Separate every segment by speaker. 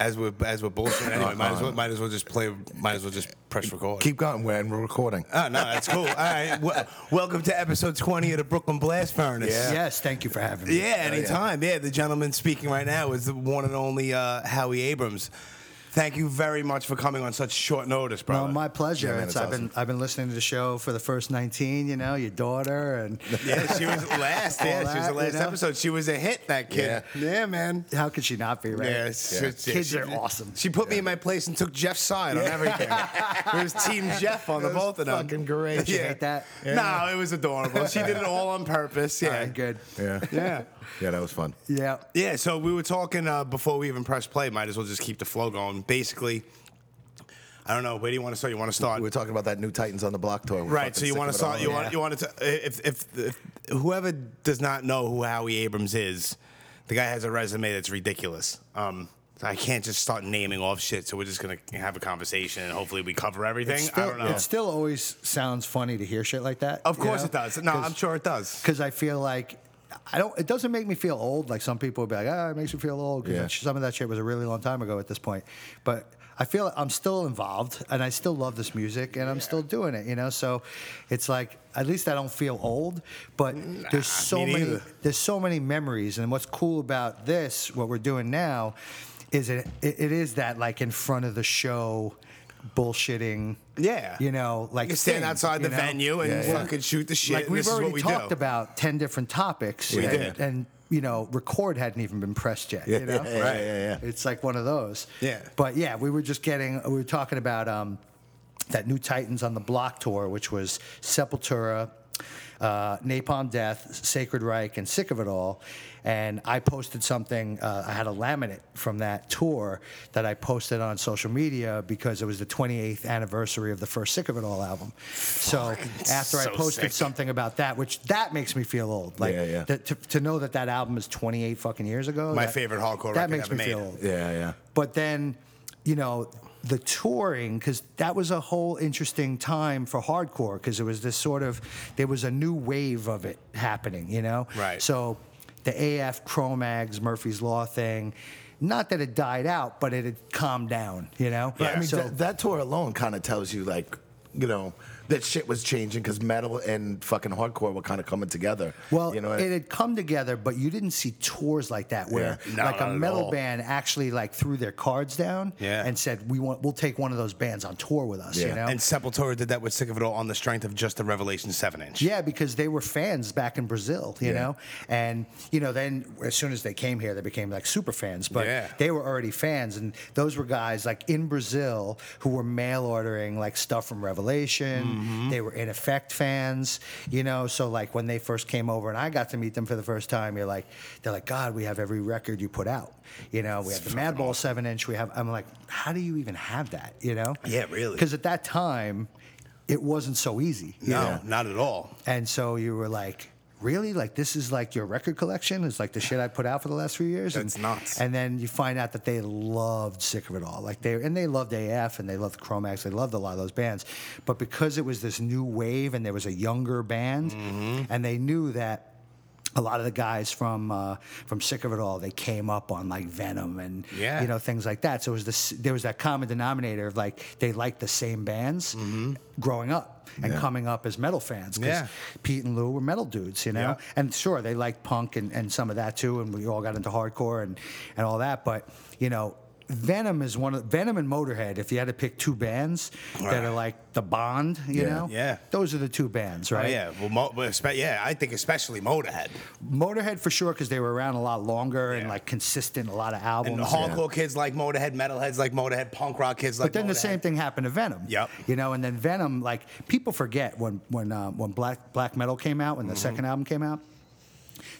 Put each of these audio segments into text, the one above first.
Speaker 1: As we're as we're bullshitting anyway, might as well might as well just play. Might as well just press record.
Speaker 2: Keep going, we're, and we're recording.
Speaker 1: oh no, that's cool. All right, well, welcome to episode twenty of the Brooklyn Blast Furnace.
Speaker 2: Yeah.
Speaker 3: Yes, thank you for having me.
Speaker 1: Yeah,
Speaker 2: Oh, yeah.
Speaker 1: anytime. Yeah, the gentleman speaking right now is the one and only uh, Howie Abrams. Thank you very much for coming on such short notice, bro.
Speaker 3: Well, Oh, my pleasure.
Speaker 2: Yeah, man,
Speaker 3: it's,
Speaker 2: it's
Speaker 3: I've been I've been listening to the show for the first 19. You know, your daughter and
Speaker 1: yeah, she was last. Yeah,
Speaker 3: All
Speaker 1: she was the
Speaker 3: that,
Speaker 1: last
Speaker 3: you know?
Speaker 1: episode. She was a hit. That kid. Yeah, man.
Speaker 3: how could she not be right?
Speaker 1: Yeah, it's- it's- yeah,
Speaker 3: Kids
Speaker 1: she-
Speaker 3: are awesome.
Speaker 1: She put me in my place and took Jeff's side on everything. it was Team Jeff on the
Speaker 3: It was
Speaker 1: both of them.
Speaker 3: fucking great. Did you hate that?
Speaker 1: No, it was adorable. She did it all on purpose. Yeah,
Speaker 3: All right, good.
Speaker 2: Yeah.
Speaker 1: Yeah.
Speaker 2: Yeah, that was fun.
Speaker 3: Yeah.
Speaker 1: Yeah, so we were talking uh, before we even press play. Might as well just keep the flow going. Basically, I don't know. Where do you want to start? You want to start?
Speaker 2: We were talking about that new Titans on the Block tour. We're
Speaker 1: Right.
Speaker 2: fucking
Speaker 1: So you
Speaker 2: sick
Speaker 1: want
Speaker 2: of
Speaker 1: to
Speaker 2: it
Speaker 1: start?
Speaker 2: all.
Speaker 1: You want you want to if, if if whoever does not know who Howie Abrams is, the guy has a resume that's ridiculous. Um, I can't just start naming off shit. So we're just gonna have a conversation and hopefully we cover everything. I don't know.
Speaker 3: It still always sounds funny to hear shit like that.
Speaker 1: Of course it does. No, I'm sure it does.
Speaker 3: Because I feel like I don't. It doesn't make me feel old. Like some people would be like, ah, it makes me feel old. Because
Speaker 2: Yeah.
Speaker 3: some of that shit was a really long time ago at this point. But I feel I'm still involved, and I still love this music, and I'm still doing it. You know, so it's like at least I don't feel old. But there's so
Speaker 1: me
Speaker 3: many.
Speaker 1: neither.
Speaker 3: There's so many memories, and what's cool about this, what we're doing now, is it. It, it is that like in front of the show. Bullshitting,
Speaker 1: Yeah.
Speaker 3: you know, like
Speaker 1: You stand
Speaker 3: thing,
Speaker 1: outside
Speaker 3: you
Speaker 1: the
Speaker 3: know?
Speaker 1: venue and
Speaker 2: Yeah, yeah.
Speaker 1: fucking shoot the shit.
Speaker 3: like
Speaker 1: and
Speaker 3: we've
Speaker 1: this is
Speaker 3: already
Speaker 1: what we
Speaker 3: talked
Speaker 1: do.
Speaker 3: about 10 different topics
Speaker 1: We
Speaker 3: and,
Speaker 1: did.
Speaker 3: and you know record hadn't even been pressed yet
Speaker 2: Yeah,
Speaker 3: you know
Speaker 2: yeah, yeah, Right. yeah, yeah.
Speaker 3: it's like one of those
Speaker 1: Yeah.
Speaker 3: but yeah we were just getting we were talking about um that new titans on the block tour which was sepultura uh, Napalm Death, Sacred Reich, and Sick of It All. And I posted something, uh, I had a laminate from that tour that I posted on social media because it was the 28th anniversary of the first Sick of It All album. So after
Speaker 1: so
Speaker 3: I posted
Speaker 1: sick.
Speaker 3: something about that, which that makes me feel old. Like
Speaker 2: Yeah, yeah.
Speaker 3: that- to, to know that that album is 28 fucking years ago.
Speaker 1: My
Speaker 3: that-
Speaker 1: favorite hardcore
Speaker 3: That
Speaker 1: record
Speaker 3: makes
Speaker 1: ever
Speaker 3: me feel
Speaker 1: made.
Speaker 3: old.
Speaker 2: Yeah, yeah.
Speaker 3: But then, you know, the touring, because that was a whole interesting time for hardcore, because it was this sort of, there was a new wave of it happening, you know?
Speaker 1: Right.
Speaker 3: So the AF, Chromags, Murphy's Law thing, not that it died out, but it had calmed down, you know?
Speaker 1: Yeah.
Speaker 2: I mean,
Speaker 3: So-
Speaker 2: that, that tour alone kind of tells you, like, you know, that shit was changing because metal and fucking hardcore were kind of coming together.
Speaker 3: Well,
Speaker 2: you know,
Speaker 3: it had come together, but you didn't see tours like that where,
Speaker 2: Yeah.
Speaker 1: No, not
Speaker 3: like, a
Speaker 1: at all.
Speaker 3: metal band actually like threw their cards down
Speaker 1: Yeah.
Speaker 3: and said, "We want, we'll take one of those bands on tour with us."
Speaker 2: Yeah.
Speaker 3: You know,
Speaker 1: And Sepultura did that with Sick of It All on the strength of just the Revelation seven inch.
Speaker 3: yeah, because they were fans back in Brazil, you
Speaker 2: Yeah.
Speaker 3: know, and you know, then as soon as they came here, they became like super fans. But
Speaker 1: Yeah.
Speaker 3: they were already fans, and those were guys like in Brazil who were mail ordering like stuff from Revelation.
Speaker 1: Mm-hmm.
Speaker 3: They were in effect fans, you know. So like when they first came over, and I got to meet them for the first time, you're like, they're like, God, we have every record you put out. You know, we have the Madball seven inch. We have. I'm like, how do you even have that? You know?
Speaker 1: Yeah, really.
Speaker 3: Because at that time. It wasn't so easy. you
Speaker 1: No,
Speaker 3: know?
Speaker 1: not at all.
Speaker 3: And so you were like, really? Like this is like your record collection is like the shit I put out for the last few years.
Speaker 1: That's
Speaker 3: and,
Speaker 1: nuts.
Speaker 3: And then you find out that they loved Sick of It All. Like they and they loved AF and they loved Chromax. They loved a lot of those bands. But because it was this new wave and there was a younger band,
Speaker 1: Mm-hmm.
Speaker 3: and they knew that a lot of the guys from uh, from Sick of It All, they came up on like Venom and
Speaker 1: Yeah.
Speaker 3: you know things like that. So it was this there was that common denominator of like they liked the same bands growing up and coming up as metal fans. 'cause
Speaker 1: Mm-hmm. Yeah.
Speaker 3: Pete and Lou were metal dudes, you know.
Speaker 1: Yeah.
Speaker 3: And sure, they liked punk and, and some of that too, and we all got into hardcore and and all that. But you know. Venom is one of Venom and Motorhead. If you had to pick two bands that
Speaker 1: Right.
Speaker 3: are like the Bond, you
Speaker 2: Yeah.
Speaker 3: know,
Speaker 1: Yeah.
Speaker 3: those are the two bands,
Speaker 1: Oh,
Speaker 3: right?
Speaker 1: yeah, well, Mo- but espe- yeah, I think especially Motorhead
Speaker 3: Motorhead for sure because they were around a lot longer and
Speaker 1: Yeah.
Speaker 3: like consistent, a lot of
Speaker 1: and
Speaker 3: albums.
Speaker 1: hardcore kids like Motorhead, metalheads like Motorhead, punk rock kids like.
Speaker 3: But then the
Speaker 1: Motorhead.
Speaker 3: same thing happened to Venom.
Speaker 1: Yep.
Speaker 3: You know, and then Venom, like people forget when when um, when black black metal came out, when the
Speaker 1: Mm-hmm.
Speaker 3: second album came out.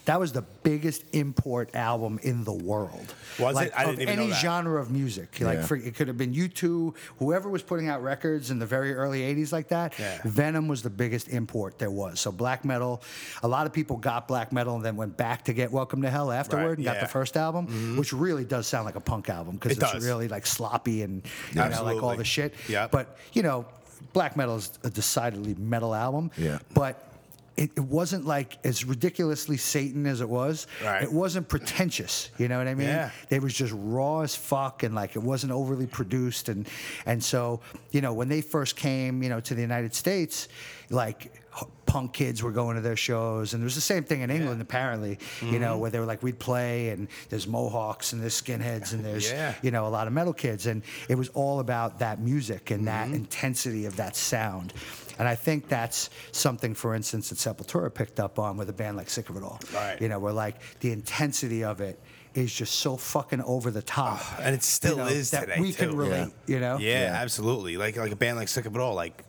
Speaker 3: That was the biggest import album in the world.
Speaker 1: Was it?
Speaker 3: Like,
Speaker 1: I didn't
Speaker 3: of
Speaker 1: even know
Speaker 3: any
Speaker 1: that.
Speaker 3: genre of music. Like
Speaker 2: Yeah.
Speaker 3: for, it could have been U two, whoever was putting out records in the very early '80s, like that.
Speaker 1: Yeah.
Speaker 3: Venom was the biggest import there was. So black metal, a lot of people got black metal and then went back to get Welcome to Hell afterward and got
Speaker 1: yeah. Mm-hmm.
Speaker 3: the first album, which really does sound like a punk album because
Speaker 1: It
Speaker 3: it's
Speaker 1: does.
Speaker 3: really like sloppy and you know, like all
Speaker 1: Absolutely.
Speaker 3: the shit.
Speaker 1: Yeah.
Speaker 3: But you know, black metal is a decidedly metal album.
Speaker 2: Yeah.
Speaker 3: But it, it wasn't like as ridiculously Satan as it was.
Speaker 1: Right.
Speaker 3: It wasn't pretentious. You know what I mean?
Speaker 1: Yeah.
Speaker 3: They was just raw as fuck and like it wasn't overly produced and and so you know when they first came you know to the United States, like h- punk kids were going to their shows and it was the same thing in England apparently you
Speaker 1: Mm-hmm.
Speaker 3: know where they were like we'd play and there's mohawks and there's skinheads and there's
Speaker 1: Yeah.
Speaker 3: you know a lot of metal kids and it was all about that music and that
Speaker 1: Mm-hmm.
Speaker 3: intensity of that sound and I think that's something for instance that Sepultura picked up on with a band like Sick of It All
Speaker 1: Right.
Speaker 3: you know where like the intensity of it is just so fucking over the top
Speaker 1: Oh, and it still
Speaker 3: you know,
Speaker 1: is
Speaker 3: that
Speaker 1: today,
Speaker 3: we can
Speaker 1: too.
Speaker 3: relate you know
Speaker 1: Yeah, absolutely. Like like a band like Sick of It All. Like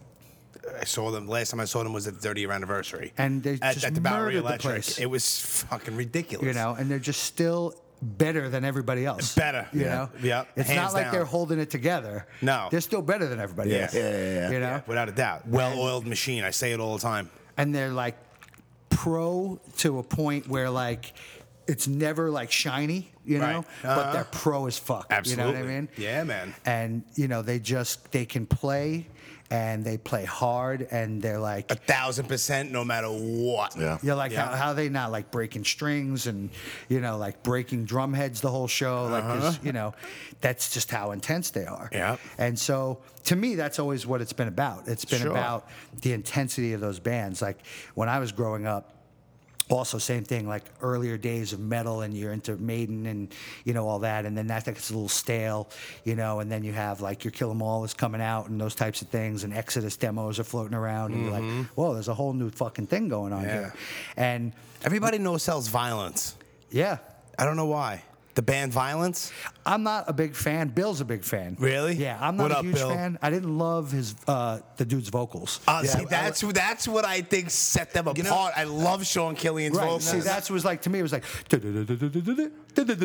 Speaker 1: I saw them last time I saw them was at the 30th anniversary,
Speaker 3: And they
Speaker 1: at,
Speaker 3: just
Speaker 1: at the Bowery
Speaker 3: murdered the
Speaker 1: Electric.
Speaker 3: place.
Speaker 1: It was fucking ridiculous.
Speaker 3: you know, and they're just still better than everybody else.
Speaker 1: Better.
Speaker 3: you
Speaker 1: Yeah.
Speaker 3: know.
Speaker 1: Yep.
Speaker 3: it's
Speaker 1: Hands
Speaker 3: not like
Speaker 1: down.
Speaker 3: they're holding it together.
Speaker 1: No.
Speaker 3: they're still better than everybody
Speaker 1: Yeah.
Speaker 3: else.
Speaker 1: Yeah,
Speaker 2: yeah, yeah.
Speaker 3: You know,
Speaker 1: Yeah, without a doubt. Well-oiled machine. I say it all the time.
Speaker 3: and they're like pro to a point where like it's never like shiny, you know,
Speaker 1: Right.
Speaker 3: but
Speaker 1: Uh-huh.
Speaker 3: they're pro as fuck.
Speaker 1: Absolutely.
Speaker 3: You know what I mean?
Speaker 1: Yeah, man.
Speaker 3: And you know, they just they can play and they play hard and they're like
Speaker 1: A thousand percent, no matter what.
Speaker 2: Yeah.
Speaker 3: You're like,
Speaker 1: Yeah.
Speaker 3: how, how are they not like breaking strings and, you know, like breaking drum heads the whole show? Like, 'cause, you know, that's just how intense they are.
Speaker 1: Uh-huh. Yeah.
Speaker 3: And so to me, that's always what it's been about. It's been
Speaker 1: Sure.
Speaker 3: about the intensity of those bands. Like when I was growing up, also same thing like earlier days of metal and you're into maiden and you know all that and then that gets a little stale you know and then you have like your kill 'em all is coming out and those types of things and exodus demos are floating around and you're like whoa there's a whole new fucking thing going on
Speaker 1: Yeah.
Speaker 3: here and
Speaker 1: Everybody knows sells violence.
Speaker 3: yeah
Speaker 1: I don't know why. The band Violence.
Speaker 3: i'm not a big fan bill's a big fan
Speaker 1: Really?
Speaker 3: yeah i'm not
Speaker 1: What
Speaker 3: a
Speaker 1: up,
Speaker 3: huge
Speaker 1: Bill?
Speaker 3: fan i didn't love his uh the dude's vocals
Speaker 1: Uh, see, that's that's what I think set them apart. I love Sean Killian's
Speaker 3: Right.
Speaker 1: vocals.
Speaker 3: See, that's was like to me. It was like that,
Speaker 1: it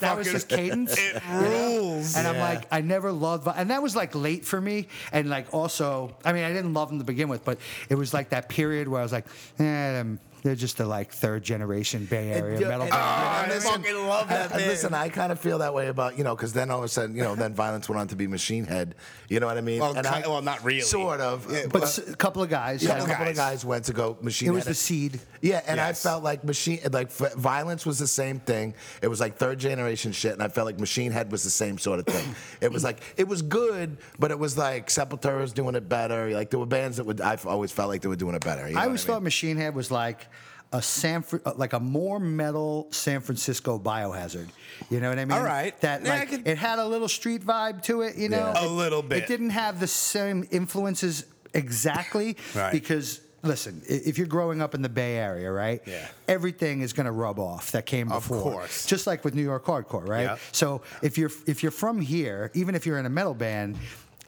Speaker 3: that was
Speaker 1: fucking-
Speaker 3: his cadence.
Speaker 1: it
Speaker 3: you know?
Speaker 1: rules.
Speaker 3: And I'm
Speaker 1: Yeah.
Speaker 3: like, I never loved, and that was like late for me. And like also, I mean, I didn't love them to begin with, but it was like that period where I was like, eh, them- they're just a like third generation Bay Area
Speaker 2: yeah,
Speaker 3: metal.
Speaker 2: and-
Speaker 3: band.
Speaker 1: Oh, I
Speaker 2: Ah, Listen,
Speaker 1: fucking love that
Speaker 2: and
Speaker 1: band.
Speaker 2: listen, I kind of feel that way about you know because then all of a sudden you know then violence went on to be Machine Head. You know what I mean?
Speaker 1: Well,
Speaker 2: And I-
Speaker 1: ki- well, not really.
Speaker 2: Sort of.
Speaker 3: but s- a couple of guys.
Speaker 2: yeah,
Speaker 3: had-
Speaker 2: a couple
Speaker 1: guys.
Speaker 2: of guys went to go Machine.
Speaker 3: It was
Speaker 2: Head.
Speaker 3: the seed.
Speaker 2: Yeah, and I
Speaker 1: Yes.
Speaker 2: felt like machine, like f- violence was the same thing. It was like third generation shit, and I felt like Machine Head was the same sort of thing. it was like it was good, but it was like Sepultura was doing it better. Like there were bands that would I always felt like they were doing it better. you know
Speaker 3: I
Speaker 2: what
Speaker 3: always
Speaker 2: mean?
Speaker 3: thought Machine Head was like a San, Fr- uh, like a more metal San Francisco biohazard. You know what I mean?
Speaker 1: All right.
Speaker 3: That
Speaker 1: Yeah, I
Speaker 3: like
Speaker 1: could-
Speaker 3: it had a little street vibe to it. You know,
Speaker 2: Yeah.
Speaker 1: A
Speaker 3: It-
Speaker 1: little bit.
Speaker 3: It didn't have the same influences exactly
Speaker 1: Right.
Speaker 3: because. Listen, i- if you're growing up in the Bay Area, right?
Speaker 1: Yeah.
Speaker 3: Everything is going to rub off that came
Speaker 1: Of
Speaker 3: before.
Speaker 1: course.
Speaker 3: Just like with New York hardcore, right?
Speaker 1: Yeah.
Speaker 3: So if you're if you're from here, even if you're in a metal band,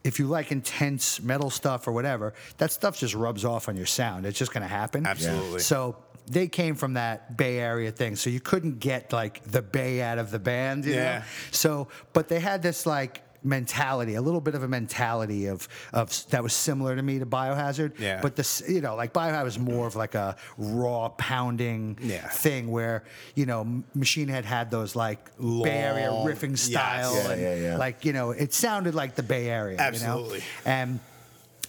Speaker 3: if you like intense metal stuff or whatever, that stuff just rubs off on your sound. It's just going to happen.
Speaker 1: Absolutely.
Speaker 3: So they came from that Bay Area thing, so you couldn't get like the Bay out of the band. You
Speaker 1: Yeah.
Speaker 3: Know? So, but they had this like mentality, a little bit of a mentality of of that was similar to me to Biohazard.
Speaker 1: Yeah.
Speaker 3: But this, you know, like Biohazard was more of like a raw pounding
Speaker 1: Yeah.
Speaker 3: thing where you know M- Machine Head had those like Bay Area
Speaker 1: Long-
Speaker 3: riffing
Speaker 1: yes.
Speaker 3: style
Speaker 1: Yeah,
Speaker 3: and
Speaker 2: yeah, yeah.
Speaker 3: like you know it sounded like the Bay Area. You
Speaker 1: Absolutely.
Speaker 3: know? And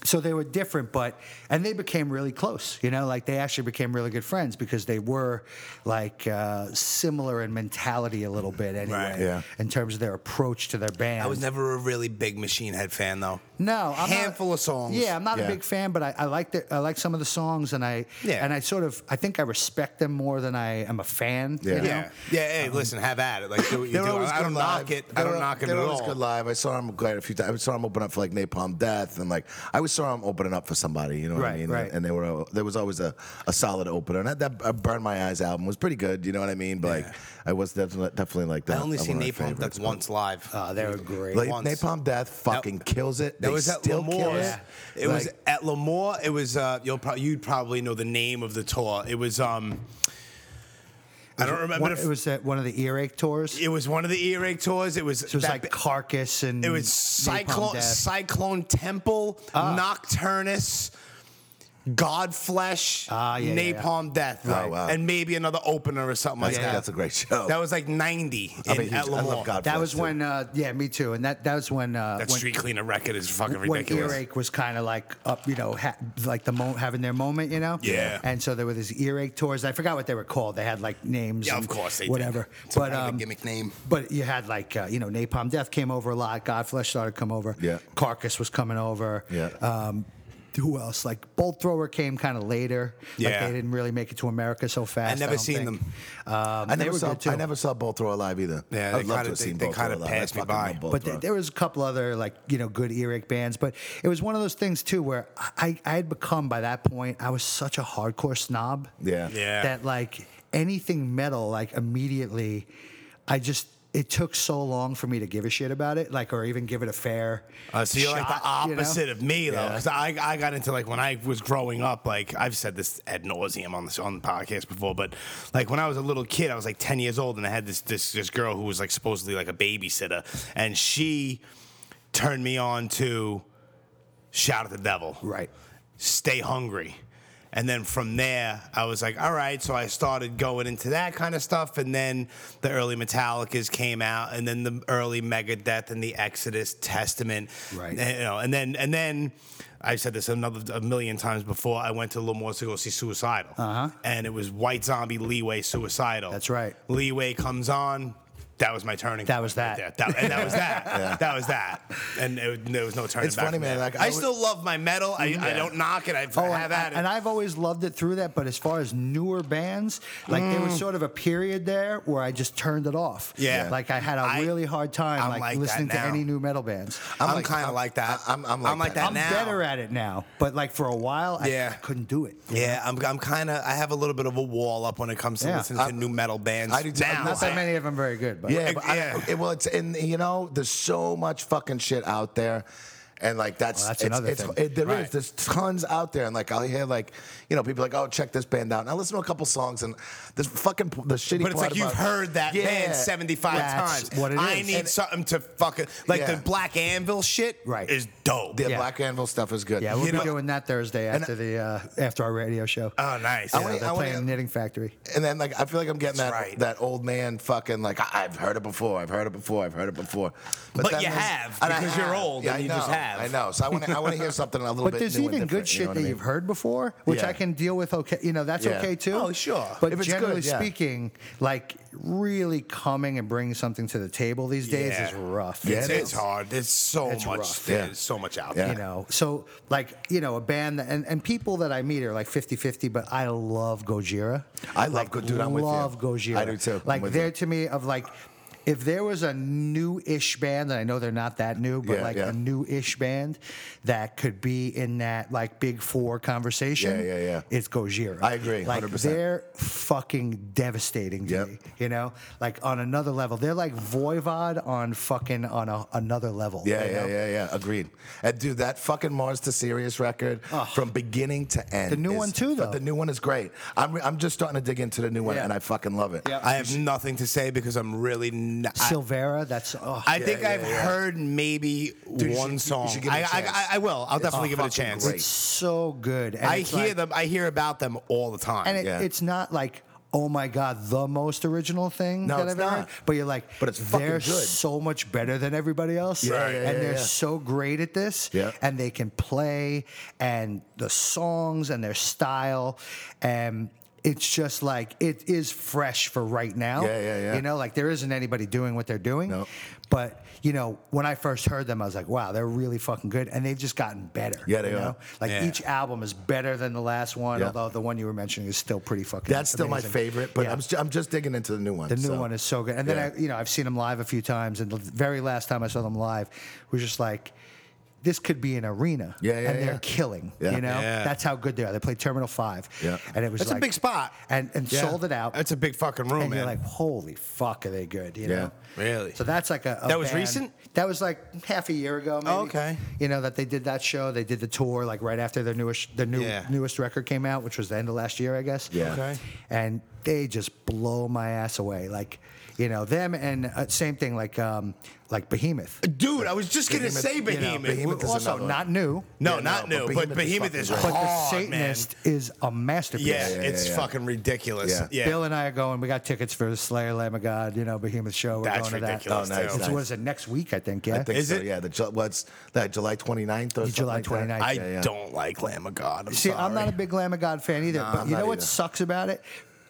Speaker 3: so they were different, but and they became really close. You know, like they actually became really good friends because they were like uh, similar in mentality a little bit anyway,
Speaker 1: Right.
Speaker 2: Yeah.
Speaker 3: in terms of their approach to their band.
Speaker 1: I was never a really big Machine Head fan, though.
Speaker 3: No, I'm
Speaker 1: handful
Speaker 3: not,
Speaker 1: of songs.
Speaker 3: Yeah, I'm not
Speaker 2: Yeah.
Speaker 3: a big fan, but I, I like the, I like some of the songs, and I
Speaker 1: Yeah.
Speaker 3: and I sort of I think I respect them more than I am a fan. you
Speaker 2: Yeah.
Speaker 3: know?
Speaker 1: Yeah, yeah. Hey, listen, have at it. Like, do what you
Speaker 2: They
Speaker 1: do.
Speaker 2: were always
Speaker 1: I
Speaker 2: good
Speaker 1: don't
Speaker 2: live.
Speaker 1: knock it.
Speaker 2: They
Speaker 1: I don't
Speaker 2: were-
Speaker 1: knock it
Speaker 2: they
Speaker 1: at
Speaker 2: were always
Speaker 1: all.
Speaker 2: good live. I saw him quite a few times. I saw him open up for like Napalm Death and like I always saw him opening up for somebody. You know what I
Speaker 3: Right,
Speaker 2: mean?
Speaker 3: right.
Speaker 2: And they were al- there was always a, a solid opener. And that, that uh, Burn My Eyes album was pretty good. You know what I mean? But like I was definitely definitely like
Speaker 1: I
Speaker 2: that.
Speaker 1: only seen
Speaker 2: one of my
Speaker 1: Napalm
Speaker 2: favorites.
Speaker 1: Death once live.
Speaker 3: Oh, they were great.
Speaker 2: Like,
Speaker 1: once.
Speaker 2: Napalm Death fucking kills it. They
Speaker 1: It was at
Speaker 2: still kill
Speaker 1: Lemoore's.
Speaker 2: it.
Speaker 1: It was
Speaker 2: Like,
Speaker 1: at Lamore. It was uh, you'll pro- you'd probably know the name of the tour. It was um, I don't remember.
Speaker 3: One-
Speaker 1: if,
Speaker 3: it was at one of the earache tours.
Speaker 1: it was one of the earache tours. It was
Speaker 3: So it was
Speaker 1: that
Speaker 3: like
Speaker 1: ba-
Speaker 3: Carcass and
Speaker 1: It was
Speaker 3: Mm, Napalm
Speaker 1: Cyclone
Speaker 3: Death.
Speaker 1: Cyclone Temple, Nocturnus. Godflesh,
Speaker 3: Ah, yeah, yeah, yeah.
Speaker 1: Napalm Death,
Speaker 2: Right. wow.
Speaker 1: and maybe another opener or something like
Speaker 2: That's-
Speaker 1: that.
Speaker 2: that's a great show.
Speaker 1: That was like 90
Speaker 2: I'm
Speaker 1: in,
Speaker 2: a huge-
Speaker 1: at
Speaker 2: I love
Speaker 1: Lamar.
Speaker 2: God.
Speaker 3: That was
Speaker 2: Bless, too.
Speaker 3: when, uh, yeah, me too. And that that was when uh,
Speaker 1: That
Speaker 3: when,
Speaker 1: street cleaner record is fucking
Speaker 3: when
Speaker 1: ridiculous.
Speaker 3: earache was kind of like up, you know, ha- like the mo- having their moment, you know.
Speaker 1: Yeah.
Speaker 3: And so there were these earache tours. I forgot what they were called. They had like names.
Speaker 1: Yeah,
Speaker 3: and
Speaker 1: of course they did.
Speaker 3: whatever.
Speaker 1: It's
Speaker 3: But
Speaker 1: kind of a
Speaker 3: um,
Speaker 1: gimmick name.
Speaker 3: But you had like uh, you know, Napalm Death came over a lot. Godflesh started to come over.
Speaker 2: Yeah.
Speaker 3: Carcass was coming over.
Speaker 2: Yeah.
Speaker 3: Um, who else? Like Bolt Thrower came kind of later. Like
Speaker 1: Yeah.
Speaker 3: they didn't really make it to America so fast.
Speaker 1: never
Speaker 3: don't
Speaker 1: seen
Speaker 3: think.
Speaker 1: them.
Speaker 3: Um,
Speaker 2: I
Speaker 3: they
Speaker 2: never
Speaker 3: were
Speaker 2: saw.
Speaker 3: good too.
Speaker 2: I never saw Bolt Thrower live either.
Speaker 1: Yeah, they
Speaker 2: I'd love
Speaker 1: kinda-
Speaker 2: to have
Speaker 1: they-
Speaker 2: seen
Speaker 1: they
Speaker 2: Bolt
Speaker 1: kinda
Speaker 2: Thrower live. I
Speaker 1: passed me
Speaker 2: fucking
Speaker 1: by.
Speaker 2: love Bolt
Speaker 3: but th-
Speaker 2: Thrower.
Speaker 3: there was a couple other like you know good earache bands but it was one of those things too where i i had become by that point i was such a hardcore snob
Speaker 2: yeah,
Speaker 1: Yeah.
Speaker 3: that like anything metal like immediately i just it took so long for me to give a shit about it like or even give it a fair
Speaker 1: Uh, so you're like the
Speaker 3: shot, you know?
Speaker 1: opposite of me, though, because I, I got into like when I was growing up. Like I've said this ad nauseum on this on the podcast before, but like when I was a little kid, I was like 10 years old, and I had this this this girl who was like supposedly like a babysitter, and she turned me on to shout at the devil,
Speaker 3: right
Speaker 1: stay hungry. And then from there, I was like, all right. So I started going into that kind of stuff. And then the early Metallicas came out, and then the early Megadeth and the Exodus Testament.
Speaker 3: Right.
Speaker 1: And, you know, and then, and then I've said this another a million times before. I went to Lamore's to go see Suicidal. Uh-huh. And it was White Zombie Leeway Suicidal.
Speaker 3: That's right.
Speaker 1: Leeway comes on. That was my turning.
Speaker 3: That was
Speaker 1: point
Speaker 3: that.
Speaker 1: there. That- and that was that. That was that. And it, there was no turning
Speaker 2: It's
Speaker 1: back
Speaker 2: funny,
Speaker 1: from
Speaker 2: man,
Speaker 1: that.
Speaker 2: like,
Speaker 1: I,
Speaker 2: I would-
Speaker 1: still love my metal. I, I don't knock it. I
Speaker 3: Oh,
Speaker 1: have
Speaker 3: and,
Speaker 1: at it.
Speaker 3: and I've always loved it through that. But as far as newer bands, like there was sort of a period there where I just turned it off.
Speaker 1: Mm. Yeah.
Speaker 3: like I had a
Speaker 1: I-
Speaker 3: really hard time
Speaker 1: I'm
Speaker 3: like,
Speaker 1: like that
Speaker 3: listening to
Speaker 1: now.
Speaker 3: any new metal bands.
Speaker 1: I'm,
Speaker 2: like-
Speaker 1: kind of like that.
Speaker 2: I- I'm- I'm like that
Speaker 1: that,
Speaker 3: I'm
Speaker 1: now.
Speaker 3: better at it now, but like for a while, I,
Speaker 1: Yeah.
Speaker 3: I couldn't do it.
Speaker 1: yeah, I'm, I'm kind of. I have a little bit of a wall up when it comes to
Speaker 3: Yeah.
Speaker 1: listening to new metal bands.
Speaker 2: I do too.
Speaker 1: now.
Speaker 3: Not that many of them very good, but
Speaker 2: Yeah, but
Speaker 1: eh,
Speaker 2: I-
Speaker 1: Yeah.
Speaker 2: it- well, it's and you know, there's so much fucking shit out there, and like that's
Speaker 3: Well, that's
Speaker 2: it's,
Speaker 3: another
Speaker 2: it's,
Speaker 3: thing.
Speaker 2: It, there is.
Speaker 1: Right.
Speaker 2: there's tons out there, and like I'll hear like you know people like oh check this band out, and I listen to a couple songs, and this fucking the shitty.
Speaker 1: But it's
Speaker 2: part
Speaker 1: like you've
Speaker 2: about-
Speaker 1: heard that
Speaker 2: Yeah.
Speaker 1: band 75
Speaker 3: That's
Speaker 1: times.
Speaker 3: what it
Speaker 1: I
Speaker 3: is.
Speaker 1: need
Speaker 3: And-
Speaker 1: something to fucking like
Speaker 2: Yeah.
Speaker 1: the Black Anvil shit.
Speaker 3: Right.
Speaker 1: is dope.
Speaker 2: The
Speaker 3: Yeah.
Speaker 2: Black Anvil stuff is good.
Speaker 3: yeah, we'll
Speaker 1: You
Speaker 3: be
Speaker 1: know-
Speaker 3: doing that Thursday after the uh, after our radio show.
Speaker 1: Oh, nice.
Speaker 2: I
Speaker 1: Yeah.
Speaker 2: wanna-
Speaker 3: They're
Speaker 2: wanna-
Speaker 3: playing Knitting Factory.
Speaker 2: and then like I feel like I'm getting
Speaker 1: That's
Speaker 2: that
Speaker 1: right.
Speaker 2: that old man fucking like I, I've heard it before, I've heard it before, I've heard it before.
Speaker 1: But
Speaker 2: then
Speaker 1: you
Speaker 2: there's-
Speaker 1: have,
Speaker 2: and I
Speaker 1: because you're
Speaker 2: have.
Speaker 1: old
Speaker 2: Yeah,
Speaker 1: and
Speaker 2: I
Speaker 1: you just
Speaker 2: know,
Speaker 1: have.
Speaker 2: I know, so I want to I want to hear something a little
Speaker 3: But
Speaker 2: bit.
Speaker 3: there's
Speaker 2: new and
Speaker 3: even good
Speaker 2: different, you
Speaker 3: shit
Speaker 2: know
Speaker 3: that
Speaker 2: what I
Speaker 3: you've
Speaker 2: mean?
Speaker 3: heard before, which
Speaker 2: Yeah.
Speaker 3: I can deal with. Okay, you know that's
Speaker 2: Yeah.
Speaker 3: okay too.
Speaker 1: Oh, sure.
Speaker 3: But
Speaker 2: If it's
Speaker 3: generally
Speaker 2: good, yeah.
Speaker 3: speaking, like really coming and bringing something to the table these days
Speaker 1: Yeah.
Speaker 3: is rough.
Speaker 2: Yeah,
Speaker 1: It's,
Speaker 2: it
Speaker 1: it's
Speaker 2: is.
Speaker 1: hard. There's so
Speaker 3: It's
Speaker 1: much.
Speaker 3: rough.
Speaker 1: There's
Speaker 2: Yeah.
Speaker 1: so much out
Speaker 2: Yeah.
Speaker 1: there.
Speaker 3: you know so like you know a band that, and, and people that i meet are like 50-50 but i love gojira
Speaker 2: I love
Speaker 3: like,
Speaker 2: Go- dude, I'm with you.
Speaker 3: love gojira
Speaker 2: I do too. I'm
Speaker 3: like
Speaker 2: with
Speaker 3: they're
Speaker 2: you.
Speaker 3: to me of like if there was a new-ish band, and I know they're not that new, but
Speaker 2: Yeah,
Speaker 3: like
Speaker 2: yeah.
Speaker 3: a new-ish band that could be in that like big four conversation,
Speaker 2: Yeah, yeah, yeah.
Speaker 3: it's Gojira.
Speaker 2: I agree,
Speaker 3: Like
Speaker 2: 100%.
Speaker 3: they're fucking devastating to
Speaker 2: Yep.
Speaker 3: me, you know. Like on another level, they're like Voivod on fucking on a, another level.
Speaker 2: Yeah,
Speaker 3: you
Speaker 2: yeah,
Speaker 3: know?
Speaker 2: yeah, yeah. Agreed. And dude, that fucking Mars to Sirius record from beginning to end.
Speaker 3: The new
Speaker 2: is-
Speaker 3: one too,
Speaker 2: but
Speaker 3: though.
Speaker 2: The new one is great. I'm, re- I'm just starting to dig into the new one,
Speaker 3: Yeah.
Speaker 2: and I fucking love it.
Speaker 3: Yeah.
Speaker 1: I have nothing to say because I'm really. Not,
Speaker 3: Silvera. That's oh,
Speaker 1: I think
Speaker 2: yeah,
Speaker 1: I've
Speaker 2: yeah.
Speaker 1: heard maybe
Speaker 2: you should- you
Speaker 1: one
Speaker 2: should
Speaker 1: song.
Speaker 2: give it a
Speaker 1: I- I-
Speaker 2: chance.
Speaker 1: I, I will. I'll
Speaker 2: It's
Speaker 1: definitely give it a
Speaker 2: fucking
Speaker 1: chance.
Speaker 2: great.
Speaker 3: it's so good. And
Speaker 1: I
Speaker 3: it's
Speaker 1: hear
Speaker 3: like-
Speaker 1: them. I hear about them all the time.
Speaker 3: and it,
Speaker 2: Yeah.
Speaker 3: it's not like oh my god, the most original thing
Speaker 2: No,
Speaker 3: that
Speaker 2: it's
Speaker 3: I've ever heard.
Speaker 2: not.
Speaker 3: But you're like,
Speaker 2: But it's fucking
Speaker 3: they're
Speaker 2: good.
Speaker 3: so much better than everybody else.
Speaker 2: Yeah, yeah, yeah,
Speaker 3: and they're
Speaker 2: yeah.
Speaker 3: so great at this.
Speaker 2: Yeah.
Speaker 3: and they can play and the songs and their style and. It's just like it is fresh for right now.
Speaker 2: Yeah, yeah, yeah.
Speaker 3: You know, like there isn't anybody doing what they're doing.
Speaker 2: No.
Speaker 3: But you know, when I first heard them, I was like, "Wow, they're really fucking good," and they've just gotten better.
Speaker 2: Yeah, they
Speaker 3: you
Speaker 2: are.
Speaker 3: know? Like
Speaker 1: Yeah.
Speaker 3: each album is better than the last one,
Speaker 2: Yeah.
Speaker 3: although the one you were mentioning is still pretty fucking.
Speaker 2: That's still
Speaker 3: amazing.
Speaker 2: my favorite, but
Speaker 3: Yeah.
Speaker 2: I'm, st- I'm just digging into the new one.
Speaker 3: the new
Speaker 2: so.
Speaker 3: one is so good. And then
Speaker 2: Yeah.
Speaker 3: I, you know, I've seen them live a few times, and the very last time I saw them live was just like. This could be an arena,
Speaker 2: Yeah, yeah,
Speaker 3: and they're
Speaker 2: yeah.
Speaker 3: killing.
Speaker 2: Yeah.
Speaker 3: You know,
Speaker 1: Yeah.
Speaker 3: that's how good they are. They played Terminal Five,
Speaker 2: Yeah.
Speaker 3: and it was
Speaker 1: That's a
Speaker 3: like-
Speaker 1: big spot.
Speaker 3: and and
Speaker 1: Yeah.
Speaker 3: sold it out.
Speaker 1: That's a big fucking room,
Speaker 3: and
Speaker 1: man.
Speaker 3: you're like, holy fuck, are they good? You
Speaker 2: Yeah.
Speaker 3: know,
Speaker 1: Really?
Speaker 3: So that's like a, a
Speaker 1: That was
Speaker 3: band-
Speaker 1: recent?
Speaker 3: That was like half a year ago. Maybe.
Speaker 1: Oh, okay.
Speaker 3: You know that they did that show. They did the tour like right after their newest their new
Speaker 1: Yeah.
Speaker 3: newest record came out, which was the end of last year, I guess.
Speaker 2: Yeah.
Speaker 1: Okay.
Speaker 3: And they just blow my ass away. Like You know them and uh, same thing like um, like Behemoth.
Speaker 1: Dude, I was just gonna
Speaker 2: Behemoth,
Speaker 1: say
Speaker 2: you know,
Speaker 1: Behemoth.
Speaker 2: Behemoth is
Speaker 3: also
Speaker 2: another one.
Speaker 3: not new,
Speaker 1: no,
Speaker 2: Yeah,
Speaker 1: not
Speaker 2: no,
Speaker 1: new,
Speaker 2: but
Speaker 1: but
Speaker 2: Behemoth
Speaker 1: Behemoth
Speaker 2: is
Speaker 1: is
Speaker 2: fucking
Speaker 1: hard,
Speaker 3: but the
Speaker 1: man.
Speaker 3: Satanist is a masterpiece.
Speaker 1: Yeah,
Speaker 2: yeah,
Speaker 1: it's
Speaker 2: yeah.
Speaker 1: fucking ridiculous.
Speaker 2: Yeah.
Speaker 1: Yeah,
Speaker 3: Bill and I are going. We got tickets for Slayer, Lamb of God, you know, Behemoth show. We're
Speaker 1: that's
Speaker 3: going to that.
Speaker 1: ridiculous.
Speaker 2: Oh, nice,
Speaker 1: too.
Speaker 3: It's,
Speaker 2: nice.
Speaker 3: What is it? Next week, I think. Yeah.
Speaker 2: I think
Speaker 1: Is
Speaker 2: so,
Speaker 1: it?
Speaker 2: yeah. The Ju- what's that? July 29th or something
Speaker 3: July
Speaker 2: like that?
Speaker 3: 29th.
Speaker 1: I
Speaker 2: Yeah, yeah.
Speaker 1: don't like Lamb of God. I'm
Speaker 3: See,
Speaker 1: sorry.
Speaker 3: I'm not a big Lamb of God fan either.
Speaker 2: Nah,
Speaker 3: but
Speaker 2: I'm
Speaker 3: you know
Speaker 2: not
Speaker 3: what
Speaker 2: either.
Speaker 3: sucks about it?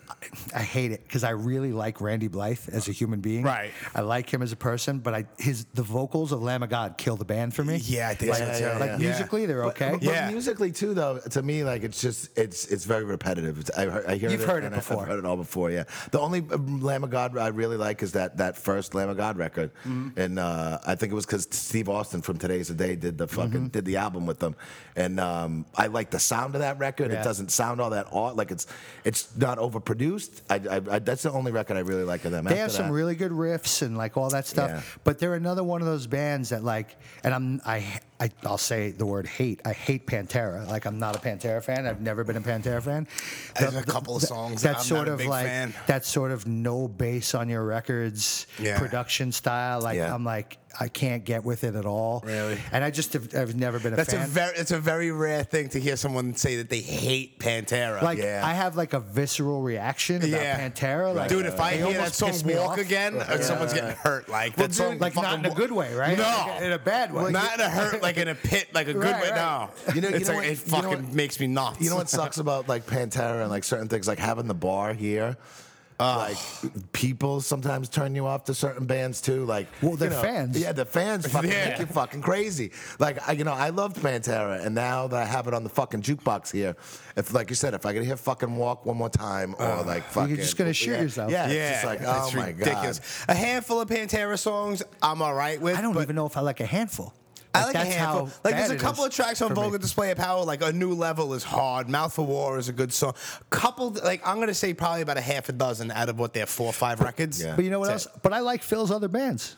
Speaker 3: I, I hate it because I really like Randy Blythe as a human being.
Speaker 1: Right.
Speaker 3: I like him as a person, but I his the vocals of Lamb of God kill the band for me.
Speaker 1: Yeah, I think
Speaker 2: Like-
Speaker 1: so
Speaker 2: Yeah,
Speaker 1: too.
Speaker 2: yeah,
Speaker 3: Like
Speaker 2: yeah.
Speaker 3: musically, they're okay.
Speaker 2: But, but
Speaker 1: Yeah.
Speaker 2: musically too, though, to me, like it's just it's it's very repetitive. It's- I, heard- I hear
Speaker 3: You've heard it
Speaker 2: and I-
Speaker 3: before.
Speaker 2: I've heard it all before. Yeah. The only um, Lamb of God I really like is that that first Lamb of God record,
Speaker 3: Mm-hmm.
Speaker 2: and uh, I think it was because Steve Austin from Today's the Day did the
Speaker 3: Mm-hmm.
Speaker 2: fucking did the album with them, and um, I like the sound of that record. It
Speaker 3: Yeah.
Speaker 2: doesn't sound all that odd. Like it's it's not overproduced. I, I, I that's the only record I really like of them.
Speaker 3: They have some really good riffs and like all that stuff.
Speaker 2: Yeah.
Speaker 3: But they're another one of those bands that like, and I'm I, I I'll say the word hate. I hate Pantera. Like I'm not a Pantera fan. I've never been a Pantera fan.
Speaker 1: There's a couple of songs
Speaker 3: that
Speaker 1: I'm not
Speaker 3: sort
Speaker 1: a
Speaker 3: of
Speaker 1: big
Speaker 3: like
Speaker 1: fan.
Speaker 3: that sort of no bass on your records
Speaker 1: Yeah.
Speaker 3: production style. Like
Speaker 2: Yeah.
Speaker 3: I'm like I can't get with it at all.
Speaker 1: Really?
Speaker 3: And I just have, I've never been a
Speaker 1: That's
Speaker 3: fan.
Speaker 1: a very it's a very rare thing to hear someone say that they hate Pantera.
Speaker 3: like
Speaker 2: yeah.
Speaker 3: I have like a visceral reaction about Pantera. Like, uh,
Speaker 1: dude, if I
Speaker 3: they
Speaker 1: hear that
Speaker 3: almost
Speaker 1: song
Speaker 3: piss me
Speaker 1: "Walk
Speaker 3: off.
Speaker 1: Again," uh, someone's getting hurt. Like that
Speaker 3: dude,
Speaker 1: song,
Speaker 3: like, not
Speaker 1: fucking
Speaker 3: in a
Speaker 1: wa-
Speaker 3: good way, right? Like,
Speaker 1: No,
Speaker 3: in a bad way.
Speaker 1: Not in a hurt, like in a pit, like a good
Speaker 3: Right,
Speaker 1: way.
Speaker 3: right.
Speaker 1: No,
Speaker 2: You know- you
Speaker 1: It's
Speaker 2: know
Speaker 1: like,
Speaker 2: what-
Speaker 1: it
Speaker 2: you know
Speaker 1: fucking
Speaker 2: what-
Speaker 1: makes me nuts.
Speaker 2: You know what sucks about like Pantera and like certain things, like having the bar here. like people sometimes turn you off to certain bands too. Like,
Speaker 3: Well,
Speaker 2: you
Speaker 3: they're
Speaker 2: know,
Speaker 3: fans.
Speaker 2: Yeah, the fans fucking
Speaker 1: Yeah.
Speaker 2: make you fucking crazy. Like, I, you know, I loved Pantera, and now that I have it on the fucking jukebox here, if like you said, if I could hear fucking Walk one more time or like fucking,
Speaker 3: just gonna shoot
Speaker 2: yeah,
Speaker 3: yourself.
Speaker 2: Yeah,
Speaker 1: yeah,
Speaker 2: it's just like oh
Speaker 1: it's
Speaker 2: my
Speaker 1: ridiculous.
Speaker 2: god.
Speaker 1: A handful of Pantera songs, I'm all right with.
Speaker 3: I don't
Speaker 1: but
Speaker 3: even know if I like a handful.
Speaker 1: I like a
Speaker 3: that's
Speaker 1: handful.
Speaker 3: how
Speaker 1: Like
Speaker 3: bad
Speaker 1: there's a
Speaker 3: it
Speaker 1: couple
Speaker 3: is
Speaker 1: of tracks on
Speaker 3: for me.
Speaker 1: Vulgar Display of Power. Like a new level is hard. Mouth for War is a good song. Couple, like I'm gonna say probably about a half a dozen out of what they're four or five records.
Speaker 2: Yeah.
Speaker 3: But you know what
Speaker 1: That's
Speaker 3: else? But I like Phil's other bands.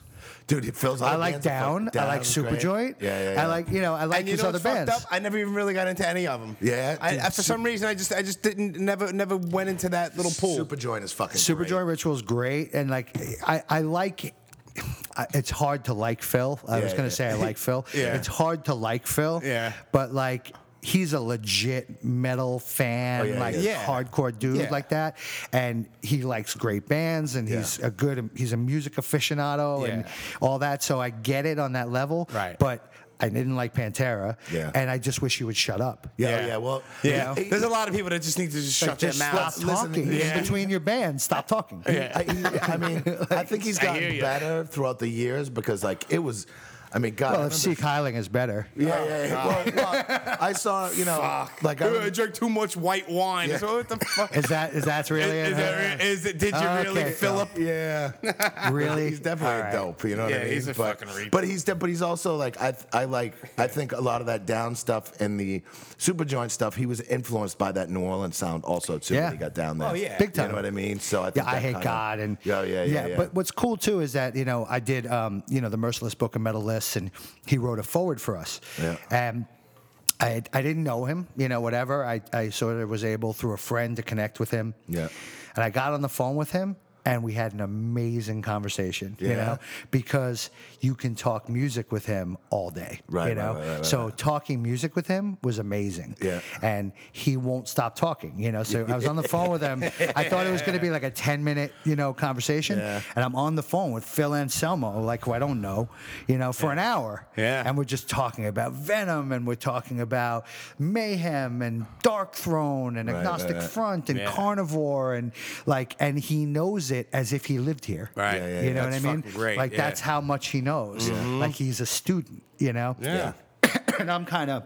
Speaker 2: Dude, it feels like
Speaker 3: I like
Speaker 2: bands are fucking-
Speaker 3: Down. I like
Speaker 2: Down's great.
Speaker 3: Superjoint.
Speaker 2: Yeah, yeah, yeah.
Speaker 3: I like you know I like
Speaker 1: and you
Speaker 3: his
Speaker 1: know
Speaker 3: other
Speaker 1: what's fucked
Speaker 3: bands.
Speaker 1: up? I never even really got into any of them.
Speaker 2: Yeah,
Speaker 1: I,
Speaker 2: dude,
Speaker 1: I- for some reason, I just I just didn't never never went into that little pool.
Speaker 2: Superjoint is fucking
Speaker 3: Super
Speaker 2: great.
Speaker 3: Joy Ritual's great, and like I, I like. I- It's hard to like Phil. I
Speaker 2: Yeah,
Speaker 3: was gonna
Speaker 2: yeah.
Speaker 3: say I like Phil.
Speaker 1: Yeah.
Speaker 3: It's hard to like Phil.
Speaker 1: Yeah.
Speaker 3: But like he's a legit metal fan,
Speaker 2: Oh, yeah,
Speaker 3: like
Speaker 2: yeah.
Speaker 1: Yeah.
Speaker 3: hardcore dude
Speaker 1: Yeah.
Speaker 3: like that, and he likes great bands, and he's a good, he's a music aficionado, and
Speaker 1: Yeah.
Speaker 3: all that. So I get it on that level.
Speaker 1: Right.
Speaker 3: But I didn't like Pantera.
Speaker 2: Yeah.
Speaker 3: And I just wish he would shut up.
Speaker 2: Yeah, yeah. Well,
Speaker 1: yeah.
Speaker 2: it-
Speaker 1: There's a lot of people that just need to just
Speaker 3: Like,
Speaker 1: shut their
Speaker 3: just stop
Speaker 1: mouths.
Speaker 3: talking In
Speaker 1: Yeah.
Speaker 3: between your bands. Stop talking.
Speaker 2: I, I mean, I think he's
Speaker 1: I hear
Speaker 2: gotten
Speaker 1: ya.
Speaker 2: better throughout the years because, like, it was. I mean, God. I
Speaker 3: Well, Oh, if
Speaker 2: remember-
Speaker 3: Seek Heiling is better.
Speaker 2: yeah, yeah, yeah. Well, well, I saw, you know,
Speaker 1: Fuck.
Speaker 2: like,
Speaker 1: Like
Speaker 2: I,
Speaker 1: I,
Speaker 2: remember-
Speaker 1: drank too much white wine.
Speaker 2: Yeah.
Speaker 1: So what the fuck?
Speaker 3: Is that is that's really
Speaker 1: is,
Speaker 3: it?
Speaker 1: is
Speaker 3: Oh,
Speaker 1: that, re- is it? Did you really,
Speaker 3: Okay.
Speaker 1: Philip?
Speaker 2: yeah,
Speaker 3: Really?
Speaker 2: he's definitely
Speaker 3: All right.
Speaker 2: dope. You know what I
Speaker 1: Yeah,
Speaker 2: mean?
Speaker 1: he's a
Speaker 2: but,
Speaker 1: fucking retard.
Speaker 2: But he's de- but he's also like I I like I think a lot of that down stuff and the super joint stuff. He was influenced by that New Orleans sound also too.
Speaker 3: Yeah.
Speaker 2: when he got down there.
Speaker 1: Oh, yeah.
Speaker 3: Big
Speaker 2: You
Speaker 3: time.
Speaker 2: know what I mean? So I think
Speaker 3: yeah, I
Speaker 2: that
Speaker 3: hate
Speaker 2: kinda-
Speaker 3: God and
Speaker 2: yeah, yeah, yeah, yeah.
Speaker 3: But what's cool too is that you know I did um, you know the Merciless Book of Metal Lists, and he wrote a forward for us.
Speaker 2: Yeah.
Speaker 3: And I I didn't know him, you know, whatever. I I sort of was able through a friend to connect with him.
Speaker 2: Yeah.
Speaker 3: And I got on the phone with him. And we had an amazing conversation, you
Speaker 2: Yeah.
Speaker 3: know, because you can talk music with him all day,
Speaker 2: Right,
Speaker 3: You
Speaker 2: right,
Speaker 3: know,
Speaker 2: right, right, right,
Speaker 3: so talking music with him was amazing,
Speaker 2: Yeah.
Speaker 3: And he won't stop talking, you know. So I was on the phone with him. I thought it was going to be like a ten minute, you know, conversation,
Speaker 2: Yeah.
Speaker 3: and I'm on the phone with Phil Anselmo, like who I don't know, you know, for an hour,
Speaker 1: Yeah.
Speaker 3: And we're just talking about Venom, and we're talking about Mayhem and Dark Throne and
Speaker 2: right,
Speaker 3: Agnostic
Speaker 2: right.
Speaker 3: Front and
Speaker 1: Yeah.
Speaker 3: Carnivore and like, and he knows it as if he lived here,
Speaker 1: Right.
Speaker 2: Yeah, yeah,
Speaker 3: you know
Speaker 1: That's
Speaker 3: what I mean?
Speaker 1: fucking great,
Speaker 3: Like
Speaker 1: yeah. Mm-hmm.
Speaker 3: that's how much he knows. Like he's a student, you know?
Speaker 1: Yeah.
Speaker 3: and I'm kind of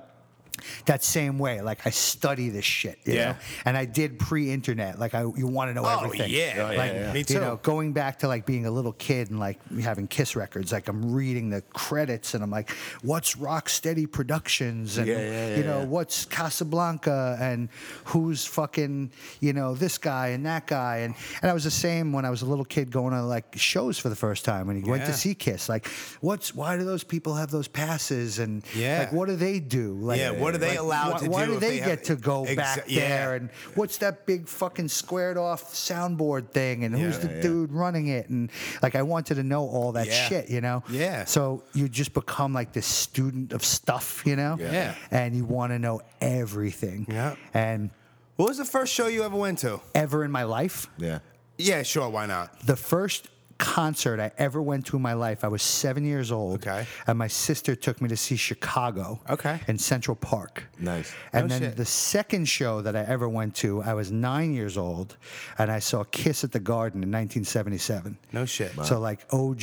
Speaker 3: that same way. Like I study this shit, you
Speaker 1: Yeah.
Speaker 3: know? And I did pre-internet. Like I, you want to know
Speaker 1: Oh,
Speaker 3: everything.
Speaker 1: yeah. Oh, yeah,
Speaker 3: like,
Speaker 1: yeah. Me
Speaker 3: You
Speaker 1: too.
Speaker 3: know, going back to like being a little kid and like having Kiss records. Like I'm reading the credits and I'm like, what's Rocksteady Productions and
Speaker 2: Yeah, yeah, yeah,
Speaker 3: you know
Speaker 2: yeah.
Speaker 3: what's Casablanca and who's fucking you know this guy and that guy and and I was the same when I was a little kid going to like shows for the first time when you went to
Speaker 1: Yeah.
Speaker 3: see Kiss. Like what's why do those people have those passes and
Speaker 1: Yeah.
Speaker 3: like what do they do? Like
Speaker 1: Yeah, what what are they allowed
Speaker 3: why,
Speaker 1: to
Speaker 3: why
Speaker 1: do
Speaker 3: do
Speaker 1: if
Speaker 3: they,
Speaker 1: they have-
Speaker 3: get to go
Speaker 1: Exa-
Speaker 3: back
Speaker 1: yeah.
Speaker 3: there? And what's that big fucking squared off soundboard thing? And who's
Speaker 1: Yeah.
Speaker 3: the
Speaker 1: Yeah, yeah.
Speaker 3: dude running it? And like, I wanted to know all that
Speaker 1: Yeah.
Speaker 3: shit, you know?
Speaker 1: Yeah.
Speaker 3: So you just become like this student of stuff, you know?
Speaker 1: Yeah. Yeah.
Speaker 3: And you want to know everything.
Speaker 1: Yeah.
Speaker 3: And
Speaker 1: What was the first show you ever went to?
Speaker 3: ever in my life,
Speaker 2: Yeah.
Speaker 1: Yeah, sure, why not?
Speaker 3: the first concert I ever went to in my life, I was seven years old.
Speaker 1: Okay.
Speaker 3: And my sister took me to see Chicago.
Speaker 1: Okay.
Speaker 3: In Central Park.
Speaker 2: Nice.
Speaker 3: And
Speaker 1: No
Speaker 3: then
Speaker 1: shit.
Speaker 3: the second show that I ever went to, I was nine years old, and I saw Kiss at the Garden in 1977.
Speaker 1: No shit.
Speaker 3: So like OG,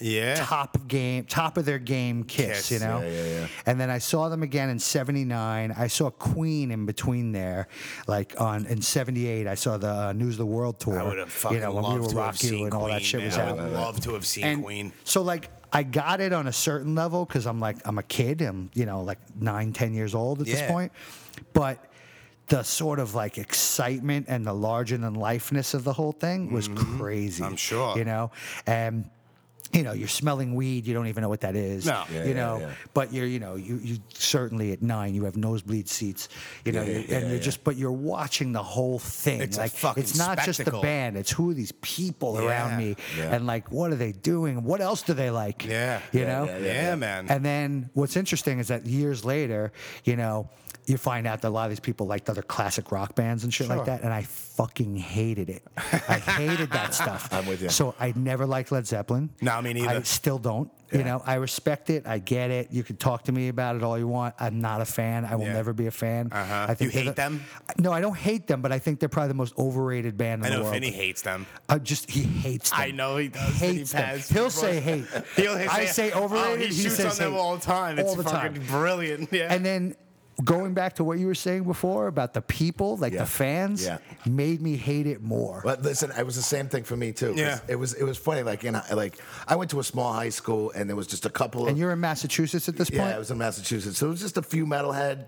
Speaker 1: Yeah.
Speaker 3: top game, top of their game, Kiss,
Speaker 1: Kiss,
Speaker 3: you know.
Speaker 2: yeah, yeah, yeah.
Speaker 3: And then I saw them again in '79. I saw Queen in between there, like on in '78. I saw the uh, News of the World tour.
Speaker 1: I would have fucking
Speaker 3: you know, when
Speaker 1: loved
Speaker 3: we were
Speaker 1: to
Speaker 3: Rock
Speaker 1: have seen
Speaker 3: You and all
Speaker 1: Queen,
Speaker 3: that shit
Speaker 1: man.
Speaker 3: was
Speaker 1: I
Speaker 3: out.
Speaker 1: would love to have seen
Speaker 3: And
Speaker 1: Queen.
Speaker 3: So like I got it on a certain level because I'm like I'm a kid. I'm you know like nine, ten years old at
Speaker 1: Yeah.
Speaker 3: this point. But the sort of like excitement and the larger than lifeness of the whole thing was crazy.
Speaker 1: Mm-hmm. I'm sure.
Speaker 3: You know, and you know you're smelling weed. You don't even know what that is.
Speaker 1: No. Yeah,
Speaker 3: you
Speaker 2: yeah,
Speaker 3: know,
Speaker 2: yeah.
Speaker 3: but you're you know you you certainly at nine you have nosebleed seats. You know,
Speaker 2: Yeah,
Speaker 3: you're,
Speaker 2: yeah,
Speaker 3: and you're
Speaker 2: yeah.
Speaker 3: just but you're watching the whole thing.
Speaker 1: It's a
Speaker 3: like
Speaker 1: fucking
Speaker 3: it's not just the
Speaker 1: spectacle.
Speaker 3: band. It's who are these people around
Speaker 1: Yeah.
Speaker 3: me
Speaker 2: Yeah.
Speaker 3: and like what are they doing what else do they like
Speaker 1: Yeah.
Speaker 3: you
Speaker 1: Yeah,
Speaker 3: know
Speaker 1: yeah, man.
Speaker 3: and then what's interesting is that years later you know you find out that a lot of these people liked other classic rock bands and shit like
Speaker 1: Sure.
Speaker 3: that and i fucking hated it i hated that stuff
Speaker 2: I'm with you.
Speaker 3: so i never liked led zeppelin
Speaker 1: No, me neither.
Speaker 3: i still don't you know i respect it i get it you can talk to me about it all you want i'm not a fan i will
Speaker 1: Yeah.
Speaker 3: never be a fan
Speaker 1: Uh-huh.
Speaker 3: i think
Speaker 1: You
Speaker 3: they're
Speaker 1: hate
Speaker 3: the-
Speaker 1: them?
Speaker 3: no i don't hate them but i think they're probably the most overrated band in
Speaker 1: I
Speaker 3: the
Speaker 1: know
Speaker 3: world
Speaker 1: Vinny hates them.
Speaker 3: I just he hates them.
Speaker 1: I know he does, and he
Speaker 3: Hates them.
Speaker 1: passed
Speaker 3: He'll
Speaker 1: before.
Speaker 3: say hate.
Speaker 1: He'll hit-
Speaker 3: I say overrated.
Speaker 1: Oh, he, shoots
Speaker 3: says
Speaker 1: on them
Speaker 3: hate.
Speaker 1: all the time. It's
Speaker 3: all the
Speaker 1: fucking
Speaker 3: time.
Speaker 1: brilliant. Yeah.
Speaker 3: And then going back to what you were saying before about the people, like
Speaker 2: Yeah.
Speaker 3: the fans,
Speaker 2: Yeah.
Speaker 3: made me hate it more.
Speaker 2: But listen, it was the same thing for me too. 'cause
Speaker 1: Yeah.
Speaker 2: It was it was funny. Like in like I went to a small high school and there was just a couple
Speaker 3: And
Speaker 2: of
Speaker 3: you're in Massachusetts at this
Speaker 2: yeah,
Speaker 3: point.
Speaker 2: I was in Massachusetts. So it was just a few metalhead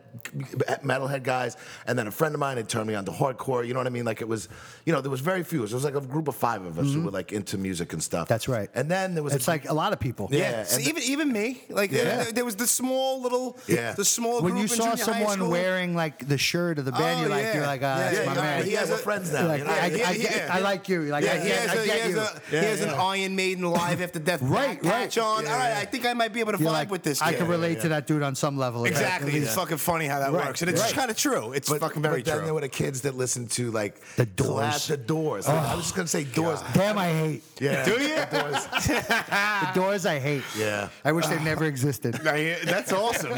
Speaker 2: metalhead guys, and then a friend of mine had turned me on to hardcore. You know what I mean? Like it was, you know, there was very few. There was like a group of five of us who were like into music and stuff.
Speaker 3: That's right.
Speaker 2: And then there was
Speaker 3: it's like a lot of people.
Speaker 2: Yeah.
Speaker 1: yeah, so
Speaker 2: and-
Speaker 1: even even me, like there-
Speaker 2: Yeah.
Speaker 1: there, there was the small little,
Speaker 2: Yeah.
Speaker 1: the small.
Speaker 3: When
Speaker 1: group
Speaker 3: you
Speaker 1: in
Speaker 3: saw
Speaker 1: junior high
Speaker 3: someone
Speaker 1: school.
Speaker 3: wearing like the shirt of the band,
Speaker 1: Oh,
Speaker 3: you're like,
Speaker 1: yeah.
Speaker 3: you're like, ah,
Speaker 1: Yeah,
Speaker 3: that's
Speaker 2: yeah,
Speaker 3: my
Speaker 2: yeah,
Speaker 3: man.
Speaker 2: He has a friends now.
Speaker 3: Like,
Speaker 2: you know?
Speaker 3: I,
Speaker 1: yeah,
Speaker 3: I,
Speaker 1: yeah,
Speaker 3: get-
Speaker 1: yeah.
Speaker 3: I like you. Like,
Speaker 1: Yeah,
Speaker 3: I
Speaker 1: he
Speaker 3: get,
Speaker 1: has,
Speaker 3: I
Speaker 1: a, he
Speaker 3: get
Speaker 1: has,
Speaker 3: you.
Speaker 1: a, he has an Iron Maiden live after death back
Speaker 3: Right,
Speaker 1: patch
Speaker 3: right.
Speaker 1: on. All right, I think I might be able to
Speaker 3: You're
Speaker 1: vibe
Speaker 3: like,
Speaker 1: with this.
Speaker 3: I
Speaker 1: kid.
Speaker 3: can relate to that dude on some level. Like,
Speaker 1: Exactly. It's fucking funny how that
Speaker 3: Right,
Speaker 1: works, and it's
Speaker 3: right.
Speaker 1: kind of true. It's fucking very
Speaker 2: but then there
Speaker 1: true.
Speaker 2: were the kids that listened to like
Speaker 3: The Doors.
Speaker 2: Clash- the doors. Like, I was just gonna say doors.
Speaker 3: Damn, I hate.
Speaker 2: Yeah.
Speaker 1: Do you?
Speaker 2: The doors.
Speaker 3: The doors I hate.
Speaker 2: Yeah.
Speaker 3: I wish they never existed.
Speaker 1: Now, yeah, That's awesome.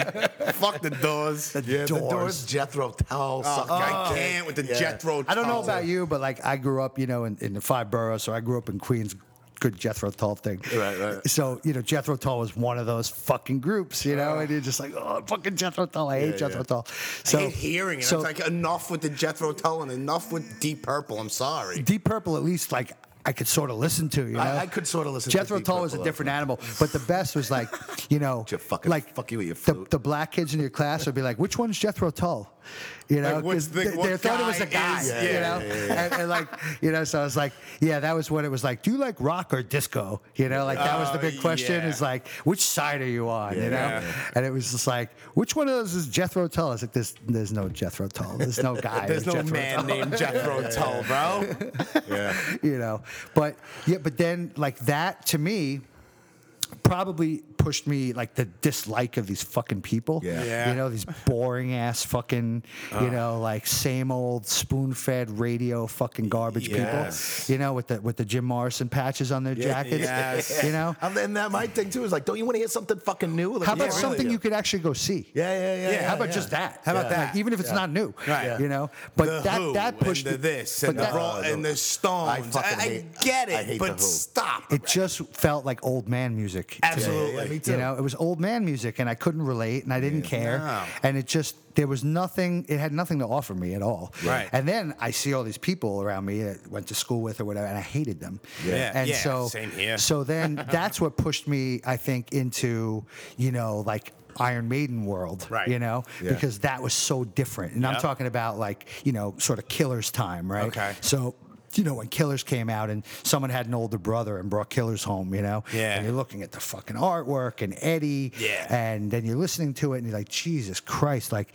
Speaker 1: Fuck the doors.
Speaker 2: Yeah, the doors. Jethro Tull.
Speaker 1: Oh,
Speaker 2: suck my
Speaker 1: I
Speaker 2: dick.
Speaker 1: can't with the
Speaker 2: Yeah.
Speaker 1: Jethro.
Speaker 3: I don't know
Speaker 1: Tull.
Speaker 3: about you, but like I grew up, you know, in, in the five boroughs, so I grew up in Queens. Good Jethro Tull thing.
Speaker 2: Right, right.
Speaker 3: So, you know, Jethro Tull was one of those fucking groups, you know, and you're just like, oh, fucking Jethro Tull. I hate
Speaker 2: yeah.
Speaker 3: Jethro Tull. So,
Speaker 1: I hate hearing it.
Speaker 3: So,
Speaker 1: it's like enough with the Jethro Tull and enough with Deep Purple. I'm sorry.
Speaker 3: Deep Purple, at least, like, I could sort of listen to, you know.
Speaker 2: I- I could sorta listen to
Speaker 3: Jethro
Speaker 2: Deep
Speaker 3: Tull was a
Speaker 2: Purple,
Speaker 3: different animal, but the best was like, you know,
Speaker 2: Your fucking-
Speaker 3: like
Speaker 2: fuck you with your
Speaker 3: the,
Speaker 2: flute.
Speaker 3: the black kids in your class would be like, which one's Jethro Tull? You know,
Speaker 1: Like, what's
Speaker 3: 'cause
Speaker 1: the-
Speaker 3: they,
Speaker 1: what
Speaker 3: they thought it was
Speaker 1: guy
Speaker 3: a guy,
Speaker 1: is-
Speaker 3: you
Speaker 1: yeah,
Speaker 3: know, And, and like, you know, so I was like, yeah, that was what it was like. Do you like rock or disco? You know, like that was the
Speaker 1: Oh,
Speaker 3: big question.
Speaker 1: yeah.
Speaker 3: Is like, which side are you on? you know,
Speaker 1: Yeah.
Speaker 3: and it was just like, which one of those is Jethro Tull? I was like, there's, there's no Jethro Tull. There's no guy.
Speaker 1: There's
Speaker 3: named
Speaker 1: no
Speaker 3: Jethro
Speaker 1: man
Speaker 3: Tull
Speaker 1: named Jethro Tull, bro.
Speaker 3: you know but yeah but then like that to me probably pushed me like the dislike of these fucking people
Speaker 2: Yeah.
Speaker 1: Yeah. Uh.
Speaker 3: you know these boring ass fucking you know like same old spoon-fed radio fucking garbage
Speaker 1: Yes.
Speaker 3: people you know with the with the jim morrison patches on their jackets
Speaker 1: Yes.
Speaker 3: you know
Speaker 2: And then that my thing too is like, don't you want to hear something fucking new? Like,
Speaker 3: how about
Speaker 2: yeah, really.
Speaker 3: something you could actually go see
Speaker 2: Yeah, yeah, yeah.
Speaker 1: Yeah,
Speaker 3: how about
Speaker 2: yeah.
Speaker 3: just that?
Speaker 1: How about
Speaker 3: Like,
Speaker 1: that?
Speaker 3: even if it's not new,
Speaker 1: Right. Yeah.
Speaker 3: You know, but
Speaker 1: the
Speaker 3: that
Speaker 1: who
Speaker 3: that pushed
Speaker 1: and the this and
Speaker 3: but
Speaker 1: the,
Speaker 3: that-
Speaker 1: raw,
Speaker 2: Oh,
Speaker 1: and
Speaker 2: no.
Speaker 1: the stones. I,
Speaker 2: fucking
Speaker 1: I,
Speaker 2: hate-
Speaker 1: get it,
Speaker 2: I hate
Speaker 1: but
Speaker 2: the Who.
Speaker 1: stop.
Speaker 3: it just felt like old man music. to me.
Speaker 1: Absolutely.
Speaker 2: Yeah, me
Speaker 3: You
Speaker 2: too.
Speaker 3: know, it was old man music, and I couldn't relate, and I didn't care,
Speaker 1: No.
Speaker 3: and it just there was nothing. It had nothing to offer me at all.
Speaker 1: Right.
Speaker 3: And then I see all these people around me that I went to school with or whatever, and I hated them.
Speaker 1: Yeah.
Speaker 3: And
Speaker 1: Yeah,
Speaker 3: so
Speaker 1: same here.
Speaker 3: So then that's what pushed me, I think, into you know like. Iron Maiden world,
Speaker 1: Right.
Speaker 3: You know,
Speaker 2: Yeah.
Speaker 3: because that was so different, and I'm
Speaker 1: Yep.
Speaker 3: talking about like you know, sort of Killer's time, right?
Speaker 1: Okay.
Speaker 3: So you know, when Killers came out and someone had an older brother and brought Killers home, you know?
Speaker 1: Yeah.
Speaker 3: And you're looking at the fucking artwork and Eddie.
Speaker 1: Yeah.
Speaker 3: And then you're listening to it and you're like, Jesus Christ, like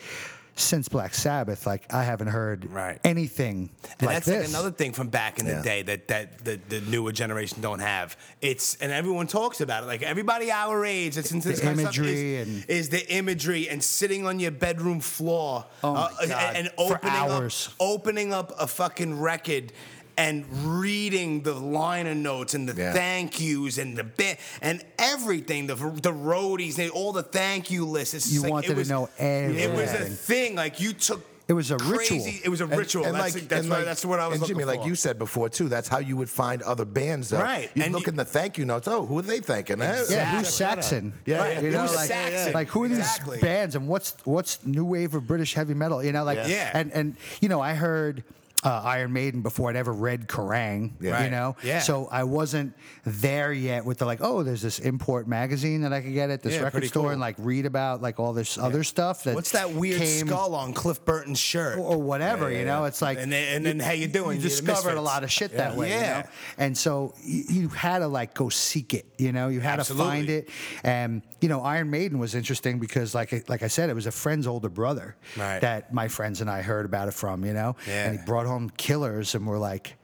Speaker 3: since Black Sabbath, like I haven't heard
Speaker 1: Right.
Speaker 3: anything
Speaker 1: And
Speaker 3: like
Speaker 1: that's
Speaker 3: this.
Speaker 1: like another thing from back in
Speaker 2: Yeah.
Speaker 1: the day that that the, the newer generation don't have. It's and everyone talks about it. Like everybody our age that's into
Speaker 3: The
Speaker 1: this kind of stuff
Speaker 3: imagery
Speaker 1: is,
Speaker 3: and-
Speaker 1: is the imagery and sitting on your bedroom floor uh,
Speaker 3: Oh my God,
Speaker 1: and, and
Speaker 3: for
Speaker 1: opening
Speaker 3: hours.
Speaker 1: up opening up a fucking record and reading the liner notes and the
Speaker 2: Yeah.
Speaker 1: thank yous and the bit and everything the the roadies and all the thank you lists. It's just
Speaker 3: You
Speaker 1: like,
Speaker 3: wanted
Speaker 1: it
Speaker 3: to
Speaker 1: was,
Speaker 3: know
Speaker 1: It was a
Speaker 3: everything.
Speaker 1: thing. Like you took.
Speaker 3: It was a
Speaker 1: crazy,
Speaker 3: ritual.
Speaker 1: It was a ritual. that's that's, what, that's what I was
Speaker 2: and
Speaker 1: looking
Speaker 2: Jimmy,
Speaker 1: for.
Speaker 2: like you said before too, that's how you would find other bands. Though.
Speaker 1: Right,
Speaker 2: You
Speaker 1: and
Speaker 2: look
Speaker 1: you-
Speaker 2: in the thank you notes. Oh, who are they thanking? Eh,
Speaker 3: Yeah,
Speaker 1: Exactly.
Speaker 3: who's Saxon?
Speaker 2: Yeah, yeah,
Speaker 3: you know,
Speaker 1: who's
Speaker 3: like,
Speaker 1: Saxon?
Speaker 3: like who are these
Speaker 1: Exactly.
Speaker 3: bands and what's what's new wave of British heavy metal? You know, like
Speaker 2: Yeah.
Speaker 1: Yeah.
Speaker 3: and and you know, I heard uh, Iron Maiden before I'd ever read Kerrang.
Speaker 2: Yeah.
Speaker 3: You
Speaker 1: Right.
Speaker 3: know,
Speaker 1: Yeah.
Speaker 3: so I wasn't there yet with the like, oh, there's this import magazine that I could get at this
Speaker 1: Yeah,
Speaker 3: record
Speaker 1: pretty
Speaker 3: store
Speaker 1: cool.
Speaker 3: and like read about like all this other stuff that
Speaker 1: What's that weird
Speaker 3: came- Oh,
Speaker 1: skull on Cliff Burton's shirt?
Speaker 3: or whatever, you know. It's like
Speaker 1: And then- and then, how you doing?
Speaker 3: You
Speaker 1: You're the
Speaker 3: discovered a
Speaker 1: Misfits.
Speaker 3: lot of shit that
Speaker 1: Yeah.
Speaker 3: way, you know?
Speaker 1: Yeah.
Speaker 3: And so you, you had to like go seek it, you know. You had
Speaker 1: Absolutely.
Speaker 3: to find it, and you know, Iron Maiden was interesting because, like, like I said, it was a friend's older brother
Speaker 1: Right.
Speaker 3: that my friends and I heard about it from, you know.
Speaker 1: Yeah.
Speaker 3: And he brought home Killers, and we're like.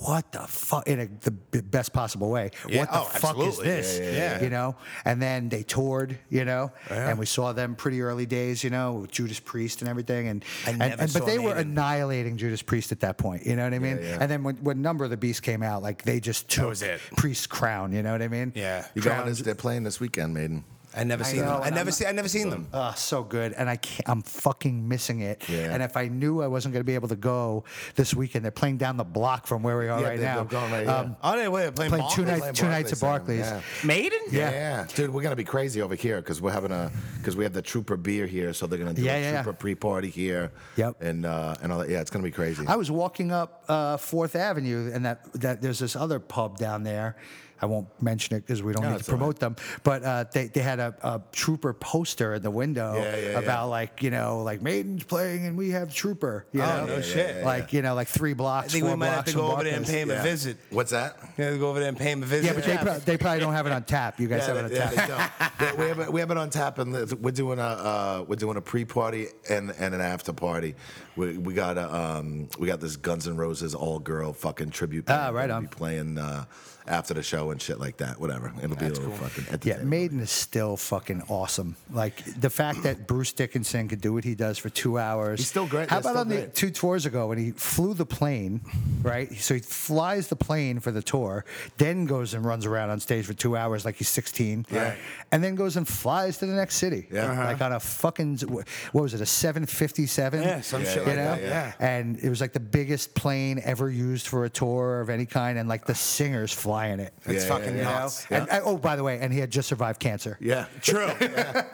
Speaker 3: What the fuck in a, the b- best possible way?
Speaker 1: Yeah.
Speaker 3: What the
Speaker 1: Oh,
Speaker 3: fuck
Speaker 1: absolutely.
Speaker 3: is this?
Speaker 1: Yeah, yeah, yeah.
Speaker 3: You know, and then they toured, you know, and we saw them pretty early days, you know, with Judas Priest and everything, and
Speaker 1: I
Speaker 3: and,
Speaker 1: never
Speaker 3: and- but
Speaker 1: saw
Speaker 3: they were
Speaker 1: Maiden.
Speaker 3: annihilating Judas Priest at that point. You know what I mean?
Speaker 2: yeah.
Speaker 3: And then when, when Number of the Beast came out, like they just took
Speaker 1: was it.
Speaker 3: Priest's crown. You know what I mean?
Speaker 1: Yeah.
Speaker 2: You going this, they're playing this weekend, Maiden.
Speaker 1: I never
Speaker 3: I
Speaker 1: seen
Speaker 3: know,
Speaker 1: them. I
Speaker 3: and
Speaker 1: never
Speaker 3: I'm-
Speaker 1: see. I never seen them.
Speaker 3: Oh, so good, and I can't, I'm fucking missing it.
Speaker 2: Yeah.
Speaker 3: And if I knew I wasn't going to be able to go this weekend, they're playing down the block from where we are
Speaker 2: Yeah,
Speaker 3: right
Speaker 2: they-
Speaker 3: now. Um,
Speaker 2: they're going right here.
Speaker 1: Oh, they were playing,
Speaker 3: playing two
Speaker 1: Barclays?
Speaker 3: nights,
Speaker 2: playing
Speaker 3: two nights at
Speaker 2: Barclays
Speaker 3: Barclays.
Speaker 2: and-
Speaker 1: Maiden.
Speaker 2: Yeah. dude, we're gonna be crazy over here because we're having a because we have the Trooper beer here, so they're gonna do
Speaker 3: Yeah,
Speaker 2: a
Speaker 3: yeah, yeah.
Speaker 2: Trooper pre-party here.
Speaker 3: Yep.
Speaker 2: and uh, and all that. Yeah, it's gonna be crazy.
Speaker 3: I was walking up uh, Fourth Avenue, and that, that there's this other pub down there. I won't mention it because we don't need to
Speaker 2: it's all right.
Speaker 3: promote them. But uh, they, they had a, a trooper poster in the window
Speaker 2: Yeah, yeah, yeah.
Speaker 3: about like you know like Maiden's playing and we have trooper. You
Speaker 1: Oh,
Speaker 3: know?
Speaker 1: no Yeah, yeah, shit. yeah,
Speaker 3: Like you know like three blocks.
Speaker 1: I think
Speaker 3: four
Speaker 1: we might have
Speaker 3: blocks
Speaker 1: to go
Speaker 3: from
Speaker 1: over there and
Speaker 3: Barclays.
Speaker 1: pay him
Speaker 2: Yeah.
Speaker 1: a visit.
Speaker 2: What's that?
Speaker 1: We have to go over there and pay him a visit.
Speaker 3: Yeah, but they, pro- they probably don't have it on tap. You guys have it on
Speaker 2: yeah,
Speaker 3: tap.
Speaker 2: they don't. They- we, have it, we have it on tap, and it's- we're doing a uh, we're doing a pre-party and, and an after party. We, we got a um, we got this Guns N' Roses all girl fucking tribute. Band
Speaker 3: Ah, right
Speaker 2: that'll
Speaker 3: on.
Speaker 2: Be playing uh, after the show and shit like that. Whatever. It'll be a little fucking.
Speaker 3: Yeah,
Speaker 2: entertaining.
Speaker 3: Maiden is still fucking awesome. Like the fact that Bruce Dickinson could do what he does for two hours.
Speaker 2: He's still great.
Speaker 3: How
Speaker 2: They're still
Speaker 3: about on the
Speaker 2: great.
Speaker 3: two tours ago when he flew the plane, right? So he flies the plane for the tour, then goes and runs around on stage for two hours like he's 16,
Speaker 2: Yeah.
Speaker 3: and then goes and flies to the next city.
Speaker 2: Yeah. Uh-huh.
Speaker 3: Like on a fucking, what was it, a 757?
Speaker 1: Yeah, some
Speaker 2: shit like that, yeah.
Speaker 3: And it was like the biggest plane ever used for a tour of any kind, and like the singers flying it.
Speaker 1: It's
Speaker 2: Yeah, yeah,
Speaker 1: fucking
Speaker 2: yeah.
Speaker 1: nuts.
Speaker 3: And, and- oh, by the way, and he had just survived cancer.
Speaker 2: Yeah.
Speaker 1: True.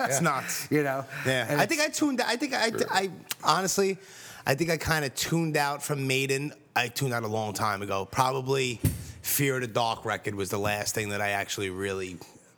Speaker 1: It's nuts.
Speaker 3: You know?
Speaker 1: Yeah,
Speaker 3: And
Speaker 1: I think I tuned. I think I, I honestly, I think I kind of tuned out from Maiden. I tuned out a long time ago. Probably Fear of the Dark record was the last thing that I actually really.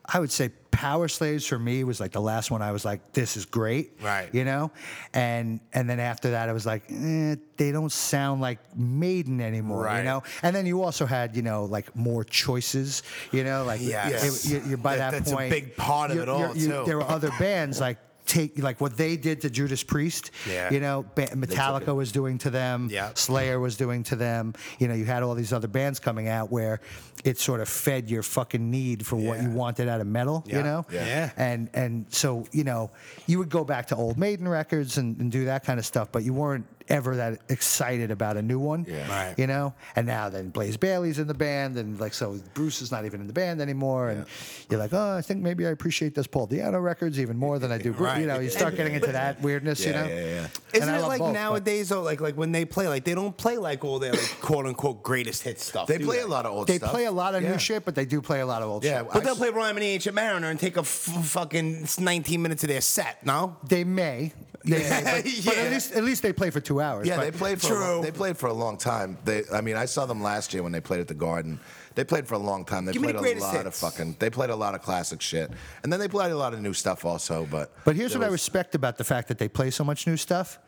Speaker 3: I would say Power Slaves for me was like the last one I was like, this is great.
Speaker 1: Right.
Speaker 3: You know? And and then after that I was like, eh, they don't sound like Maiden anymore. You
Speaker 1: Right.
Speaker 3: know? And then you also had, you know, like more choices, you know, like
Speaker 1: Yes.
Speaker 3: it- you- you're by
Speaker 1: That-
Speaker 3: that,
Speaker 1: that's a
Speaker 3: point.
Speaker 1: big part of
Speaker 3: you're-
Speaker 1: it all,
Speaker 3: you're- you-
Speaker 1: too.
Speaker 3: There were other bands like Take like what they did to Judas Priest,
Speaker 1: Yeah.
Speaker 3: you know, ba- Metallica was doing to them,
Speaker 1: Yeah.
Speaker 3: Slayer was doing to them. You know, you had all these other bands coming out where it sort of fed your fucking need for what you
Speaker 1: Yeah.
Speaker 3: wanted out of metal.
Speaker 1: Yeah.
Speaker 3: You know,
Speaker 1: Yeah. Yeah.
Speaker 3: And and so you know, you would go back to old Maiden records and, and do that kind of stuff, but you weren't ever that excited about a new one.
Speaker 2: Yeah.
Speaker 1: Right.
Speaker 3: You know, and now then Blaze Bailey's in the band, and like so Bruce is not even in the band anymore, and you're like, oh, I think maybe I appreciate this Paul Diano records even more than I do. Bruce. You
Speaker 1: Right.
Speaker 3: know, you start getting into that weirdness. you
Speaker 2: Yeah,
Speaker 3: know,
Speaker 2: yeah, yeah.
Speaker 3: And
Speaker 1: Isn't
Speaker 3: I
Speaker 1: it
Speaker 3: love
Speaker 1: like
Speaker 3: both, but-
Speaker 1: nowadays though? Like like when they play, like they don't play like all their like quote unquote greatest hit stuff.
Speaker 2: They
Speaker 1: do
Speaker 2: play a lot of old.
Speaker 3: They
Speaker 2: stuff.
Speaker 3: play a lot of
Speaker 2: Yeah.
Speaker 3: new shit, but they do play a lot of old
Speaker 2: Yeah,
Speaker 3: shit.
Speaker 1: But
Speaker 2: I
Speaker 1: they'll
Speaker 2: s-
Speaker 1: play Rhyme and the Ancient Mariner and take a f- fucking 19 minutes of their set. No.
Speaker 3: They may. They
Speaker 1: Yeah.
Speaker 3: may, but, but
Speaker 1: Yeah.
Speaker 3: at least at least they play for two hours.
Speaker 2: Yeah,
Speaker 3: but
Speaker 2: they played for A
Speaker 1: True.
Speaker 2: long, they played for a long time. They, I mean, I saw them last year when they played at the Garden. They played for a long time. They
Speaker 1: Give me the
Speaker 2: played a
Speaker 1: greatest
Speaker 2: lot of
Speaker 1: hits.
Speaker 2: fucking. They played a lot of classic shit, and then they played a lot of new stuff also. But
Speaker 3: But here's
Speaker 2: there
Speaker 3: what I
Speaker 2: was-
Speaker 3: respect about the fact that they play so much new stuff.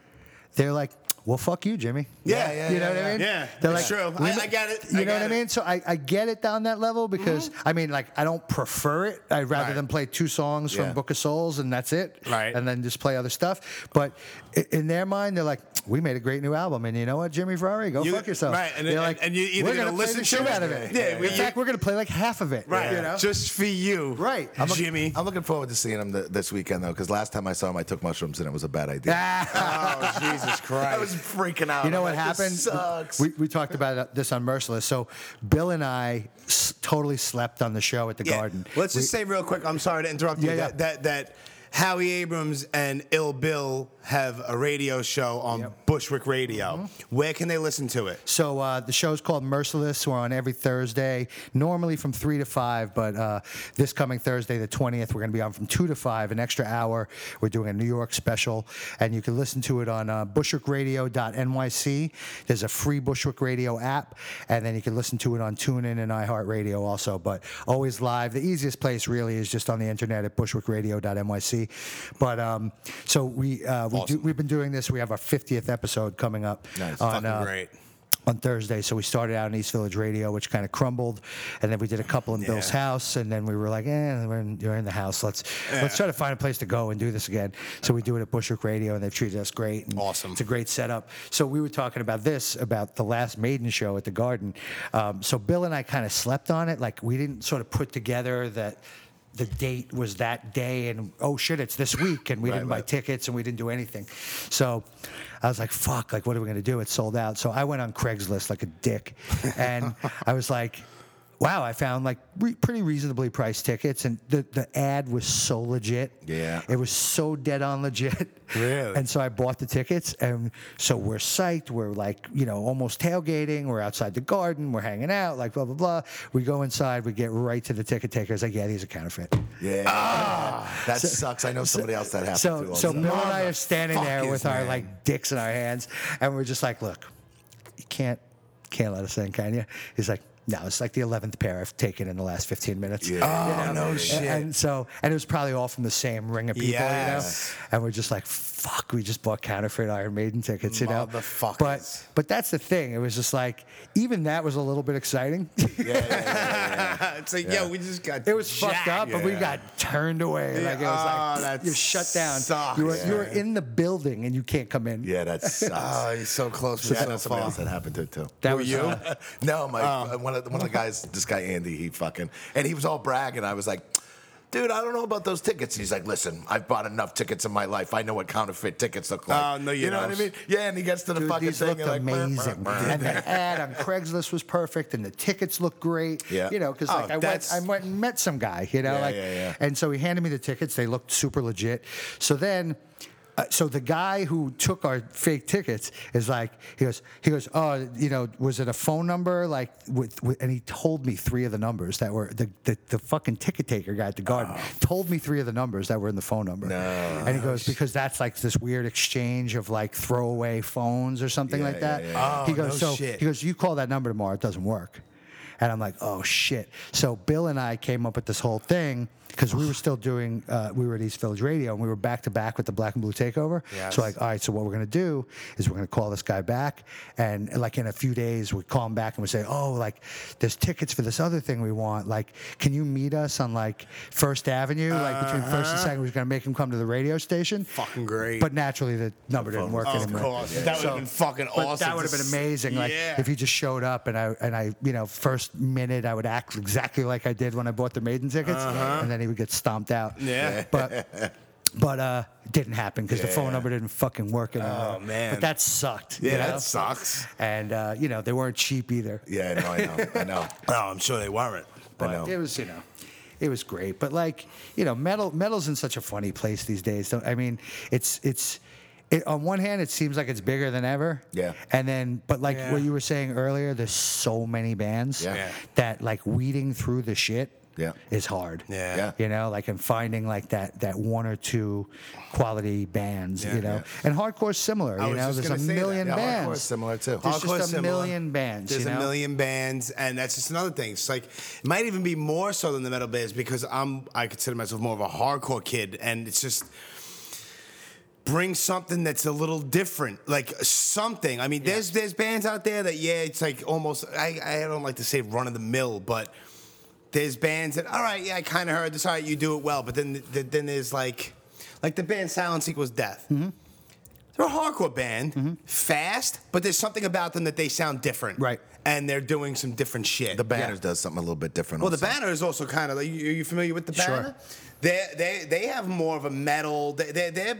Speaker 3: They're like, well, fuck you, Jimmy.
Speaker 2: Yeah, yeah,
Speaker 3: You know
Speaker 2: yeah,
Speaker 3: what I
Speaker 2: yeah.
Speaker 3: mean?
Speaker 1: Yeah,
Speaker 3: They're
Speaker 1: it's
Speaker 3: like,
Speaker 1: true.
Speaker 3: we
Speaker 1: I-
Speaker 3: li-
Speaker 1: I get it.
Speaker 3: You
Speaker 1: I
Speaker 3: know what
Speaker 1: get
Speaker 3: I mean?
Speaker 1: it.
Speaker 3: So I, I get it down that level
Speaker 2: Mm-hmm.
Speaker 3: because I mean, like, I don't prefer it. I'd rather
Speaker 1: Right.
Speaker 3: than play two songs
Speaker 2: Yeah.
Speaker 3: from Book of Souls and that's it,
Speaker 1: Right.
Speaker 3: And then just play other stuff. But i- in their mind, they're like, we made a great new album, and you know what, Jimmy Ferrari, go
Speaker 1: You-
Speaker 3: fuck yourself.
Speaker 1: right, and-
Speaker 3: They're
Speaker 1: and-
Speaker 3: like,
Speaker 1: and you're either
Speaker 3: we're
Speaker 1: gonna
Speaker 3: gonna, play
Speaker 1: listen
Speaker 3: the
Speaker 1: to
Speaker 3: shit
Speaker 1: it-
Speaker 3: out of it.
Speaker 1: Yeah,
Speaker 3: in
Speaker 1: we-
Speaker 3: fact, we're gonna play like half of it.
Speaker 1: Right.
Speaker 3: You know?
Speaker 1: Just for you.
Speaker 3: Right.
Speaker 1: I'm
Speaker 3: I'm
Speaker 1: a,
Speaker 3: a-
Speaker 1: Jimmy.
Speaker 2: I'm looking forward to seeing him th- this weekend though, because last time I saw him, I took mushrooms and it was a bad
Speaker 3: Ah.
Speaker 2: idea.
Speaker 1: oh, Jesus Christ.
Speaker 2: I was freaking out.
Speaker 3: You know
Speaker 2: I'm
Speaker 3: what
Speaker 2: like,
Speaker 3: happened?
Speaker 2: This sucks.
Speaker 3: We, we talked about uh, this on Merciless. So Bill and I s- totally slept on the show at the Garden.
Speaker 1: Let's just say real quick. I'm sorry to interrupt you.
Speaker 3: Yeah, yeah.
Speaker 1: That, that that Howie Abrams and Ill Bill have a radio show on Bushwick Radio. Where can they listen to it?
Speaker 3: So uh, the show's called Merciless. We're on every Thursday, normally from three to five, but uh, this coming Thursday, the twentieth, we're going to be on from two to five, an extra hour. We're doing a New York special, and you can listen to it on uh, BushwickRadio.nyc. There's a free Bushwick Radio app, and then you can listen to it on TuneIn and iHeartRadio also. But always live. The easiest place really is just on the internet at BushwickRadio.nyc. But um, so we uh, we do, we've been doing this. We have our fiftieth episode coming up
Speaker 2: Nice.
Speaker 3: on
Speaker 1: Fucking
Speaker 3: uh,
Speaker 1: great.
Speaker 3: on Thursday. So we started out in East Village Radio, which kind of crumbled, and then we did a couple in Bill's
Speaker 1: Yeah.
Speaker 3: house, and then we were like, eh, we're in, we're in the house. Let's let's try to find a place to go and do this again. So we do it at Bushwick Radio, and they've treated us great. and
Speaker 1: Awesome.
Speaker 3: It's a great setup. So we were talking about this about the last Maiden show at the Garden. Um, so Bill and I kind of slept on it, like we didn't sort of put together that. The date was that day, and oh shit, it's this week, and we didn't buy
Speaker 2: right.
Speaker 3: tickets and we didn't do anything. So I was like, fuck, like, what are we going to do? It's sold out. So I went on Craigslist like a dick. And I was like, wow, I found like re- pretty reasonably priced tickets. And the, the ad was so legit.
Speaker 2: Yeah.
Speaker 3: It was so dead on legit.
Speaker 1: Really?
Speaker 3: And so I bought the tickets. And so we're psyched. We're like, you know, almost tailgating. We're outside the garden. We're hanging out, like, blah, blah, blah. We go inside. We get right to the ticket takers. Like, yeah, these are counterfeit.
Speaker 2: yeah, that sucks. I know somebody else that happened to.
Speaker 3: Ah. So,
Speaker 2: also.
Speaker 3: so Bill and I are standing there
Speaker 2: Motherfuckers,
Speaker 3: with our
Speaker 2: man.
Speaker 3: like dicks in our hands, and we're just like, "Look, you can't, can't let us in, can you?" He's like, "No, it's like the eleventh pair I've taken in the last fifteen minutes."
Speaker 2: Yeah.
Speaker 1: Oh, no
Speaker 3: And,
Speaker 1: shit.
Speaker 3: and so, and it was probably all from the same ring of people,
Speaker 1: Yes.
Speaker 3: you know. And we're just like, "Fuck, we just bought counterfeit Iron Maiden tickets," you know.
Speaker 1: Motherfuckers.
Speaker 3: But, but that's the thing. It was just like, even that was a little bit exciting.
Speaker 1: it's like, yeah. yo, we just got.
Speaker 3: It was fucked up, but we
Speaker 1: Yeah.
Speaker 3: got turned away.
Speaker 1: Yeah.
Speaker 3: Like it was
Speaker 1: Oh,
Speaker 3: like
Speaker 1: that
Speaker 3: you're shut down.
Speaker 1: sucks,
Speaker 3: you were you were
Speaker 1: man.
Speaker 3: in the building and you can't come in.
Speaker 2: yeah, that sucks.
Speaker 1: Oh, you're so close.
Speaker 2: yeah, I
Speaker 1: so
Speaker 2: know somebody
Speaker 1: far.
Speaker 2: else that happened to too. Um,
Speaker 3: That
Speaker 1: Who
Speaker 3: was
Speaker 1: you?
Speaker 3: uh,
Speaker 2: No, my one of the, one of the guys, this guy Andy, he fucking and he was all bragging. I was like, dude, I don't know about those tickets. He's like, listen, I've bought enough tickets in my life. I know what counterfeit tickets look like.
Speaker 1: Oh, no, you
Speaker 2: you know
Speaker 1: don't.
Speaker 2: what I mean? Yeah, and he gets to the
Speaker 3: Dude,
Speaker 2: fucking
Speaker 3: these
Speaker 2: thing
Speaker 3: looked
Speaker 2: and like, brr, brr,
Speaker 3: amazing,
Speaker 2: brr.
Speaker 3: and the ad on Craigslist was perfect, and the tickets looked great.
Speaker 2: Yeah.
Speaker 3: you know, because
Speaker 1: Oh,
Speaker 3: like I went,
Speaker 1: that's-
Speaker 3: I went and met some guy, you know,
Speaker 2: Yeah,
Speaker 3: like,
Speaker 2: yeah, yeah.
Speaker 3: and so he handed me the tickets. They looked super legit. So then. Uh, so the guy who took our fake tickets is like he goes he goes oh you know was it a phone number like with, with and he told me three of the numbers that were the the, the fucking ticket taker guy at the garden told me three of the numbers that were in the phone number and he goes because that's like this weird exchange of like throwaway phones or something
Speaker 2: Yeah,
Speaker 3: like that
Speaker 2: yeah, yeah.
Speaker 1: Oh,
Speaker 3: he goes
Speaker 1: no
Speaker 3: so
Speaker 1: shit.
Speaker 3: he goes you call that number tomorrow it doesn't work and I'm like, oh shit! So Bill and I came up with this whole thing because we were still doing, uh, we were at East Village Radio and we were back to back with the Black and Blue Takeover.
Speaker 1: Yes.
Speaker 3: So like, all right, so what we're gonna do is we're gonna call this guy back, and like in a few days we call him back and we say, oh, like there's tickets for this other thing we want. Like, can you meet us on like First Avenue, like between First
Speaker 1: Uh-huh.
Speaker 3: and Second? We're gonna make him come to the radio station.
Speaker 1: Fucking great.
Speaker 3: But naturally, the number didn't work
Speaker 1: Of
Speaker 3: anymore.
Speaker 1: course. That would have been fucking
Speaker 3: But
Speaker 1: awesome.
Speaker 3: that would have been amazing. Like
Speaker 1: Yeah.
Speaker 3: if he just showed up and I and I, you know, first minute I would act exactly like I did when I bought the maiden tickets, and then he would get stomped out.
Speaker 1: Uh-huh. Yeah.
Speaker 3: but. But uh, it didn't happen because the phone
Speaker 2: Yeah.
Speaker 3: number didn't fucking work anymore.
Speaker 1: Oh, man.
Speaker 3: But that sucked.
Speaker 2: Yeah,
Speaker 3: you
Speaker 2: that
Speaker 3: know?
Speaker 2: sucks.
Speaker 3: And uh, you know they weren't cheap either.
Speaker 2: Yeah, no, I know, I know.
Speaker 1: Oh, I'm sure they weren't.
Speaker 2: I know.
Speaker 3: But it was, you know, it was great. But like, you know, metal metal's in such a funny place these days. Don't, I mean, it's it's it, on one hand it seems like it's bigger than ever.
Speaker 2: Yeah.
Speaker 3: And then, but like
Speaker 1: Yeah.
Speaker 3: what you were saying earlier, there's so many bands
Speaker 2: Yeah. Yeah.
Speaker 3: that like weeding through the shit
Speaker 2: Yeah.
Speaker 3: is hard.
Speaker 1: Yeah.
Speaker 2: Yeah.
Speaker 3: You know, like and finding like that that one or two quality bands,
Speaker 1: Yeah.
Speaker 3: you know,
Speaker 1: Yeah.
Speaker 3: and hardcore's similar.
Speaker 1: I
Speaker 3: you
Speaker 1: was
Speaker 3: know,
Speaker 1: just
Speaker 3: there's
Speaker 1: gonna
Speaker 3: a
Speaker 1: say that.
Speaker 3: million
Speaker 1: Yeah,
Speaker 2: hardcore's
Speaker 3: bands.
Speaker 2: similar, too.
Speaker 3: There's
Speaker 1: Hardcore's
Speaker 3: just a
Speaker 1: similar.
Speaker 3: million bands.
Speaker 1: There's
Speaker 3: you know?
Speaker 1: a million bands, and that's just another thing. It's like it might even be more so than the metal bands because I'm I consider myself more of a hardcore kid, and it's just bring something that's a little different, like something. I mean, there's there's bands out there that yeah, it's like almost. I I don't like to say run of the mill, but there's bands that all right, yeah, I kind of heard this. All right, you do it well, but then th- then there's like like the band Silence Equals Death. They're a hardcore band, fast, but there's something about them that they sound different,
Speaker 3: Right.
Speaker 1: And they're doing some different shit.
Speaker 2: The Banners does something a little bit different.
Speaker 1: Well, the
Speaker 2: also.
Speaker 1: banner is also kind of like. You, are you familiar with the
Speaker 3: Sure.
Speaker 1: banner? They they they have more of a metal. They they they're.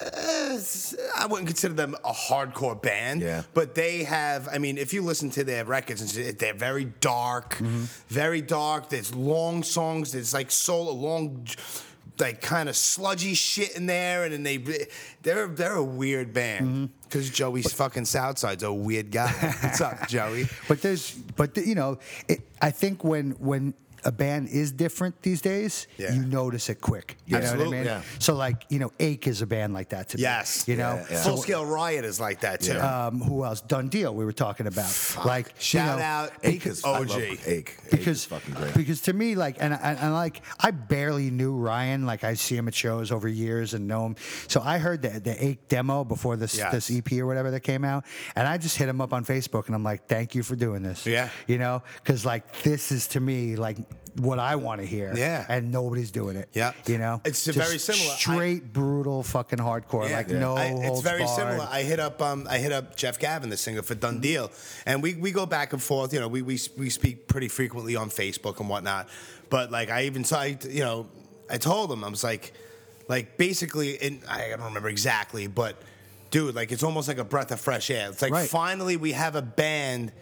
Speaker 1: Uh, I wouldn't consider them a hardcore band,
Speaker 2: Yeah.
Speaker 1: but they have. I mean, if you listen to their records, and shit, they're very dark, very dark. There's long songs. There's like solo long, like kind of sludgy shit in there, and then they they're they're a weird band because Joey's fucking Southside's a weird guy. What's up, Joey?
Speaker 3: But there's, but you know, it, I think when when a band is different these days,
Speaker 1: Yeah.
Speaker 3: you notice it quick. You know
Speaker 1: Absolutely,
Speaker 3: what I mean?
Speaker 2: yeah.
Speaker 3: So like, you know, Ache is a band like that to me.
Speaker 1: Yes,
Speaker 3: You know,
Speaker 2: Yeah, yeah.
Speaker 1: Full Scale Riot is like that too.
Speaker 3: um, who else? Done Deal. We were talking about. Like,
Speaker 1: Shout
Speaker 3: you know,
Speaker 1: out
Speaker 2: Ache is I love
Speaker 1: OG.
Speaker 2: Ache. Ache is
Speaker 3: because
Speaker 2: fucking great.
Speaker 3: because to me like and, and and like I barely knew Ryan like I see him at shows over years and know him so I heard the the Ache demo before this
Speaker 1: Yes.
Speaker 3: this EP or whatever that came out and I just hit him up on Facebook and I'm like thank you for doing this
Speaker 1: Yeah.
Speaker 3: you know because like this is to me like what I want to hear
Speaker 1: Yeah.
Speaker 3: and nobody's doing it
Speaker 1: Yeah.
Speaker 3: you know
Speaker 1: It's
Speaker 3: Just
Speaker 1: very similar. I-
Speaker 3: straight brutal fucking hardcore
Speaker 1: Yeah.
Speaker 3: like no
Speaker 1: I- it's
Speaker 3: holds
Speaker 1: very
Speaker 3: barred. Mm-hmm.
Speaker 1: similar. I hit up um, I hit up Jeff Gavin, the singer for Done Deal, and we, we go back and forth. You know, we, we we speak pretty frequently on Facebook and whatnot. But like, I even saw you know, I told him I was like, like basically, and I don't remember exactly, but dude, like it's almost like a breath of fresh air. It's like
Speaker 3: Right.
Speaker 1: finally we have a band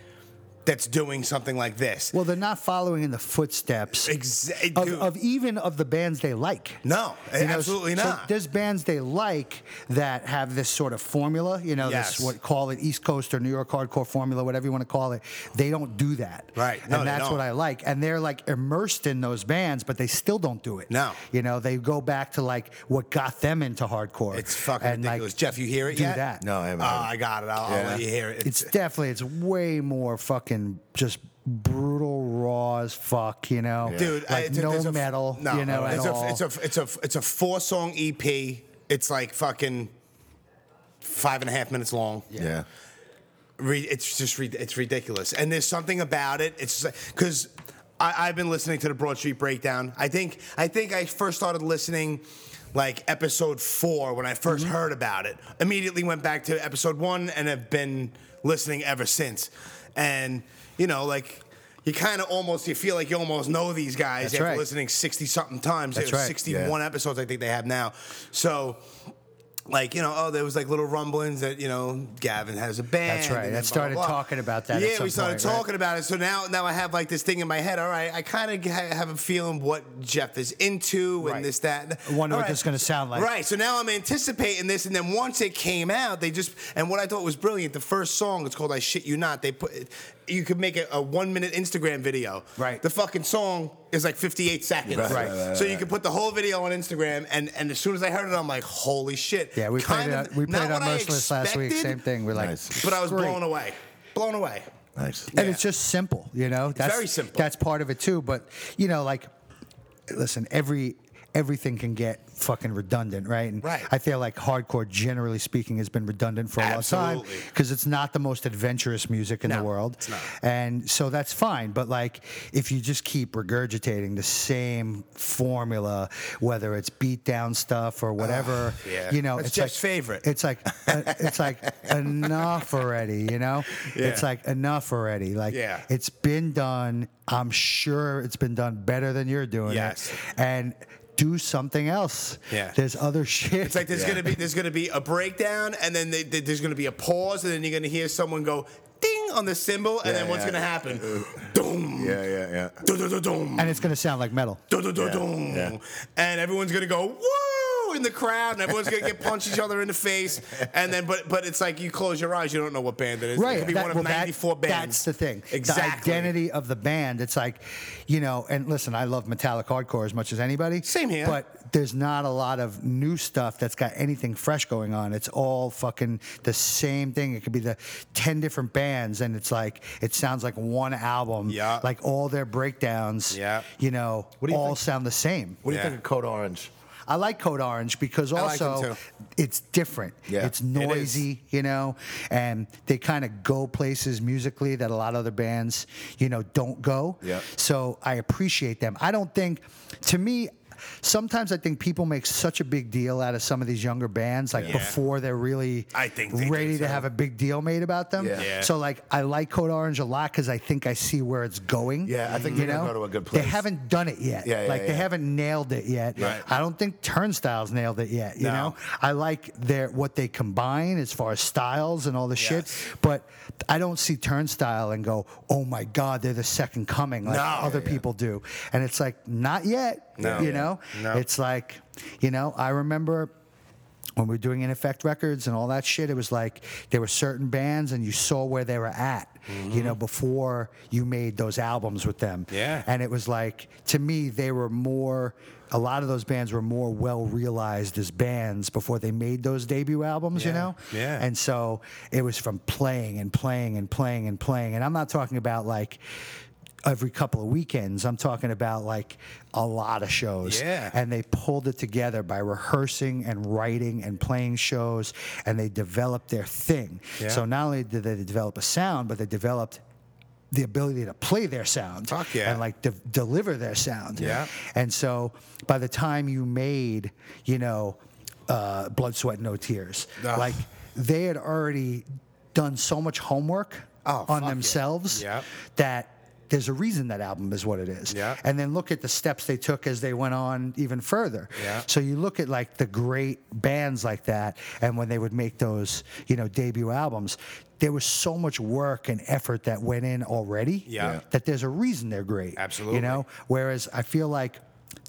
Speaker 1: that's doing something like this.
Speaker 3: well they're not following in the footsteps
Speaker 1: Exactly.
Speaker 3: of, of even of the bands they like
Speaker 1: no, eh,
Speaker 3: You know,
Speaker 1: absolutely
Speaker 3: so
Speaker 1: not.
Speaker 3: there's bands they like that have this sort of formula, you know,
Speaker 1: Yes.
Speaker 3: this what call it East Coast or New York hardcore formula, whatever you want to call it. They don't do that.
Speaker 1: Right. No, they
Speaker 3: and that's
Speaker 1: don't.
Speaker 3: what I like. And they're like immersed in those bands, but they still don't do it.
Speaker 1: No.
Speaker 3: You know, they go back to like what got them into hardcore.
Speaker 1: It's fucking
Speaker 3: and, like,
Speaker 1: ridiculous. Jeff, you hear it
Speaker 3: do
Speaker 1: yet?
Speaker 3: that.
Speaker 2: No, I haven't
Speaker 1: Oh,
Speaker 2: heard it.
Speaker 1: I got it. I'll, I'll
Speaker 2: Yeah.
Speaker 1: let you hear it.
Speaker 3: It's definitely it's way more fucking just brutal raw as fuck, you know.
Speaker 1: dude. I-
Speaker 3: like
Speaker 1: it's-
Speaker 3: no
Speaker 1: there's a-
Speaker 3: metal, you know, at
Speaker 1: it's a,
Speaker 3: all.
Speaker 1: It's a it's a it's a four song EP. It's like fucking five and a half minutes long.
Speaker 2: yeah.
Speaker 1: Re- it's just re- it's ridiculous. And there's something about it. It's because I've been listening to the Broad Street Breakdown. I think I think I first started listening like episode four when I 1st
Speaker 3: Mm-hmm.
Speaker 1: heard about it. Immediately went back to episode one and have been listening ever since. And you know like. You kind of almost you feel like you almost know these guys
Speaker 3: That's
Speaker 1: after
Speaker 3: right.
Speaker 1: listening sixty something times.
Speaker 3: That's
Speaker 1: It was
Speaker 3: right,
Speaker 1: Sixty-one
Speaker 2: yeah.
Speaker 1: episodes I think they have now. So like you know, oh, there was like little rumblings that you know Gavin has a band.
Speaker 3: That's right.
Speaker 1: and
Speaker 3: I
Speaker 1: then
Speaker 3: started talking about that at
Speaker 1: Yeah,
Speaker 3: some
Speaker 1: we started
Speaker 3: point, right?
Speaker 1: talking about it. So now, now I have like this thing in my head. All right, I kind of ha- have a feeling what Jeff is into
Speaker 3: Right.
Speaker 1: and this that.
Speaker 3: I wonder
Speaker 1: All
Speaker 3: what this is gonna sound like.
Speaker 1: Right. So now I'm anticipating this, and then once it came out, they just and what I thought was brilliant. The first song, it's called "I Shit You Not." They put you could make a, a one minute Instagram video.
Speaker 3: Right.
Speaker 1: The fucking song is like 58 seconds.
Speaker 2: Right, right, right,
Speaker 1: So you could put the whole video on Instagram, and and as soon as I heard it, I'm like, holy shit.
Speaker 3: Yeah, we played
Speaker 1: Kind
Speaker 3: it,
Speaker 1: of-
Speaker 3: we
Speaker 1: not
Speaker 3: played on
Speaker 1: what I
Speaker 3: Merciless last week.
Speaker 1: expected,
Speaker 3: Same thing. We're like,
Speaker 2: Nice.
Speaker 1: But I was
Speaker 3: great.
Speaker 1: blown away. Blown away.
Speaker 2: Nice.
Speaker 3: And
Speaker 1: Yeah.
Speaker 3: it's just simple, you know. That's
Speaker 1: very simple.
Speaker 3: That's part of it too. But you know, like, listen, every everything can get fucking redundant, right? And
Speaker 1: Right.
Speaker 3: I feel like hardcore, generally speaking, has been redundant for a long
Speaker 1: Absolutely.
Speaker 3: time because it's not the most adventurous music in
Speaker 1: No,
Speaker 3: the world.
Speaker 1: it's not.
Speaker 3: And so that's fine. But like, if you just keep regurgitating the same formula, whether it's beatdown stuff or whatever,
Speaker 1: Ah, yeah.
Speaker 3: you know,
Speaker 1: That's
Speaker 3: it's
Speaker 1: Jeff's
Speaker 3: like,
Speaker 1: favorite.
Speaker 3: It's like, uh, it's like enough already, you know? It's like enough already. Like,
Speaker 1: Yeah.
Speaker 3: it's been done. I'm sure it's been done better than you're doing
Speaker 1: Yes.
Speaker 3: it. And do something else.
Speaker 1: Yeah.
Speaker 3: There's other shit.
Speaker 1: It's like there's gonna be there's gonna be a breakdown, and then they, they- there's gonna be a pause, and then you're gonna hear someone go ding on the cymbal, and
Speaker 2: Yeah,
Speaker 1: then what's
Speaker 2: yeah.
Speaker 1: gonna happen? Doom.
Speaker 2: Yeah, yeah, yeah.
Speaker 1: Dum-dum-dum-dum.
Speaker 3: Uh, and it's going to sound like metal.
Speaker 1: Dum-dum-dum-dum.
Speaker 2: Yeah, yeah.
Speaker 1: And everyone's gonna go woo in the crowd, and everyone's gonna get punch each other in the face, and then but but it's like you close your eyes, you don't know what band it is.
Speaker 3: Right.
Speaker 1: It could be
Speaker 3: that-
Speaker 1: one of
Speaker 3: well, that-
Speaker 1: 94 bands.
Speaker 3: That's the thing.
Speaker 1: Exactly.
Speaker 3: The identity of the band. It's like, you know, and listen, I love metallic hardcore as much as anybody.
Speaker 1: Same here.
Speaker 3: But there's not a lot of new stuff that's got anything fresh going on. It's all fucking the same thing. It could be the 10 different bands, and it's like, it sounds like one album.
Speaker 1: Yeah.
Speaker 3: Like all their breakdowns,
Speaker 1: Yeah.
Speaker 3: you know,
Speaker 2: do you
Speaker 3: all
Speaker 2: think-
Speaker 3: sound the same.
Speaker 2: What do you
Speaker 1: Yeah.
Speaker 2: think of Code Orange?
Speaker 3: I like Code Orange because
Speaker 1: like them
Speaker 3: also it's different.
Speaker 2: Yeah.
Speaker 3: It's
Speaker 2: It is.
Speaker 3: noisy, you know, and they kind of go places musically that a lot of other bands, you know, don't go.
Speaker 2: Yeah.
Speaker 3: So I appreciate them. I don't think, to me, sometimes I think people make such a big deal out of some of these younger bands, like
Speaker 1: Yeah.
Speaker 3: before they're really
Speaker 1: I think they do
Speaker 3: ready
Speaker 1: too.
Speaker 3: to have a big deal made about them.
Speaker 2: Yeah.
Speaker 1: Yeah.
Speaker 3: So like, I like Code Orange a lot because I think I see where it's going.
Speaker 2: Yeah, I think
Speaker 3: you
Speaker 2: they're gonna
Speaker 3: know,
Speaker 2: go to a good
Speaker 3: They
Speaker 2: place.
Speaker 3: haven't done it yet.
Speaker 2: Yeah, yeah,
Speaker 3: like they
Speaker 2: yeah.
Speaker 3: haven't nailed it yet.
Speaker 1: Right.
Speaker 3: I don't think Turnstiles nailed it yet. You
Speaker 1: No.
Speaker 3: know, I like their what they combine as far as styles and all the
Speaker 1: Yes.
Speaker 3: shit, but I don't see Turnstile and go, oh my god, they're the second coming like
Speaker 1: No.
Speaker 3: other
Speaker 1: Yeah,
Speaker 3: people do. And it's like not yet.
Speaker 1: No.
Speaker 3: You know,
Speaker 1: No.
Speaker 3: it's like, you know, I remember when we were doing In Effect Records and all that shit, it was like there were certain bands and you saw where they were at, you know, before you made those albums with them.
Speaker 1: Mm-hmm. Yeah.
Speaker 3: And it was like, to me, they were more, a lot of those bands were more well realized as bands before they made those debut albums, you
Speaker 1: Yeah.
Speaker 3: know?
Speaker 1: Yeah.
Speaker 3: And so it was from playing and playing and playing and playing. And I'm not talking about like, Every couple of weekends, I'm talking about like a lot of shows.
Speaker 1: Yeah.
Speaker 3: And they pulled it together by rehearsing and writing and playing shows, and they developed their thing.
Speaker 1: Yeah.
Speaker 3: So not only did they develop a sound, but they developed the ability to play their sound
Speaker 1: Fuck yeah.
Speaker 3: and like de- deliver their sound.
Speaker 1: Yeah.
Speaker 3: And so by the time you made, you know, uh, Blood, Sweat, No Tears,
Speaker 1: Ugh.
Speaker 3: like they had already done so much homework
Speaker 1: Oh, fuck
Speaker 3: on
Speaker 1: yeah.
Speaker 3: themselves
Speaker 1: Yeah.
Speaker 3: that there's a reason that album is what it is.
Speaker 1: Yeah.
Speaker 3: And then look at the steps they took as they went on even further.
Speaker 1: Yeah.
Speaker 3: So you look at like the great bands like that and when they would make those, you know, debut albums, there was so much work and effort that went in already
Speaker 1: Yeah. Yeah.
Speaker 3: that there's a reason they're great.
Speaker 1: Absolutely.
Speaker 3: You know, whereas I feel like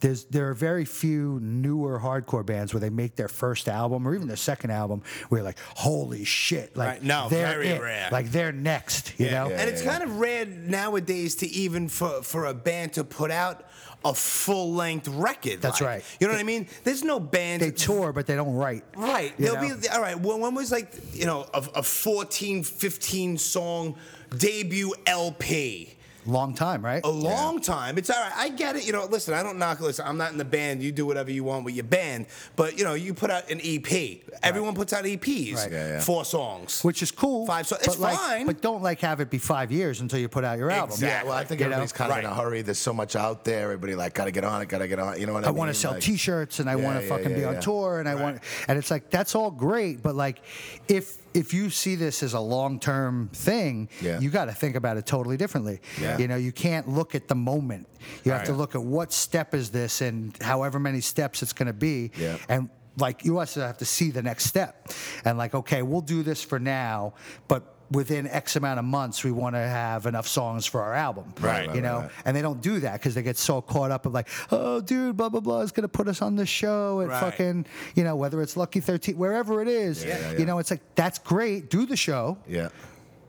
Speaker 3: there's there are very few newer hardcore bands where they make their first album or even their second album where you're like holy shit like
Speaker 1: Right. No,
Speaker 3: they're
Speaker 1: very
Speaker 3: it.
Speaker 1: rare.
Speaker 3: like they're next you know
Speaker 1: and it's kind of rare nowadays to even for for a band to put out a full length record.
Speaker 3: That's
Speaker 1: like.
Speaker 3: right.
Speaker 1: You know what I mean? There's no band
Speaker 3: they tour but they don't write
Speaker 1: Right.
Speaker 3: you
Speaker 1: They'll
Speaker 3: know?
Speaker 1: be all right. Well, when was like you know a, a 14, 15 song debut LP?
Speaker 3: long time right
Speaker 1: A long time. It's all right. I get it. You know, listen, I don't knock. Listen, I'm not in the band. You do whatever you want with your band. But you know, you put out an EP. Everyone puts out EPs.
Speaker 3: Right. Yeah,
Speaker 2: yeah.
Speaker 1: Four songs.
Speaker 3: which is cool
Speaker 1: Five so-
Speaker 3: but
Speaker 1: it's
Speaker 3: like-
Speaker 1: fine.
Speaker 3: but don't like have it be five years until you put out your album
Speaker 1: Exactly.
Speaker 2: Yeah, well, I think
Speaker 3: You know?
Speaker 2: everybody's kind of in a
Speaker 1: Right.
Speaker 2: hurry. There's so much out there. Everybody like gotta get on it, gotta get on. it. You know what I,
Speaker 3: I
Speaker 2: mean?
Speaker 3: want to sell
Speaker 2: Like,
Speaker 3: T-shirts and I
Speaker 2: Yeah,
Speaker 3: want to
Speaker 2: yeah,
Speaker 3: fucking
Speaker 2: yeah,
Speaker 3: be on
Speaker 2: yeah.
Speaker 3: tour and I want and it's like that's all great, but like if if you see this as a long-term thing,
Speaker 2: Yeah.
Speaker 3: you got to think about it totally differently.
Speaker 2: Yeah.
Speaker 3: You know, you can't look at the moment. You have to
Speaker 2: Right.
Speaker 3: look at what step is this and however many steps it's going to be.
Speaker 2: Yeah.
Speaker 3: And like you also have to see the next step. And like okay, we'll do this for now, but within X amount of months, we want to have enough songs for our album.
Speaker 2: Right,
Speaker 3: You
Speaker 2: right,
Speaker 3: know,
Speaker 2: right, right.
Speaker 3: and they don't do that because they get so caught up of like, oh, dude, blah blah blah is gonna put us on the show at
Speaker 1: Right.
Speaker 3: fucking, you know, whether it's Lucky Thirteen, wherever it is,
Speaker 2: Yeah, yeah,
Speaker 3: you
Speaker 2: yeah.
Speaker 3: know, it's like that's great, do the show,
Speaker 2: Yeah.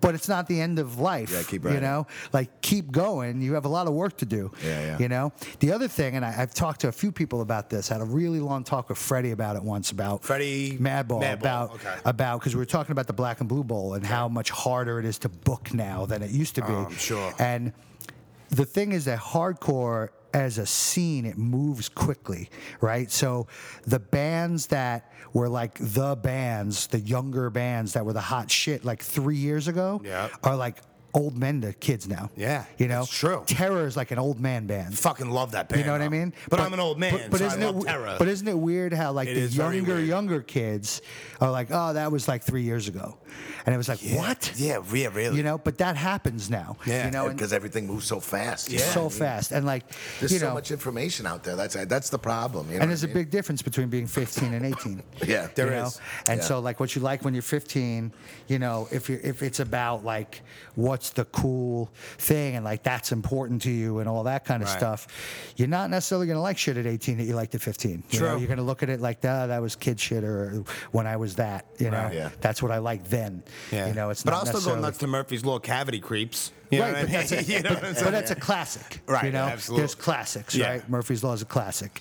Speaker 3: but it's not the end of life.
Speaker 2: Yeah, keep
Speaker 3: You
Speaker 2: writing.
Speaker 3: know, like keep going. You have a lot of work to do.
Speaker 2: Yeah, yeah.
Speaker 3: You know, the other thing, and I, I've talked to a few people about this. I had a really long talk with Freddie about it once about
Speaker 1: Freddie
Speaker 3: Madball,
Speaker 1: Madball,
Speaker 3: about
Speaker 1: okay.
Speaker 3: about because we were talking about the Black and Blue Bowl and how much harder it is to book now than it used to be.
Speaker 1: Oh, I'm sure.
Speaker 3: And the thing is that hardcore as a scene it moves quickly right so the bands that were like the bands the younger bands that were the hot shit like three years ago
Speaker 1: Yeah.
Speaker 3: are like old men to kids now
Speaker 1: Yeah,
Speaker 3: you know
Speaker 1: that's true.
Speaker 3: terror is like an old man band
Speaker 1: Fucking love that band.
Speaker 3: you know what I
Speaker 1: though.
Speaker 3: mean?
Speaker 1: But, I'm an old man. But, so
Speaker 3: isn't
Speaker 1: I
Speaker 3: it,
Speaker 1: love
Speaker 3: w-
Speaker 1: Terror.
Speaker 3: But isn't it weird how like
Speaker 1: It
Speaker 3: the
Speaker 1: is very
Speaker 3: younger
Speaker 1: weird.
Speaker 3: younger kids are like, oh, that was like three years ago, and it was like, what?
Speaker 1: Yeah, yeah, really.
Speaker 3: You know, but that happens now.
Speaker 1: Yeah,
Speaker 3: you know, and
Speaker 2: Because everything moves so fast.
Speaker 1: Yeah.
Speaker 3: so fast, and like,
Speaker 2: There's
Speaker 3: you
Speaker 2: so
Speaker 3: know,
Speaker 2: much information out there. That's that's the problem. You know
Speaker 3: and
Speaker 2: what
Speaker 3: there's
Speaker 2: I
Speaker 3: a
Speaker 2: mean?
Speaker 3: big difference between being 15 and 18.
Speaker 2: Yeah,
Speaker 1: There
Speaker 3: you know?
Speaker 1: is.
Speaker 3: And
Speaker 2: Yeah.
Speaker 3: so like what you like when you're 15, you know, if you if it's about like what's the cool thing and like that's important to you and all that kind of
Speaker 1: Right.
Speaker 3: stuff, you're not necessarily gonna like shit at 18 that you liked at 15. You know,
Speaker 1: True.
Speaker 3: you're gonna look at it like that that was kid shit or when I was that. You know,
Speaker 2: Right. Yeah.
Speaker 3: that's what I liked then.
Speaker 1: Yeah.
Speaker 3: You know, it's
Speaker 1: but
Speaker 3: not
Speaker 1: I'll still go
Speaker 3: necessarily-
Speaker 1: nuts to Murphy's Law cavity creeps. You know
Speaker 3: right,
Speaker 1: what I
Speaker 3: but,
Speaker 1: mean?
Speaker 3: that's a,
Speaker 1: You know
Speaker 3: but,
Speaker 1: what I'm
Speaker 3: but
Speaker 1: saying?
Speaker 3: that's a classic.
Speaker 1: Right,
Speaker 3: You know,
Speaker 1: absolutely.
Speaker 3: there's classics,
Speaker 1: Yeah.
Speaker 3: right? Murphy's Law is a classic.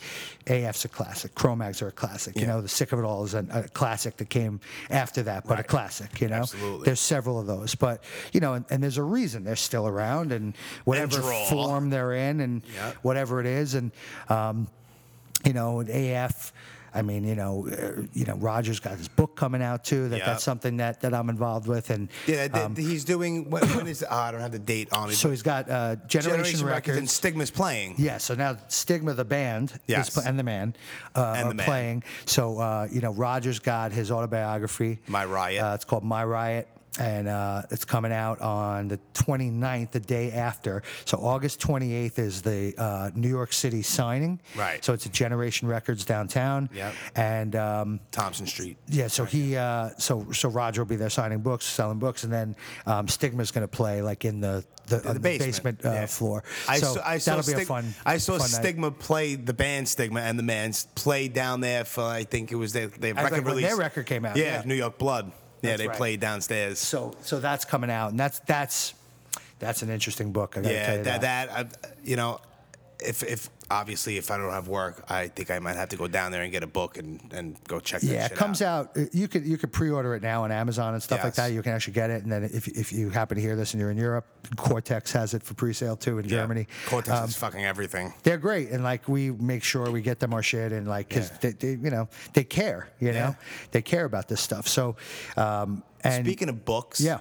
Speaker 3: AF's a classic. Chromags are a classic. You
Speaker 1: Yeah.
Speaker 3: know, the Sick of It All is an, a classic that came after that, but a
Speaker 1: Right.
Speaker 3: classic. You know,
Speaker 1: Absolutely.
Speaker 3: there's several of those, but you know, and, and there's a reason they're still around, and whatever
Speaker 1: draw.
Speaker 3: form they're in, and
Speaker 1: Yeah.
Speaker 3: whatever it is, and um, you know, and AF. I mean, you know, uh, you know, Roger's got his book coming out too. That
Speaker 1: Yeah.
Speaker 3: that's something that that I'm involved with, and uh,
Speaker 1: Yeah, th- he's doing. What, when is? ah, I don't have the date on it.
Speaker 3: um, so he's got uh, Generation,
Speaker 1: Generation, Records and
Speaker 3: Records.
Speaker 1: Stigma's playing.
Speaker 3: Yeah, so now Stigma, the band, is
Speaker 1: Yes.
Speaker 3: pl- and the man uh,
Speaker 1: And the
Speaker 3: are
Speaker 1: man.
Speaker 3: playing. So uh, you know, Roger's got his autobiography,
Speaker 1: My Riot.
Speaker 3: Uh, it's called My Riot, and uh, it's coming out on the 29th, the day after. So August 28th is the uh, New York City signing.
Speaker 1: Right.
Speaker 3: So it's at Generation Records downtown.
Speaker 1: Yep.
Speaker 3: And um,
Speaker 1: Thompson Street.
Speaker 3: yeah, so he, uh, so so Roger will be there signing books, selling books, and then um, Stigma's going to play like in the the, on the basement, uh,
Speaker 1: Yeah.
Speaker 3: floor.
Speaker 1: I
Speaker 3: so
Speaker 1: saw, I saw
Speaker 3: that'll be a
Speaker 1: Stig-
Speaker 3: fun.
Speaker 1: I saw
Speaker 3: fun night.
Speaker 1: Stigma play the band Stigma and the Man's play down there for I think it was their, their
Speaker 3: As,
Speaker 1: record
Speaker 3: like, when
Speaker 1: release.
Speaker 3: their record came out, yeah.
Speaker 1: New York Blood. Yeah,
Speaker 3: That's
Speaker 1: they
Speaker 3: right.
Speaker 1: played downstairs.
Speaker 3: So so that's coming out, and that's that's that's an interesting book. I gotta tell
Speaker 1: yeah,
Speaker 3: you
Speaker 1: that that, I, you know, if if obviously if I don't have work, I think I might have to go down there and get a book and and go check. that
Speaker 3: yeah, it
Speaker 1: shit
Speaker 3: comes out. uh, You could you could pre-order it now on Amazon and stuff like
Speaker 1: Yes.
Speaker 3: that. You can actually get it, and then if, if you happen to hear this and you're in Europe, Cortex has it for pre-sale too in
Speaker 1: Yeah.
Speaker 3: Germany.
Speaker 1: Cortex
Speaker 3: Um,
Speaker 1: is fucking everything.
Speaker 3: they're great, and like we make sure we get them our shit, and like because
Speaker 1: Yeah.
Speaker 3: they, they you know they care, you
Speaker 1: Yeah.
Speaker 3: know they care about this stuff. So um, and
Speaker 1: Speaking of books,
Speaker 3: yeah,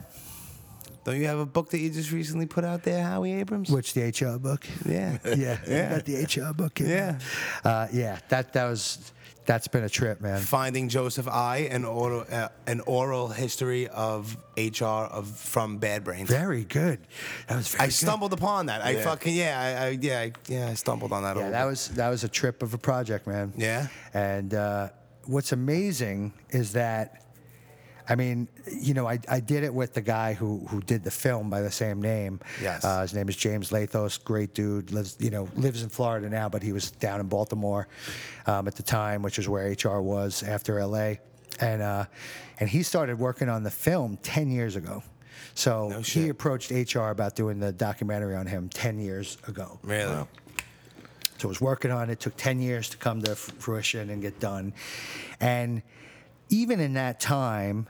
Speaker 1: don't you have a book that you just recently put out there, Howie Abrams?
Speaker 3: which the HR book.
Speaker 1: yeah,
Speaker 3: yeah,
Speaker 1: Yeah.
Speaker 3: Got the HR book.
Speaker 1: Yeah.
Speaker 3: uh, yeah. That that was that's been a trip, man.
Speaker 1: Finding Joseph I, an oral, uh, an oral history of HR of from Bad Brains.
Speaker 3: Very good. That was very.
Speaker 1: I
Speaker 3: good.
Speaker 1: stumbled upon that. I
Speaker 2: Yeah.
Speaker 1: fucking yeah, I, I yeah, I, yeah, I stumbled on that. a
Speaker 3: Yeah,
Speaker 1: little
Speaker 3: that
Speaker 1: bit.
Speaker 3: was that was a trip of a project, man.
Speaker 1: Yeah.
Speaker 3: And uh, what's amazing is that, I mean, you know, I, I did it with the guy who who did the film by the same name.
Speaker 1: Yes.
Speaker 3: Uh, his name is James Lathos. Great dude. Lives you know lives in Florida now, but he was down in Baltimore um, at the time, which is where HR was after LA. And uh, and he started working on the film ten years ago. So he
Speaker 1: shit.
Speaker 3: approached HR about doing the documentary on him ten years ago.
Speaker 1: really.
Speaker 3: So I was working on it. It took 10 years to come to f- fruition and get done. And even in that time,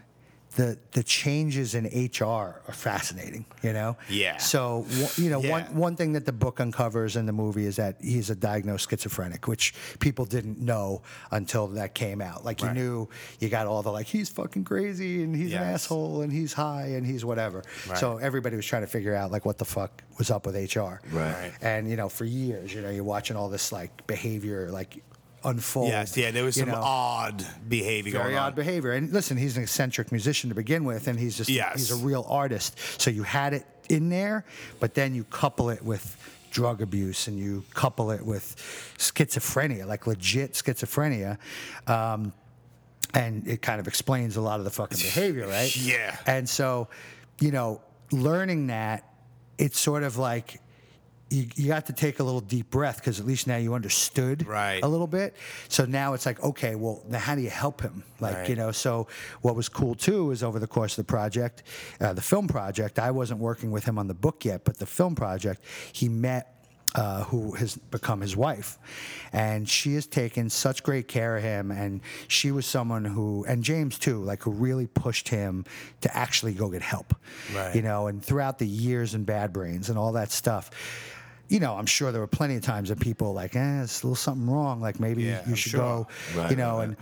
Speaker 3: the the changes in HR are fascinating, you know?
Speaker 1: Yeah.
Speaker 3: So, wh- you know,
Speaker 1: Yeah.
Speaker 3: one, one thing that the book uncovers in the movie is that he's a diagnosed schizophrenic, which people didn't know until that came out. Like, you
Speaker 1: Right.
Speaker 3: knew, you got all the like, he's fucking crazy and he's an
Speaker 1: Yes.
Speaker 3: asshole and he's high and he's whatever.
Speaker 1: Right.
Speaker 3: So everybody was trying to figure out, like, what the fuck was up with HR
Speaker 2: Right.
Speaker 3: and you know for years you know you're watching all this like behavior like unfold
Speaker 1: Yes, yeah, there was
Speaker 3: you
Speaker 1: some
Speaker 3: know.
Speaker 1: odd behavior
Speaker 3: very
Speaker 1: going on.
Speaker 3: odd behavior and listen he's an eccentric musician to begin with and he's just
Speaker 1: Yes.
Speaker 3: he's a real artist so you had it in there but then you couple it with drug abuse and you couple it with schizophrenia like legit schizophrenia um, and it kind of explains a lot of the fucking behavior right
Speaker 1: Yeah.
Speaker 3: and so you know learning that it's sort of like you, you got to take a little deep breath because at least now you understood
Speaker 1: Right.
Speaker 3: a little bit. So now it's like, okay, well, now how do you help him? Like,
Speaker 1: Right.
Speaker 3: you know, so what was cool too is over the course of the project, uh, the film project, I wasn't working with him on the book yet, but the film project, he met. Uh, who has become his wife, and she has taken such great care of him. And she was someone who, and James too, like who really pushed him to actually go get help.
Speaker 1: Right.
Speaker 3: You know know, and throughout the years in Bad Brains and all that stuff, you know, I'm sure there were plenty of times that people like, eh, it's a little something wrong. Like maybe
Speaker 1: Yeah,
Speaker 3: you
Speaker 1: I'm
Speaker 3: should
Speaker 1: sure.
Speaker 3: go,
Speaker 2: Right,
Speaker 3: you know,
Speaker 2: right,
Speaker 3: and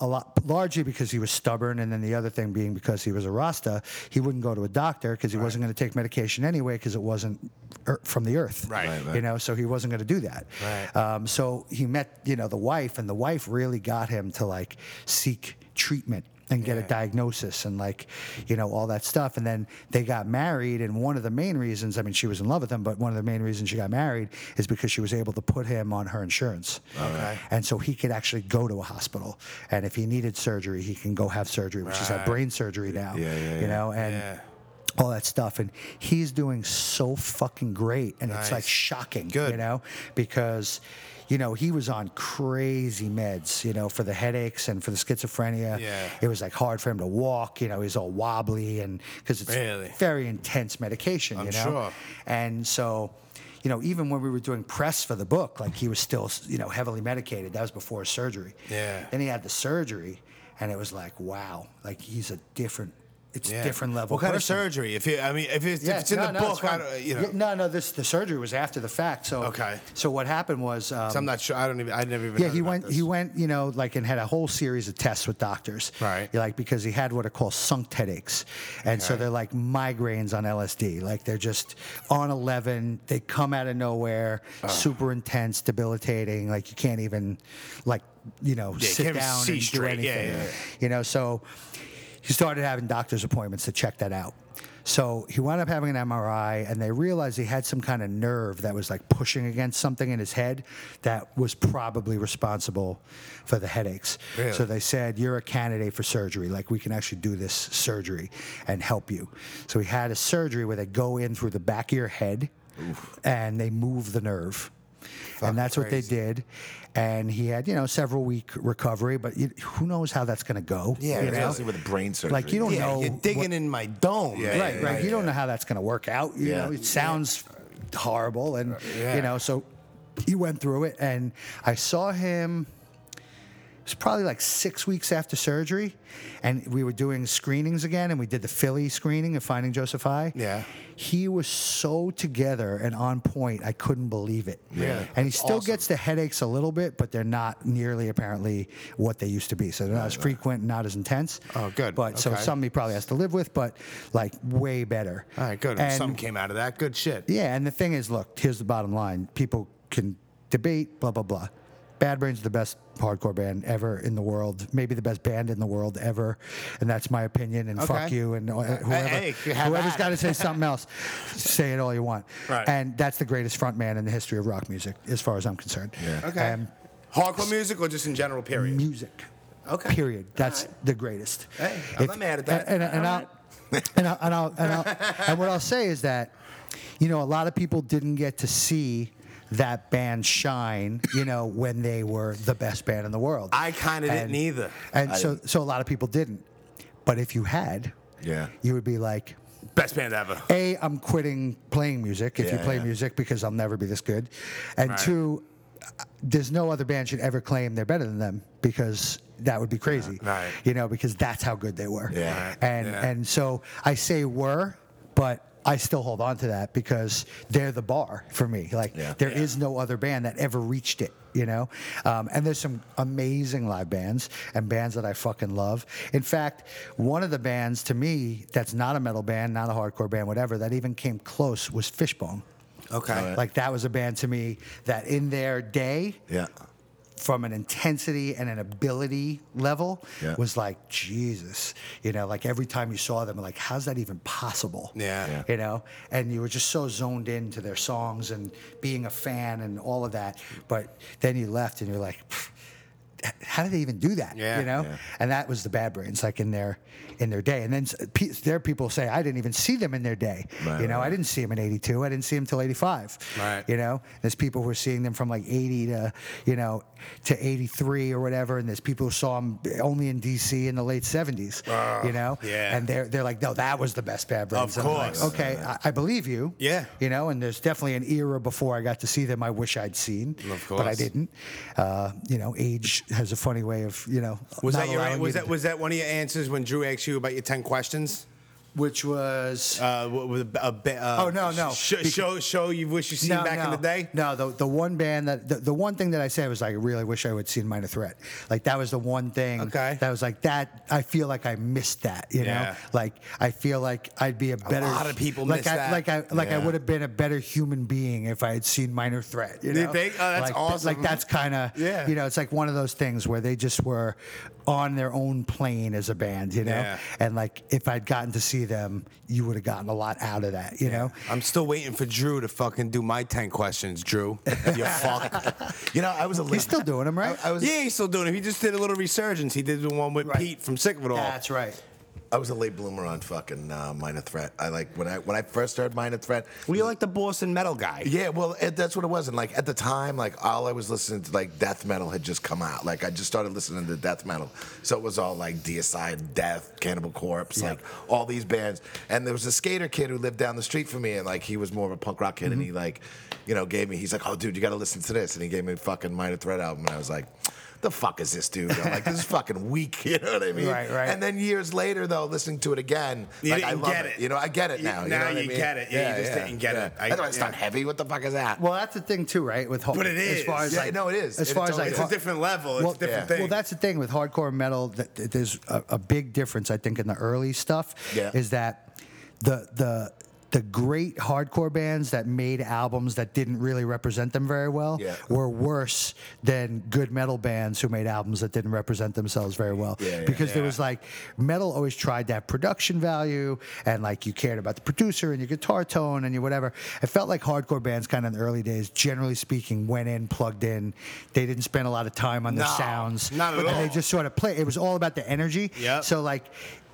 Speaker 3: a lot largely because he was stubborn, and then the other thing being because he was a Rasta, he wouldn't go to a doctor because he wasn't going to take medication anyway because it wasn't er- from the earth,
Speaker 1: Right. Right,
Speaker 2: right.
Speaker 3: You know, so he wasn't going to do that.
Speaker 1: Right.
Speaker 3: Um, so he met, you know, the wife, and the wife really got him to like seek treatment and get a diagnosis and like, you know, all that stuff. And then they got married. And one of the main reasons, I mean, she was in love with him, but one of the main reasons she got married is because she was able to put him on her insurance.
Speaker 1: Okay.
Speaker 3: And so he could actually go to a hospital. And if he needed surgery, he can go have surgery, which he's had
Speaker 1: Right.
Speaker 3: brain surgery now.
Speaker 2: Yeah, yeah,
Speaker 3: You
Speaker 2: yeah.
Speaker 3: know, and
Speaker 1: Yeah.
Speaker 3: all that stuff. And he's doing so fucking great. And it's like
Speaker 1: Nice.
Speaker 3: shocking,
Speaker 1: Good.
Speaker 3: you know, because, you know, he was on crazy meds, you know, for the headaches and for the schizophrenia.
Speaker 1: Yeah.
Speaker 3: It was like hard for him to walk, you know, he's all wobbly and because it's
Speaker 1: Really?
Speaker 3: very intense medication, you know?
Speaker 1: sure.
Speaker 3: And so, you know, even when we were doing press for the book, like he was still, you know, heavily medicated. That was before his surgery.
Speaker 1: Yeah.
Speaker 3: Then he had the surgery, and it was like, wow, like he's a different it's
Speaker 1: Yeah.
Speaker 3: different level.
Speaker 1: What kind
Speaker 3: person.
Speaker 1: of surgery? If you, I mean, if it's, if it's in
Speaker 3: no,
Speaker 1: the
Speaker 3: no,
Speaker 1: book,
Speaker 3: it's
Speaker 1: I
Speaker 3: fine.
Speaker 1: don't, you know.
Speaker 3: Yeah, no, no. This the surgery was after the fact. So
Speaker 1: Okay.
Speaker 3: So what happened was, um,
Speaker 1: So I'm not sure. I don't even. I never even.
Speaker 3: yeah,
Speaker 1: heard
Speaker 3: he
Speaker 1: about
Speaker 3: went.
Speaker 1: this.
Speaker 3: He went. You know, like and had a whole series of tests with doctors.
Speaker 1: Right.
Speaker 3: Like because he had what are called sunk headaches, and so
Speaker 1: Okay.
Speaker 3: they're like migraines on LSD. Like they're just on eleven. They come out of nowhere, super intense, debilitating. Like you can't even, like you know,
Speaker 1: you
Speaker 3: sit
Speaker 1: can't even
Speaker 3: down
Speaker 1: see
Speaker 3: and do
Speaker 1: straight.
Speaker 3: anything.
Speaker 1: Yeah, yeah, yeah.
Speaker 3: You know, so he started having doctor's appointments to check that out. So he wound up having an MRI, and they realized he had some kind of nerve that was like pushing against something in his head that was probably responsible for the headaches.
Speaker 1: Really?
Speaker 3: So they said, You're a candidate for surgery. Like, we can actually do this surgery and help you. So he had a surgery where they go in through the back of your head and they move the nerve. and that's what they
Speaker 1: crazy.
Speaker 3: did. And he had, you know, several week recovery, but you, who knows how that's going to go?
Speaker 2: Yeah,
Speaker 3: you know?
Speaker 2: especially with a brain surgery.
Speaker 3: Like, you don't
Speaker 1: Yeah,
Speaker 3: know
Speaker 1: you're digging in my dome. Yeah,
Speaker 3: right,
Speaker 1: yeah,
Speaker 3: right.
Speaker 1: yeah.
Speaker 3: You don't know how that's going to work out. You
Speaker 2: Yeah.
Speaker 3: know, it sounds horrible, and
Speaker 1: Uh, Yeah.
Speaker 3: you know, so he went through it, and I saw him. It was probably like six weeks after surgery, and we were doing screenings again, and we did the Philly screening of Finding Joseph I.
Speaker 1: Yeah.
Speaker 3: he was so together and on point. I couldn't believe it.
Speaker 1: Yeah.
Speaker 3: and he still gets the headaches a little bit, but they're not nearly apparently what they used to be. So they're not as frequent, not as intense.
Speaker 1: Oh, good.
Speaker 3: But so
Speaker 1: Okay.
Speaker 3: some something he probably has to live with, but like way better.
Speaker 1: All right, good.
Speaker 3: And,
Speaker 1: Something came out of that. Good shit.
Speaker 3: yeah, and the thing is, look, here's the bottom line: people can debate, blah blah blah. Bad Brains is the best hardcore band ever in the world, maybe the best band in the world ever, and that's my opinion. And fuck
Speaker 1: Okay. Uh,
Speaker 3: you, and uh, whoever,
Speaker 1: Hey, hey, have
Speaker 3: whoever's
Speaker 1: at
Speaker 3: got to say something else, say it all you want.
Speaker 1: Right.
Speaker 3: And that's the greatest frontman in the history of rock music, as far as I'm concerned.
Speaker 1: Okay.
Speaker 3: Um,
Speaker 1: Hardcore music or just in general, period.
Speaker 3: music.
Speaker 1: Okay.
Speaker 3: Period. That's the greatest.
Speaker 1: Hey, I'm not mad at that.
Speaker 3: And, and, and, I'll, and, I'll, and, I'll, and, I'll, and what I'll say is that, you know, a lot of people didn't get to see that band shine, you know, when they were the best band in the world.
Speaker 1: I kind of didn't
Speaker 3: And-
Speaker 1: either.
Speaker 3: And so, so a lot of people didn't. But if you had,
Speaker 2: Yeah.
Speaker 3: you would be like,
Speaker 1: Best band ever.
Speaker 3: a, I'm quitting playing music if you
Speaker 2: Yeah,
Speaker 3: play
Speaker 2: yeah.
Speaker 3: music because I'll never be this good. And
Speaker 1: Right.
Speaker 3: two, there's no other band should ever claim they're better than them because that would be crazy.
Speaker 1: right.
Speaker 3: You know, because that's how good they were.
Speaker 2: Yeah.
Speaker 3: And
Speaker 1: Yeah.
Speaker 3: and so I say were, but I still hold on to that because they're the bar for me. Like there
Speaker 2: Yeah.
Speaker 3: is no other band that ever reached it. You know, um, and there's some amazing live bands and bands that I fucking love. In fact, one of the bands to me that's not a metal band, not a hardcore band, whatever, that even came close was Fishbone.
Speaker 1: Okay.
Speaker 3: Like that was a band to me that in their day
Speaker 2: Yeah.
Speaker 3: from an intensity and an ability level
Speaker 2: Yeah.
Speaker 3: was like Jesus. You know, like every time you saw them, like how's that even possible?
Speaker 1: Yeah. Yeah.
Speaker 3: You know, and you were just so zoned into their songs and being a fan and all of that. But then you left and you're like. "Pfft, How did they even do that?
Speaker 1: Yeah.
Speaker 3: you know,
Speaker 2: Yeah.
Speaker 3: and that was the bad brains, like in their in their day. And then s- pe- there, people say I didn't even see them in their day.
Speaker 2: Right,
Speaker 3: you know,
Speaker 2: right.
Speaker 3: I didn't see them in '82. I didn't see them till '85.
Speaker 1: Right.
Speaker 3: You know, there's people who are seeing them from like 80 to, you know, to 83 or whatever. And there's people who saw them only in DC in the late 70s, you know?
Speaker 1: yeah.
Speaker 3: And they're, they're like, no, that was the best Bad Brains.
Speaker 1: Of
Speaker 3: And I'm like,
Speaker 1: course.
Speaker 3: okay, I, I believe you.
Speaker 1: Yeah.
Speaker 3: You know, and there's definitely an era before I got to see them I wish I'd seen.
Speaker 1: Of
Speaker 3: But I
Speaker 1: course.
Speaker 3: didn't. Uh, you know, age has a funny way of, you know,
Speaker 1: Was
Speaker 3: not
Speaker 1: that your
Speaker 3: allowing
Speaker 1: was
Speaker 3: you to
Speaker 1: that was that one of your answers when Drew asked you about your ten questions?
Speaker 3: which was.
Speaker 1: Uh, what- with a, ba- uh,
Speaker 3: Oh, no, no.
Speaker 1: sh- show show you wish you seen back in the day.
Speaker 3: No, the, the one band that the, the one thing that I said was like, I really wish I would have seen Minor Threat. Like that was the one thing
Speaker 1: Okay.
Speaker 3: that was like that. I feel like I missed that. You know,
Speaker 1: Yeah.
Speaker 3: like I feel like I'd be a better.
Speaker 1: lot of people
Speaker 3: like
Speaker 1: miss
Speaker 3: I,
Speaker 1: that.
Speaker 3: Like I like I
Speaker 2: Yeah.
Speaker 3: would have been a better human being if I had seen Minor Threat. You
Speaker 1: You
Speaker 3: know?
Speaker 1: think? Oh, that's
Speaker 3: like,
Speaker 1: awesome.
Speaker 3: Like that's kind of
Speaker 1: Yeah.
Speaker 3: You know, it's like one of those things where they just were on their own plane as a band. You know,
Speaker 1: Yeah.
Speaker 3: and like if I'd gotten to see them, you would have gotten a lot out of that. You know.
Speaker 1: I'm still waiting for Drew to fucking do my ten questions, Drew. You fuck.
Speaker 2: You know, I was a
Speaker 3: He's still doing them, right?
Speaker 2: I was
Speaker 1: yeah, he's still doing it. He just did a little resurgence. He did the one with
Speaker 3: Right.
Speaker 1: Pete from Sick of It All.
Speaker 3: That's right.
Speaker 2: I was a late bloomer on fucking uh, Minor Threat. I like when I when I first heard Minor Threat.
Speaker 1: Well, you're like the Boston metal guy.
Speaker 2: Yeah, well, it, that's what it was. And like at the time, like all I was listening to, like death metal had just come out. Like I just started listening to death metal, so it was all like Deicide, Death, Cannibal Corpse, like all these bands. And there was a skater kid who lived down the street from me, and like he was more of a punk rock kid, and
Speaker 3: Mm-hmm.
Speaker 2: he like, you know, gave me. He's like, "Oh, dude, you got to listen to this," and he gave me fucking Minor Threat album, and I was like. the fuck is this dude? I'm like, this is fucking weak. You know what I mean?
Speaker 3: Right, right.
Speaker 2: And then years later, though, listening to it again,
Speaker 1: You
Speaker 2: like, I
Speaker 1: didn't
Speaker 2: love
Speaker 1: get
Speaker 2: it.
Speaker 1: it.
Speaker 2: You know, I get it
Speaker 1: You-
Speaker 2: now. You,
Speaker 1: now
Speaker 2: know what I
Speaker 1: you
Speaker 2: mean?
Speaker 1: get it. Yeah, you just didn't get it. I-
Speaker 2: That's why it's
Speaker 1: yeah.
Speaker 2: not heavy. What the fuck is that?
Speaker 3: Well, that's the thing too, right? With hard,
Speaker 1: But it
Speaker 3: as far
Speaker 1: is.
Speaker 3: as
Speaker 1: Yeah,
Speaker 3: like,
Speaker 2: no, it is.
Speaker 3: As
Speaker 2: It
Speaker 3: far as
Speaker 2: totally
Speaker 3: like
Speaker 2: is.
Speaker 1: It's a different level. It's a different
Speaker 2: yeah.
Speaker 1: thing.
Speaker 3: Well, that's the thing with hardcore metal. That that there's a, a big difference, I think, in the early stuff.
Speaker 2: Yeah.
Speaker 3: Is that the the the great hardcore bands that made albums that didn't really represent them very well
Speaker 2: Yeah.
Speaker 3: were worse than good metal bands who made albums that didn't represent themselves very well.
Speaker 2: Yeah, yeah,
Speaker 3: because there
Speaker 1: yeah.
Speaker 3: was like metal always tried that production value and like you cared about the producer and your guitar tone and your whatever. It felt like hardcore bands kind of in the early days, generally speaking, went in, plugged in. They didn't spend a lot of time on the
Speaker 1: No,
Speaker 3: sounds.
Speaker 1: not at
Speaker 3: and They
Speaker 1: all.
Speaker 3: just sort of play. It was all about the energy.
Speaker 1: Yep.
Speaker 3: So like,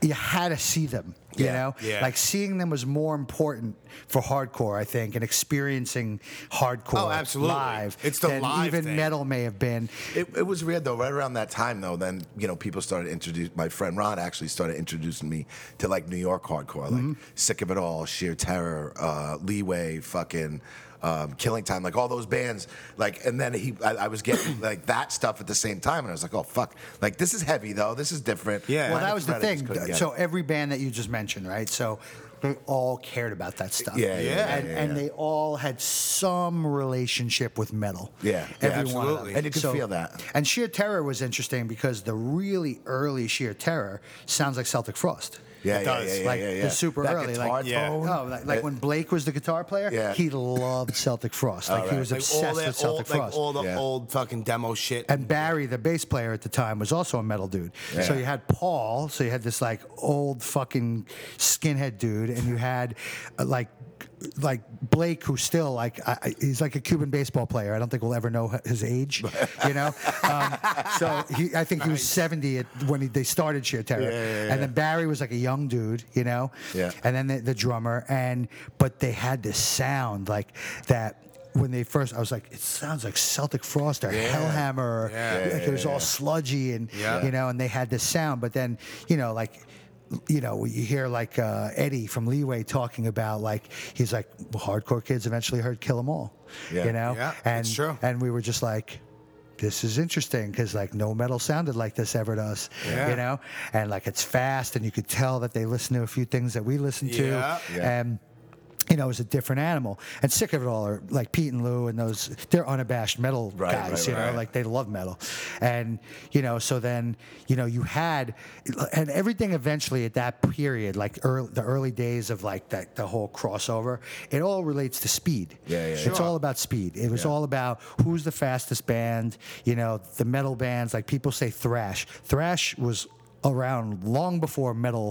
Speaker 3: you had to see them. You
Speaker 2: Yeah,
Speaker 3: know,
Speaker 1: yeah.
Speaker 3: like seeing them was more important for hardcore, I think, and experiencing hardcore
Speaker 1: Oh, absolutely.
Speaker 3: live.
Speaker 1: It's the
Speaker 3: than
Speaker 1: live
Speaker 3: even
Speaker 1: thing.
Speaker 3: metal may have been.
Speaker 2: It, it was weird though. Right around that time though, then you know people started introduce. My friend Ron actually started introducing me to like New York hardcore, like Sick of It All, Sheer Terror, uh, Leeway, fucking um, Killing Time, like all those bands. Like, and then he, I, I was getting like that stuff at the same time, and I was like, oh fuck, like this is heavy though. This is different.
Speaker 1: Yeah.
Speaker 3: Well,
Speaker 1: Minor
Speaker 3: that was the
Speaker 2: Minor Threat, I just
Speaker 3: thing.
Speaker 2: couldn't get
Speaker 3: So
Speaker 2: it.
Speaker 3: every band that you just mentioned, right? So they all cared about that stuff.
Speaker 2: Yeah, yeah, yeah,
Speaker 3: and,
Speaker 2: yeah,
Speaker 3: and
Speaker 2: yeah.
Speaker 3: they all had some relationship with metal.
Speaker 2: Yeah, yeah,
Speaker 3: every one of
Speaker 1: absolutely.
Speaker 3: them.
Speaker 2: And you could feel that.
Speaker 3: And Sheer Terror was interesting because the really early Sheer Terror sounds like Celtic Frost.
Speaker 2: yeah,
Speaker 1: It
Speaker 2: yeah,
Speaker 1: does.
Speaker 2: yeah, yeah,
Speaker 3: Like,
Speaker 2: yeah,
Speaker 3: the
Speaker 2: yeah.
Speaker 3: super
Speaker 2: That
Speaker 3: early,
Speaker 2: guitar
Speaker 3: like-
Speaker 1: Yeah.
Speaker 2: tone.
Speaker 3: Oh, like, like when Blake was the guitar player,
Speaker 2: Yeah.
Speaker 3: he loved Celtic Frost. Like he was
Speaker 1: Like, all
Speaker 3: obsessed
Speaker 1: that
Speaker 3: with
Speaker 1: old-
Speaker 3: Celtic Frost.
Speaker 1: Like all the
Speaker 2: Yeah.
Speaker 1: old fucking demo shit.
Speaker 3: and Barry, the bass player at the time, was also a metal dude. So
Speaker 2: Yeah.
Speaker 3: you had Paul, so you had this like old fucking skinhead dude, and you had uh, like like Blake, who's still like I, I- he's like a Cuban baseball player. I don't think we'll ever know his age, you know. Um, so he, I think he was seventy at, when he, they started Sheer Terror, and then Barry was like a young dude, you know.
Speaker 2: Yeah.
Speaker 3: And then the, the drummer, and but they had this sound like that. When they first, I was like, it sounds like Celtic Frost or Hellhammer.
Speaker 1: Yeah.
Speaker 3: Like, it was all sludgy and
Speaker 1: Yeah.
Speaker 3: you know, and they had this sound. But then you know, like you know, you hear like uh, Eddie from Leeway talking about like he's like hardcore kids eventually heard Kill 'Em All.
Speaker 2: Yeah.
Speaker 3: You know,
Speaker 1: Yeah,
Speaker 3: and
Speaker 1: it's true.
Speaker 3: and we were just like. This is interesting because like no metal sounded like this ever to us,
Speaker 1: Yeah.
Speaker 3: you know, and like it's fast and you could tell that they listen to a few things that we listen to,
Speaker 1: Yeah.
Speaker 2: Yeah.
Speaker 3: and you know, it was a different animal. And sick of it all are like Pete and Lou and those, they're unabashed metal
Speaker 2: Right,
Speaker 3: guys,
Speaker 2: right,
Speaker 3: you know,
Speaker 2: right.
Speaker 3: like they love metal. And, you know, so then, you know, you had, and everything eventually at that period, like early, the early days of like that, the whole crossover, it all relates to speed.
Speaker 2: Yeah, yeah,
Speaker 3: It's
Speaker 2: yeah.
Speaker 3: all about speed. It was all about who's the fastest band, you know, the metal bands, like people say thrash. Thrash was around long before metal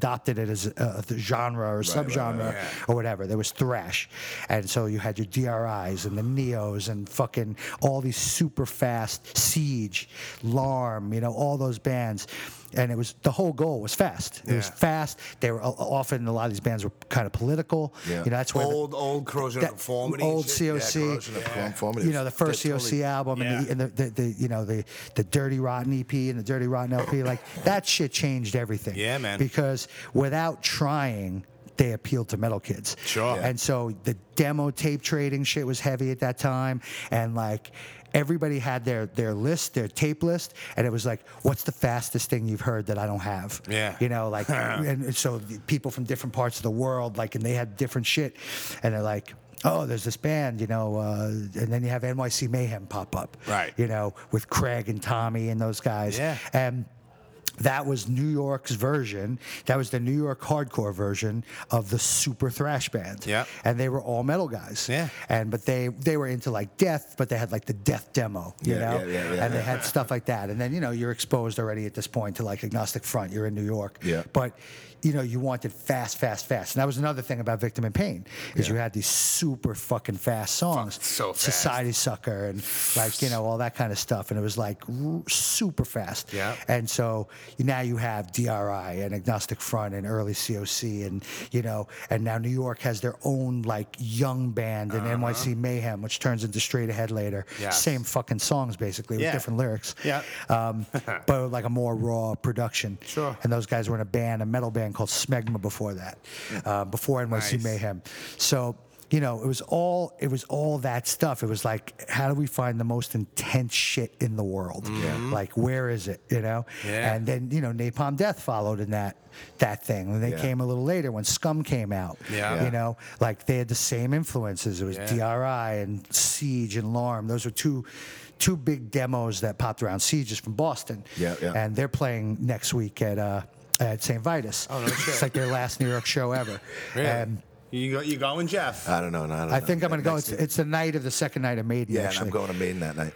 Speaker 3: adopted it as a, a genre or
Speaker 2: right, right.
Speaker 3: subgenre genre or whatever. There was thrash, and so you had your DRIs and the Neos and fucking all these super fast Siege, Larm, you know, all those bands. And it was the whole goal was fast. It was
Speaker 1: Yeah.
Speaker 3: fast. They were o- often a lot of these bands were kind of political.
Speaker 2: Yeah.
Speaker 3: You know, that's where the-
Speaker 1: old, old corrosion
Speaker 3: that
Speaker 1: of conformity. and
Speaker 3: old
Speaker 1: shit.
Speaker 3: COC.
Speaker 2: Corrosion of Conformity.
Speaker 3: you know the first
Speaker 1: They're
Speaker 3: COC
Speaker 1: totally-
Speaker 3: album and, the,
Speaker 1: yeah.
Speaker 3: and the, the, the you know the the Dirty Rotten EP and the Dirty Rotten LP like that shit changed everything.
Speaker 1: Yeah, man.
Speaker 3: Because without trying, they appealed to metal kids.
Speaker 1: Sure. Yeah.
Speaker 3: And so the demo tape trading shit was heavy at that time, and like. Everybody had their their list, their tape list, and it was like, "What's the fastest thing you've heard that I don't have?"
Speaker 1: Yeah.
Speaker 3: you know, like, and so the people from different parts of the world, like, and they had different shit, and they're like, oh, there's this band, you know, uh, and then you have NYC Mayhem pop up,
Speaker 1: Right.
Speaker 3: You know, with Craig and Tommy and those guys,
Speaker 1: Yeah.
Speaker 3: and. That was New York's version. That was the New York hardcore version of the super thrash band.
Speaker 1: Yeah.
Speaker 3: And they were all metal guys.
Speaker 1: Yeah.
Speaker 3: And but they they were into like death, but they had like the death demo, you
Speaker 2: Yeah,
Speaker 3: know?
Speaker 2: yeah, yeah, yeah,
Speaker 3: and they
Speaker 2: yeah.
Speaker 3: had stuff like that. And then, you know, you're exposed already at this point to like agnostic front. You're in New York.
Speaker 2: Yeah.
Speaker 3: But you know, you wanted fast, fast, fast. And that was another thing about Victim in Pain, is you had these super fucking fast songs.
Speaker 1: so fast.
Speaker 3: Society Sucker and like, you know, all that kind of stuff. And it was like r- super fast.
Speaker 1: Yeah.
Speaker 3: And so you- now you have DRI and Agnostic Front and early COC and you know, and now New York has their own like young band and NYC Mayhem, which turns into Straight Ahead later.
Speaker 1: Uh-huh. Yes.
Speaker 3: Same fucking songs basically with
Speaker 1: Yeah.
Speaker 3: different lyrics.
Speaker 1: Yeah.
Speaker 3: Um, but like a more raw production.
Speaker 1: Sure.
Speaker 3: And those guys were in a band, a metal band called Smegma before that, uh, before NYC
Speaker 1: Nice.
Speaker 3: Mayhem. So you know, it was all it was all that stuff. It was like, how do we find the most intense shit in the world? Like, where is it? You know?
Speaker 1: Yeah.
Speaker 3: And then you know, Napalm Death followed in that that thing. And they
Speaker 2: Yeah.
Speaker 3: came a little later when Scum came out.
Speaker 1: Yeah.
Speaker 3: You know, like they had the same influences. It was DRI and Siege and Larm. Those were two two big demos that popped around. Siege is from Boston.
Speaker 2: Yeah, yeah.
Speaker 3: And they're playing next week at uh, at St. Vitus. Oh, no It's like their last New York show ever. And
Speaker 1: you go, you going, Jeff?
Speaker 2: I don't know. No, I, don't
Speaker 3: I
Speaker 2: know.
Speaker 3: think I'm going to go.
Speaker 2: Next
Speaker 3: It's,
Speaker 2: week.
Speaker 3: it's the night of the second night of Maiden.
Speaker 2: yeah, and
Speaker 3: actually.
Speaker 2: I'm going to Maine that night.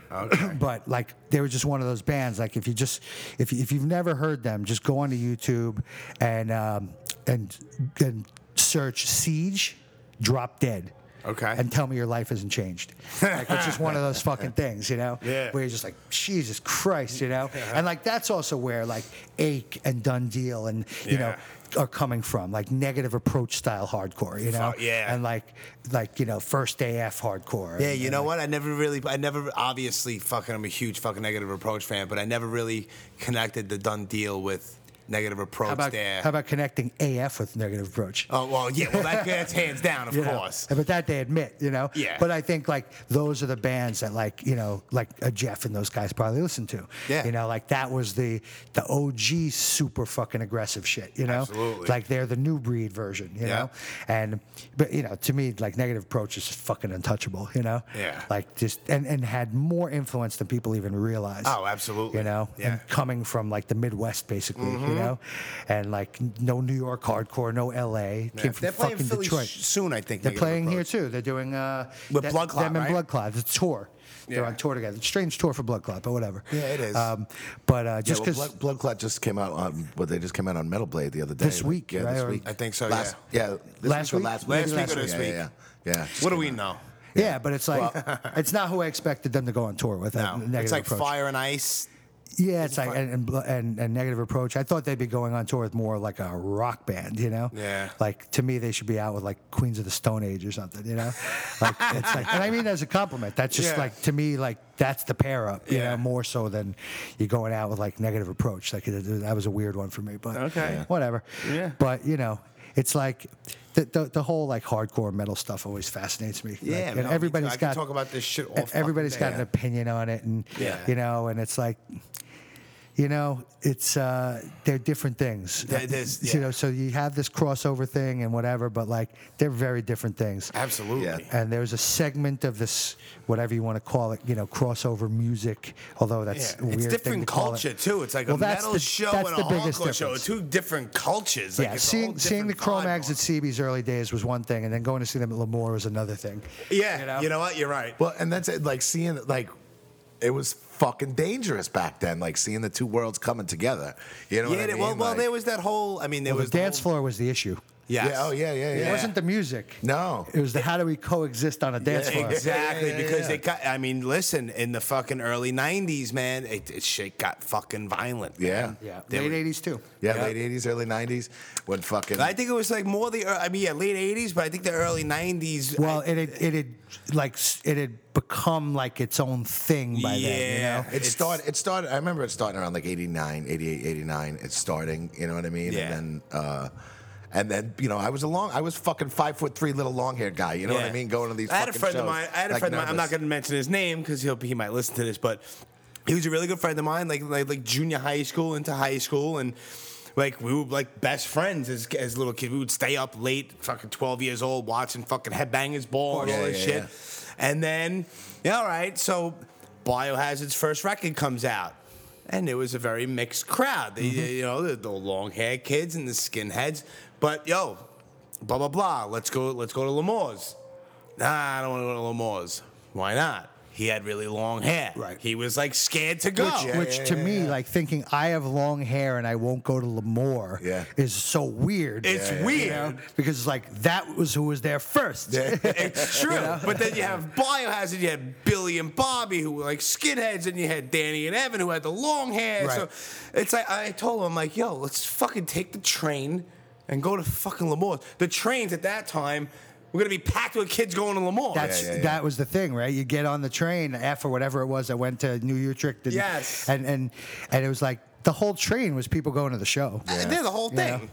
Speaker 3: but like they were just one of those bands. Like if you just if you, if you've never heard them, just go onto YouTube and um, and and search Siege, Drop Dead.
Speaker 1: Okay.
Speaker 3: And tell me your life hasn't changed. Like it's just one of those fucking things, you know?
Speaker 1: Yeah.
Speaker 3: Where you're just like, Jesus Christ, you know? And like that's also where like Ache and Done Deal and you
Speaker 1: Yeah.
Speaker 3: know are coming from, like negative approach style hardcore, you know?
Speaker 1: Fuck, yeah.
Speaker 3: And like like, you know, first AF hardcore.
Speaker 1: Yeah, you know what? I never really, I never obviously fucking. I'm a huge fucking Negative Approach fan, but I never really connected the done deal with Negative Approach
Speaker 3: How about,
Speaker 1: there.
Speaker 3: how about connecting AF with negative approach?
Speaker 1: oh well, yeah, well that, that's hands down, of
Speaker 3: you know?
Speaker 1: course.
Speaker 3: But that they admit, you know.
Speaker 1: Yeah.
Speaker 3: But I think like those are the bands that like you know like a Jeff and those guys probably listen to.
Speaker 1: Yeah.
Speaker 3: You know, like that was the the OG super fucking aggressive shit. You know.
Speaker 1: Absolutely.
Speaker 3: Like they're the new breed version. You
Speaker 1: Yeah.
Speaker 3: know. And but you know to me like negative approach is fucking untouchable. You know.
Speaker 1: Yeah.
Speaker 3: Like just and and had more influence than people even realize.
Speaker 1: Oh, absolutely.
Speaker 3: You know.
Speaker 1: Yeah. Mm-hmm.
Speaker 3: And coming from like the Midwest basically. You know. And like no New York hardcore, no L.A. Came from
Speaker 1: They're playing
Speaker 3: fucking
Speaker 1: Philly
Speaker 3: Detroit.
Speaker 1: sh- soon, I think.
Speaker 3: They're
Speaker 1: Negative
Speaker 3: playing here
Speaker 1: Approach.
Speaker 3: too. They're doing uh,
Speaker 1: With
Speaker 3: that-
Speaker 1: Blood Clot,
Speaker 3: Them and
Speaker 1: right?
Speaker 3: Blood Clot. It's a tour. They're
Speaker 1: Yeah.
Speaker 3: on tour together. Strange tour for Blood Clot, but whatever.
Speaker 1: Yeah, it is.
Speaker 3: Um, but uh,
Speaker 2: Yeah,
Speaker 3: just
Speaker 2: well,
Speaker 3: because
Speaker 2: Blood, Blood Clot just came out on what they just came out on Metal Blade the other day.
Speaker 3: This week,
Speaker 2: yeah, this
Speaker 3: right, or-
Speaker 2: week.
Speaker 1: I think so,
Speaker 2: Last, yeah, this
Speaker 3: Last
Speaker 2: week,
Speaker 3: week?
Speaker 2: or last
Speaker 1: Last
Speaker 2: week,
Speaker 1: week or this
Speaker 2: yeah,
Speaker 1: week?
Speaker 2: Yeah, yeah. yeah. Just
Speaker 1: What do
Speaker 2: came
Speaker 1: we
Speaker 2: out.
Speaker 1: know?
Speaker 3: yeah. but it's like it's not who I expected them to go on tour with. uh,
Speaker 1: No,
Speaker 3: Negative
Speaker 1: it's like
Speaker 3: approach.
Speaker 1: Fire and Ice.
Speaker 3: Yeah, it's like
Speaker 1: fire.
Speaker 3: and, and bl- and and negative approach. I thought they'd be going on tour with more like a rock band, you know.
Speaker 1: Yeah.
Speaker 3: Like to me, they should be out with like Queens of the Stone Age or something, you know. Like it's like, and I mean that as a compliment. That's just
Speaker 1: Yeah.
Speaker 3: like to me, like that's the pair up, you
Speaker 1: Yeah.
Speaker 3: know, more so than you going out with like negative approach. Like it- it- that was a weird one for me, but
Speaker 1: Okay. Yeah.
Speaker 3: whatever.
Speaker 1: Yeah.
Speaker 3: But you know, it's like. The, the, the whole like hardcore metal stuff always fascinates me.
Speaker 1: Yeah,
Speaker 3: Like,
Speaker 1: man,
Speaker 3: and everybody's
Speaker 1: I can
Speaker 3: got e,
Speaker 1: talk about this shit all fucking
Speaker 3: Everybody's
Speaker 1: day.
Speaker 3: got an opinion on it, and
Speaker 1: Yeah.
Speaker 3: you know, and it's like you know, it's uh, they're different things.
Speaker 1: That is-
Speaker 3: You
Speaker 1: yeah.
Speaker 3: know, so you have this crossover thing and whatever, but like they're very different things.
Speaker 1: Absolutely.
Speaker 2: Yeah.
Speaker 3: And there's a segment of this, whatever you want to call it, you know, crossover music. Although
Speaker 1: Yeah,
Speaker 3: that's a weird
Speaker 1: it's
Speaker 3: thing
Speaker 1: different
Speaker 3: to call
Speaker 1: culture
Speaker 3: it.
Speaker 1: too. It's like
Speaker 3: Well,
Speaker 1: a
Speaker 3: that's
Speaker 1: metal
Speaker 3: the-
Speaker 1: show
Speaker 3: that's
Speaker 1: and a
Speaker 3: the biggest
Speaker 1: hardcore show.
Speaker 3: difference.
Speaker 1: Two different cultures. Like,
Speaker 3: yeah,
Speaker 1: it's a
Speaker 3: seeing
Speaker 1: whole
Speaker 3: seeing the
Speaker 1: different vibe
Speaker 3: Cro-Mags at
Speaker 1: going.
Speaker 3: CB's early days was one thing, and then going to see them at Lemoore was another thing.
Speaker 1: Yeah, you know? what? You're right.
Speaker 2: Well, and that's it. Like seeing like it was fucking dangerous back then. Like seeing the two worlds coming together. You know
Speaker 1: yeah,
Speaker 2: what I
Speaker 1: they-
Speaker 2: mean?
Speaker 1: well, well,
Speaker 2: Like-
Speaker 1: there was that whole. I mean, there
Speaker 3: Well,
Speaker 1: was
Speaker 3: the dance
Speaker 1: whole,
Speaker 3: floor was the issue.
Speaker 1: Yes.
Speaker 2: Yeah. Oh yeah. Yeah.
Speaker 3: It
Speaker 2: Yeah.
Speaker 3: wasn't the music.
Speaker 2: No.
Speaker 3: It was the how do we coexist on a dance floor.
Speaker 1: Exactly,
Speaker 2: Yeah, yeah, yeah,
Speaker 1: because
Speaker 2: yeah.
Speaker 1: they got. I mean, listen, in the fucking early '90s, man, it, it shit got fucking violent.
Speaker 2: Yeah.
Speaker 1: man.
Speaker 3: Yeah,
Speaker 1: They
Speaker 3: late
Speaker 1: were-
Speaker 3: '80s too.
Speaker 2: Yeah.
Speaker 1: Yeah.
Speaker 2: Late eighties, early nineties, when fucking.
Speaker 1: I think it was like more the. ear- I mean, yeah, late '80s, but I think the early '90s.
Speaker 3: Well,
Speaker 1: I-
Speaker 3: it had, it had like s- it had become like its own thing by
Speaker 1: Yeah.
Speaker 3: then. You know?
Speaker 2: It
Speaker 1: It's-
Speaker 2: started. It started. I remember it starting around like 89, 88, 89. It's starting. You know what I mean?
Speaker 1: Yeah.
Speaker 2: And then, uh, and then you know, I was a long. I was fucking five foot three, little long haired guy. You know what I
Speaker 1: Yeah.
Speaker 2: mean? Going to these.
Speaker 1: I had a
Speaker 2: fucking
Speaker 1: friend of
Speaker 2: shows,
Speaker 1: mine. I had a
Speaker 2: like,
Speaker 1: friend of mine. I'm not
Speaker 2: nervous.
Speaker 1: going to mention his name because he'll he might listen to this, but he was a really good friend of mine, like like, like junior high school into high school, and like we were like best friends as as little kids. We would stay up late, fucking 12 years old, watching fucking Headbangers Ball and all
Speaker 2: Yeah,
Speaker 1: this
Speaker 2: yeah,
Speaker 1: shit, and then yeah, all right, so Biohazard's first record comes out. And it was a very mixed crowd. They,
Speaker 2: Mm-hmm.
Speaker 1: You know, the, the long hair kids and the skinheads. But yo, blah blah blah. Let's go. Let's go to Lamore's. Nah, I don't want to go to Lamore's. Why not? He had really long hair.
Speaker 2: Right.
Speaker 1: He was like scared to go.
Speaker 2: yeah,
Speaker 3: Which
Speaker 2: yeah,
Speaker 3: to
Speaker 2: yeah,
Speaker 3: me, like thinking I have long hair and I won't go to Lemoore,
Speaker 2: Yeah.
Speaker 3: is so weird.
Speaker 1: It's
Speaker 3: you
Speaker 1: weird.
Speaker 3: know, because it's like that was who was there first.
Speaker 1: it's true. But then you have Biohazard, you had Billy and Bobby who were like skinheads, and you had Danny and Evan who had the long hair.
Speaker 3: Right.
Speaker 1: So it's like I told him, I'm like, yo, let's fucking take the train and go to fucking Lamore's. The trains at that time were gonna be packed with kids going to Lamore's.
Speaker 3: That's
Speaker 2: yeah, yeah.
Speaker 3: that was the thing, right? You get on the train after whatever it was. I went to New Utrecht, and,
Speaker 1: Yes.
Speaker 3: and and and it was like the whole train was people going to the show.
Speaker 1: And they're the whole
Speaker 3: you know?
Speaker 1: thing.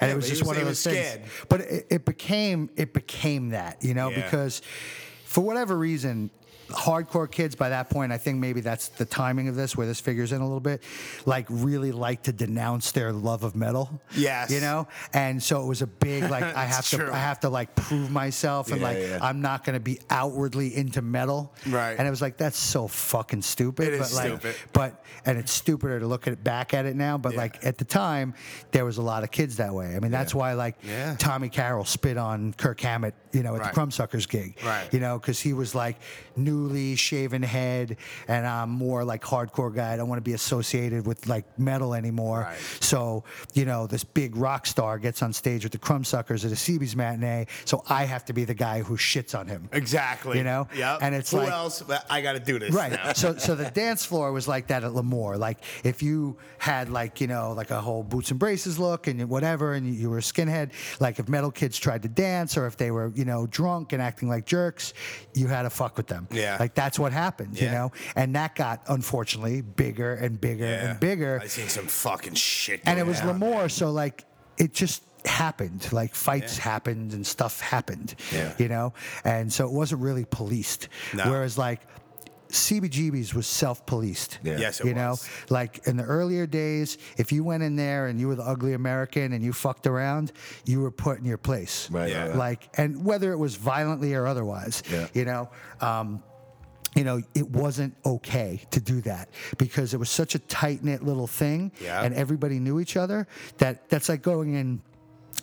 Speaker 3: and
Speaker 1: Yeah,
Speaker 3: it
Speaker 1: but
Speaker 3: was
Speaker 1: he
Speaker 3: just
Speaker 1: was-
Speaker 3: one
Speaker 1: he
Speaker 3: of
Speaker 1: was
Speaker 3: those things.
Speaker 1: scared.
Speaker 3: But it, it became it became that, you know,
Speaker 1: Yeah.
Speaker 3: because for whatever reason, hardcore kids by that point, I think maybe that's the timing of this where this figures in a little bit, like really like to denounce their love of metal.
Speaker 1: Yes.
Speaker 3: you know, and so it was a big like I have
Speaker 1: It's
Speaker 3: to
Speaker 1: true.
Speaker 3: I have to like prove myself and
Speaker 2: Yeah,
Speaker 3: like
Speaker 2: yeah.
Speaker 3: I'm not going to be outwardly into metal.
Speaker 1: Right.
Speaker 3: and it was like that's so fucking stupid.
Speaker 1: It is
Speaker 3: but, like,
Speaker 1: stupid.
Speaker 3: But and it's stupider to look at back at it now. But
Speaker 1: Yeah.
Speaker 3: like at the time, there was a lot of kids that way. I mean, that's why like
Speaker 1: Yeah.
Speaker 3: Tommy Carroll spit on Kirk Hammett, you know, at
Speaker 1: Right.
Speaker 3: the Crumbsuckers gig,
Speaker 1: Right.
Speaker 3: You know, because he was like newly shaven head, and I'm more like hardcore guy. I don't want to be associated with like metal anymore.
Speaker 1: Right.
Speaker 3: So you know, this big rock star gets on stage with the Crumbsuckers at a Seabees matinee, so I have to be the guy who shits on him.
Speaker 1: Exactly.
Speaker 3: You know?
Speaker 1: Yep.
Speaker 3: And it's
Speaker 1: who
Speaker 3: like-
Speaker 1: else? But I got to do this. now.
Speaker 3: Right. so so the dance floor was like that at Lemoore. Like if you had like you know like a whole boots and braces look and whatever, and you, you were a skinhead. Like if metal kids tried to dance or if they were you know drunk and acting like jerks, you had to fuck with them.
Speaker 1: Yeah.
Speaker 3: Like that's what happened. You
Speaker 1: Yeah.
Speaker 3: know, and that got unfortunately bigger and bigger
Speaker 1: Yeah.
Speaker 3: and bigger
Speaker 1: I seen some fucking shit.
Speaker 3: and it
Speaker 1: going
Speaker 3: was
Speaker 1: down.
Speaker 3: Lamore, so like it just happened. Like fights happened and stuff happened.
Speaker 1: Yeah.
Speaker 3: You know? And so it wasn't really policed.
Speaker 1: No.
Speaker 3: Whereas like CBGB's was self policed.
Speaker 2: Yeah.
Speaker 1: Yes, it
Speaker 3: you know,
Speaker 1: was.
Speaker 3: like in the earlier days, if you went in there and you were the ugly American and you fucked around, you were put in your place.
Speaker 2: Right,
Speaker 1: Yeah.
Speaker 2: right, right.
Speaker 3: Like, and whether it was violently or otherwise,
Speaker 2: Yeah.
Speaker 3: you know, um, you know, it wasn't okay to do that because it was such a tight knit little thing,
Speaker 1: Yeah.
Speaker 3: and everybody knew each other. That that's like going in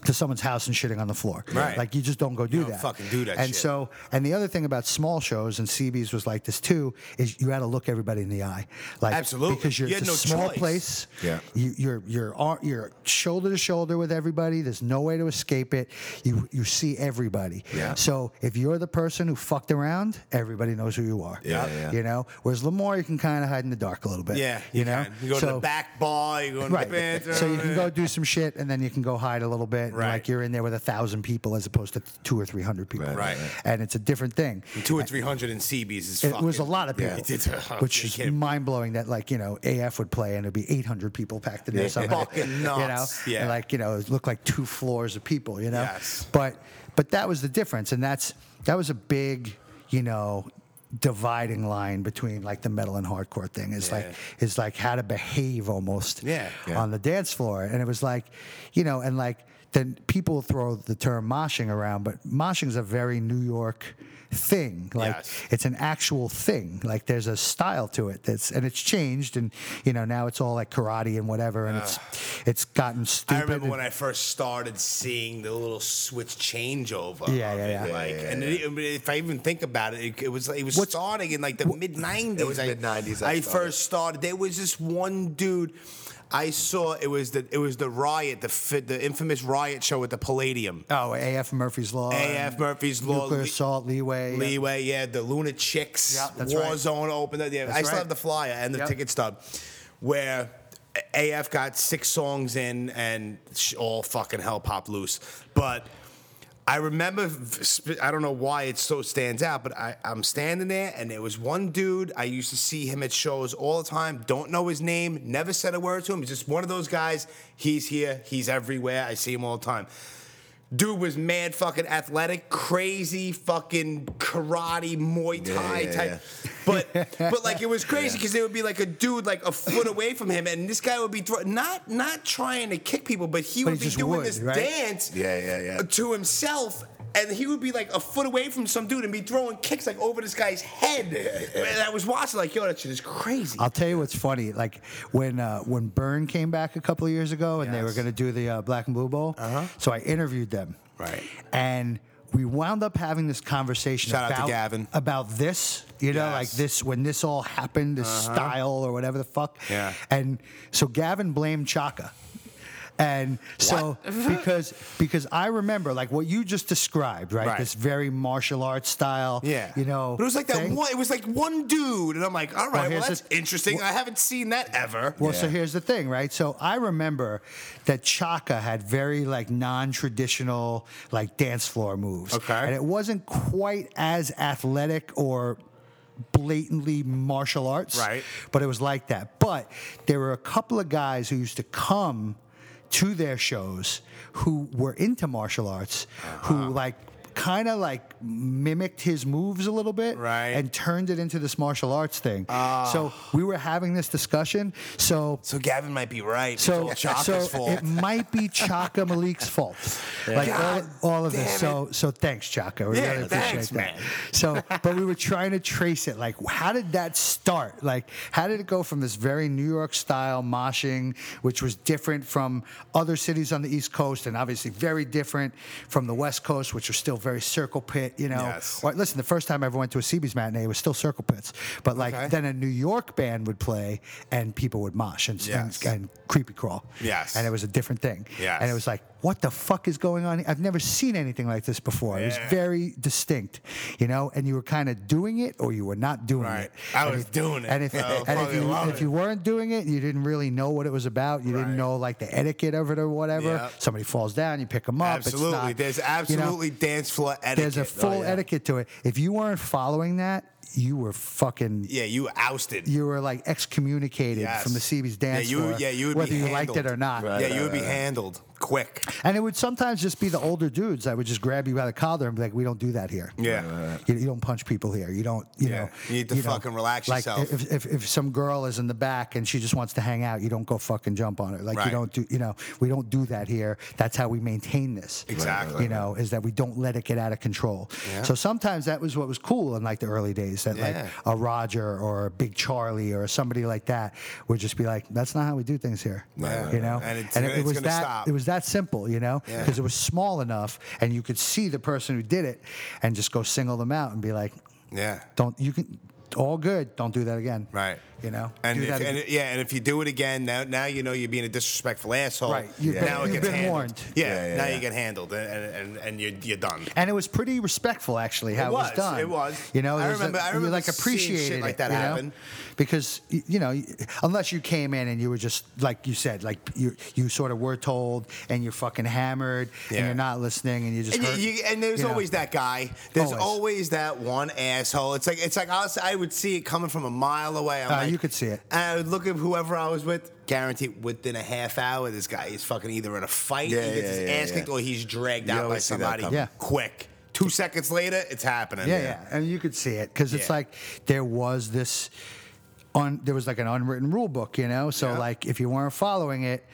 Speaker 3: to someone's house and shitting on the floor.
Speaker 1: Right.
Speaker 3: Like you just don't go do
Speaker 1: don't
Speaker 3: that.
Speaker 1: fucking do that
Speaker 3: And
Speaker 1: shit.
Speaker 3: so, and the other thing about small shows and CBs was like this too is you had to look everybody in the eye, like
Speaker 1: Absolutely.
Speaker 3: because you're
Speaker 1: You had
Speaker 3: it's a
Speaker 1: no
Speaker 3: small
Speaker 1: choice.
Speaker 3: place.
Speaker 2: Yeah.
Speaker 3: You, you're you're ar- you're shoulder to shoulder with everybody. There's no way to escape it. You you see everybody.
Speaker 2: Yeah.
Speaker 3: So if you're the person who fucked around, everybody knows who you are.
Speaker 2: Yeah, yeah.
Speaker 3: You know. Whereas Lamar, you can kind of hide in the dark a little bit.
Speaker 1: Yeah,
Speaker 3: You, know.
Speaker 1: can. you go to the back bar, you go to the
Speaker 3: Right.
Speaker 1: bathroom.
Speaker 3: So you can go do some shit and then you can go hide a little bit. and,
Speaker 1: Right.
Speaker 3: Like you're in there with a thousand people as opposed to two or three hundred people.
Speaker 2: Right,
Speaker 1: right, right.
Speaker 3: And it's a different thing.
Speaker 1: two or three hundred in CBs is.
Speaker 3: It
Speaker 1: fucking,
Speaker 3: was a lot of people,
Speaker 1: It did-
Speaker 3: which
Speaker 1: you
Speaker 3: is
Speaker 1: can't-
Speaker 3: mind blowing. That like you know AF would play and it'd be 800 people packed in there somehow.
Speaker 1: Fucking
Speaker 3: You know,
Speaker 1: nuts. Yeah.
Speaker 3: And, like you know, it looked like two floors of people. You know,
Speaker 1: Yes.
Speaker 3: but but that was the difference, and that's that was a big you know dividing line between like the metal and hardcore thing is like is like how to behave almost
Speaker 1: Yeah.
Speaker 2: Yeah.
Speaker 3: on the dance floor. And it was like, you know, and like then people throw the term moshing around, but moshing is a very New York thing. Like
Speaker 1: Yes.
Speaker 3: it's an actual thing. Like there's a style to it that's and it's changed and you know, now it's all like karate and whatever and it's it's gotten stupid.
Speaker 1: I remember
Speaker 3: and-
Speaker 1: when I first started seeing the little switch changeover.
Speaker 3: Yeah,
Speaker 1: of
Speaker 3: yeah,
Speaker 1: it,
Speaker 3: yeah. Yeah,
Speaker 1: Like, and it- it- if I even think about it, it, it was it was starting in like the mid nineties.
Speaker 2: It was mid-nineties I
Speaker 1: I,
Speaker 2: started.
Speaker 1: first started. There was this one dude I saw. It was the it was the riot, the fi- the infamous riot show at the Palladium.
Speaker 3: Oh, AF Murphy's Law.
Speaker 1: AF
Speaker 3: and
Speaker 1: Murphy's Law,
Speaker 3: Nuclear
Speaker 1: Le-
Speaker 3: Assault, Leeway.
Speaker 1: Leeway, yeah, the Luna Chicks,
Speaker 3: uh, Yeah, that's right.
Speaker 1: Warzone opened up. Yeah,
Speaker 3: That's
Speaker 1: I still
Speaker 3: right.
Speaker 1: have the flyer and the
Speaker 3: Yep.
Speaker 1: ticket stub, where AF got six songs in and sh- all fucking hell popped loose. But I remember, v- sp- I don't know why it so stands out, but I, I'm standing there and there was one dude I used to see him at shows all the time. Don't know his name, never said a word to him. He's just one of those guys. He's here, he's everywhere. I see him all the time. Dude was mad fucking athletic, crazy fucking karate, Muay
Speaker 2: Yeah,
Speaker 1: Thai
Speaker 2: yeah,
Speaker 1: type. But but like it was crazy because there would be like a dude like a foot away from him, and this guy would be throw- not not trying to kick people, but he
Speaker 3: But
Speaker 1: would
Speaker 3: he
Speaker 1: be
Speaker 3: just
Speaker 1: doing
Speaker 3: would,
Speaker 1: this
Speaker 3: right?
Speaker 1: dance
Speaker 2: Yeah, yeah, yeah.
Speaker 1: to himself. And he would be like a foot away from some dude and be throwing kicks like over this guy's head. And I was watching like, yo, that shit is crazy.
Speaker 3: I'll tell you what's funny. Like when uh, when Burn came back a couple of years ago, and they were
Speaker 1: Yes. Uh-huh.
Speaker 3: going to do the uh, Black and Blue Bowl. So I interviewed them.
Speaker 1: Right.
Speaker 3: And we wound up having this conversation
Speaker 1: Shout out to
Speaker 3: about
Speaker 1: Gavin.
Speaker 3: about this. You know,
Speaker 1: Yes. Uh-huh.
Speaker 3: like this when this all happened, this style or whatever the fuck.
Speaker 1: Yeah.
Speaker 3: And so Gavin blamed Chaka. And so because because I remember like what you just described, right?
Speaker 1: Right.
Speaker 3: This very martial arts style.
Speaker 1: Yeah,
Speaker 3: You know.
Speaker 1: but it was like that
Speaker 3: thing.
Speaker 1: one. It was like one dude, and I'm like, all right, well,
Speaker 3: here's
Speaker 1: that's
Speaker 3: the-
Speaker 1: interesting. I haven't seen that ever.
Speaker 3: Well, so here's the thing, right? So I remember that Chaka had very like non-traditional like dance floor moves.
Speaker 1: Okay.
Speaker 3: And it wasn't quite as athletic or blatantly martial arts.
Speaker 1: Right.
Speaker 3: But it was like that. But there were a couple of guys who used to come to their shows who were into martial arts, who like kind of like mimicked his moves a little bit
Speaker 1: Right.
Speaker 3: and turned it into this martial arts thing. so we were having this discussion. So
Speaker 1: So Gavin might be right.
Speaker 3: so,
Speaker 1: it's all
Speaker 3: so
Speaker 1: Chaka's fault.
Speaker 3: it might be Chaka Malik's fault. Like
Speaker 1: God
Speaker 3: all, all of
Speaker 1: damn
Speaker 3: this. So so thanks, Chaka. We
Speaker 1: Yeah,
Speaker 3: really appreciate
Speaker 1: thanks,
Speaker 3: that.
Speaker 1: man.
Speaker 3: So but we were trying to trace it. Like how did that start? Like how did it go from this very New York style moshing, which was different from other cities on the East Coast and obviously very different from the West Coast, which was still very circle pit, you know.
Speaker 1: Yes.
Speaker 3: Or- listen, the first time I ever went to a CB's matinee it was still circle pits. But like
Speaker 1: Okay.
Speaker 3: then a New York band would play and people would mosh and, and-
Speaker 1: Yes.
Speaker 3: and and creepy crawl.
Speaker 1: Yes.
Speaker 3: And it was a different thing.
Speaker 1: Yes.
Speaker 3: And it was like, what the fuck is going on? here? I've never seen anything like this before. It was
Speaker 1: Yeah.
Speaker 3: very distinct, you know. And you were kind of doing it, or you were not doing
Speaker 1: Right.
Speaker 3: it.
Speaker 1: I
Speaker 3: And
Speaker 1: was
Speaker 3: if-
Speaker 1: doing it,
Speaker 3: And if,
Speaker 1: so
Speaker 3: and if
Speaker 1: fucking
Speaker 3: you,
Speaker 1: love
Speaker 3: and
Speaker 1: it.
Speaker 3: if you weren't doing it, you didn't really know what it was about. You
Speaker 1: Right.
Speaker 3: didn't know like the etiquette of it or whatever.
Speaker 1: Yeah.
Speaker 3: Somebody falls down, you pick them up. It's
Speaker 1: absolutely.
Speaker 3: not-
Speaker 1: There's
Speaker 3: you know,
Speaker 1: absolutely dance floor etiquette.
Speaker 3: there's a full
Speaker 1: Oh, yeah.
Speaker 3: etiquette to it. If you weren't following that, you were fucking
Speaker 1: Yeah, you ousted.
Speaker 3: you were like excommunicated
Speaker 1: Yes.
Speaker 3: from the CB's dance
Speaker 1: yeah, you,
Speaker 3: floor,
Speaker 1: Yeah, you would
Speaker 3: whether
Speaker 1: be
Speaker 3: you
Speaker 1: handled.
Speaker 3: liked it or not.
Speaker 1: yeah,
Speaker 2: right,
Speaker 1: you would be
Speaker 2: right, right.
Speaker 1: handled quick.
Speaker 3: And it would sometimes just be the older dudes that would just grab you by the collar and be like, "We don't do that here.
Speaker 1: Yeah.
Speaker 3: you, you don't punch people here. You don't. You
Speaker 1: Yeah.
Speaker 3: know.
Speaker 1: You need to fucking relax
Speaker 3: like
Speaker 1: yourself.
Speaker 3: If, if if some girl is in the back and she just wants to hang out, you don't go fucking jump on her. Like
Speaker 1: Right.
Speaker 3: you don't do. You know, we don't do that here. That's how we maintain this.
Speaker 1: Exactly.
Speaker 3: You know, is that we don't let it get out of control.
Speaker 1: Yeah.
Speaker 3: So sometimes that was what was cool in like the early days that
Speaker 1: Yeah.
Speaker 3: like a Roger or a Big Charlie or somebody like that would just be like, "That's not how we do things here."
Speaker 1: Right.
Speaker 3: You know,
Speaker 1: And it's gonna- it's
Speaker 3: was
Speaker 1: gonna
Speaker 3: that
Speaker 1: stop.
Speaker 3: it was that simple. You know,
Speaker 1: Yeah.
Speaker 3: because it was small enough and you could see the person who did it and just go single them out and be like,
Speaker 1: Yeah.
Speaker 3: don't you can all good, don't do that again.
Speaker 1: Right.
Speaker 3: You know?
Speaker 1: And,
Speaker 3: do
Speaker 1: if,
Speaker 3: that
Speaker 1: and
Speaker 3: again.
Speaker 1: it- yeah, and if you do it again, now now you know you're being a disrespectful asshole.
Speaker 3: Right. You've
Speaker 1: yeah.
Speaker 3: been-
Speaker 1: now it
Speaker 3: you've
Speaker 1: gets
Speaker 3: been
Speaker 1: handled.
Speaker 3: warned.
Speaker 1: Yeah,
Speaker 2: Yeah, yeah,
Speaker 1: now
Speaker 2: yeah.
Speaker 1: you get handled, and and, and you're you're done.
Speaker 3: And it was pretty respectful, actually, how it was,
Speaker 1: was,
Speaker 3: done.
Speaker 1: it was.
Speaker 3: You know,
Speaker 1: I
Speaker 3: there was a-
Speaker 1: remember- I
Speaker 3: you,
Speaker 1: remember
Speaker 3: like
Speaker 1: seeing shit
Speaker 3: appreciated
Speaker 1: like
Speaker 3: it,
Speaker 1: that
Speaker 3: you know?
Speaker 1: happen.
Speaker 3: because y- you know, y- unless you came in and you were just like you said, like you you sort of were told, and you're fucking hammered,
Speaker 1: Yeah.
Speaker 3: and you're not listening, and you just
Speaker 1: And,
Speaker 3: hurt-
Speaker 1: you, you, and there's
Speaker 3: you know?
Speaker 1: always that guy. There's always.
Speaker 3: Always.
Speaker 1: that one asshole. It's like it's like I, was, I would see it coming from a mile away. I'm
Speaker 3: Uh,
Speaker 1: like-
Speaker 3: you could see it.
Speaker 1: And I would look at whoever I was with. Guaranteed, within a half hour, this guy is fucking either in a fight,
Speaker 2: Yeah,
Speaker 1: he gets
Speaker 2: yeah,
Speaker 1: his
Speaker 2: yeah,
Speaker 1: ass
Speaker 2: yeah.
Speaker 1: kicked, or he's dragged
Speaker 2: You
Speaker 1: out by
Speaker 2: always see that
Speaker 1: somebody.
Speaker 2: coming.
Speaker 3: Yeah.
Speaker 1: quick. Two seconds later, it's happening.
Speaker 3: Yeah, yeah, and you could see it because it's
Speaker 1: Yeah.
Speaker 3: like there was this. Un, there was like an unwritten rule book, you know. So
Speaker 1: Yeah.
Speaker 3: like, if you weren't following it,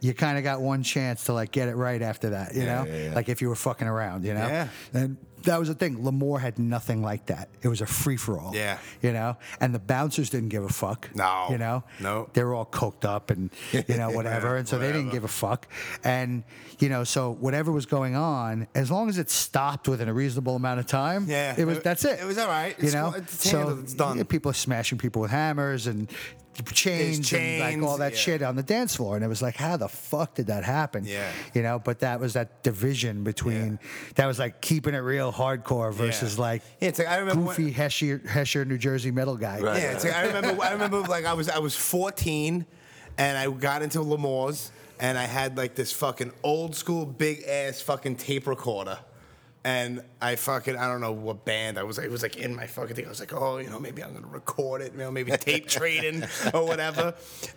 Speaker 3: you kind of got one chance to like get it right after that, you
Speaker 2: Yeah,
Speaker 3: know.
Speaker 2: yeah, yeah.
Speaker 3: Like if you were fucking around, you know.
Speaker 1: Yeah.
Speaker 3: And that was the thing. Lamore had nothing like that. It was a free for all.
Speaker 1: Yeah.
Speaker 3: You know, and the bouncers didn't give a fuck.
Speaker 1: No.
Speaker 3: You know.
Speaker 1: No.
Speaker 3: They were all coked up and you know whatever, and so they didn't
Speaker 1: Whatever.
Speaker 3: give a fuck. And you know, so whatever was going on, as long as it stopped within a reasonable amount of time,
Speaker 1: Yeah.
Speaker 3: it was. That's it.
Speaker 1: It was all right.
Speaker 3: You
Speaker 1: It's
Speaker 3: know,
Speaker 1: cool. It's handled. It's done.
Speaker 3: yeah, people are smashing people with hammers and chains, and
Speaker 1: chains,
Speaker 3: like all that
Speaker 1: yeah.
Speaker 3: shit on the dance floor, and it was like, how the fuck did that happen?
Speaker 1: Yeah.
Speaker 3: You know, but that was that division between that was like keeping it real hardcore versus like
Speaker 1: Yeah, it's like I remember when-
Speaker 3: goofy Hesher, Hesher, New Jersey metal guy.
Speaker 2: Right.
Speaker 1: Yeah, it's like, I remember. I remember like I was I was 14, and I got into Lamore's, and I had like this fucking old school big ass fucking tape recorder. And I fucking I don't know what band I was. It was like in my fucking thing. I was like, oh, you know, maybe I'm gonna record it, you know, maybe tape trading or whatever.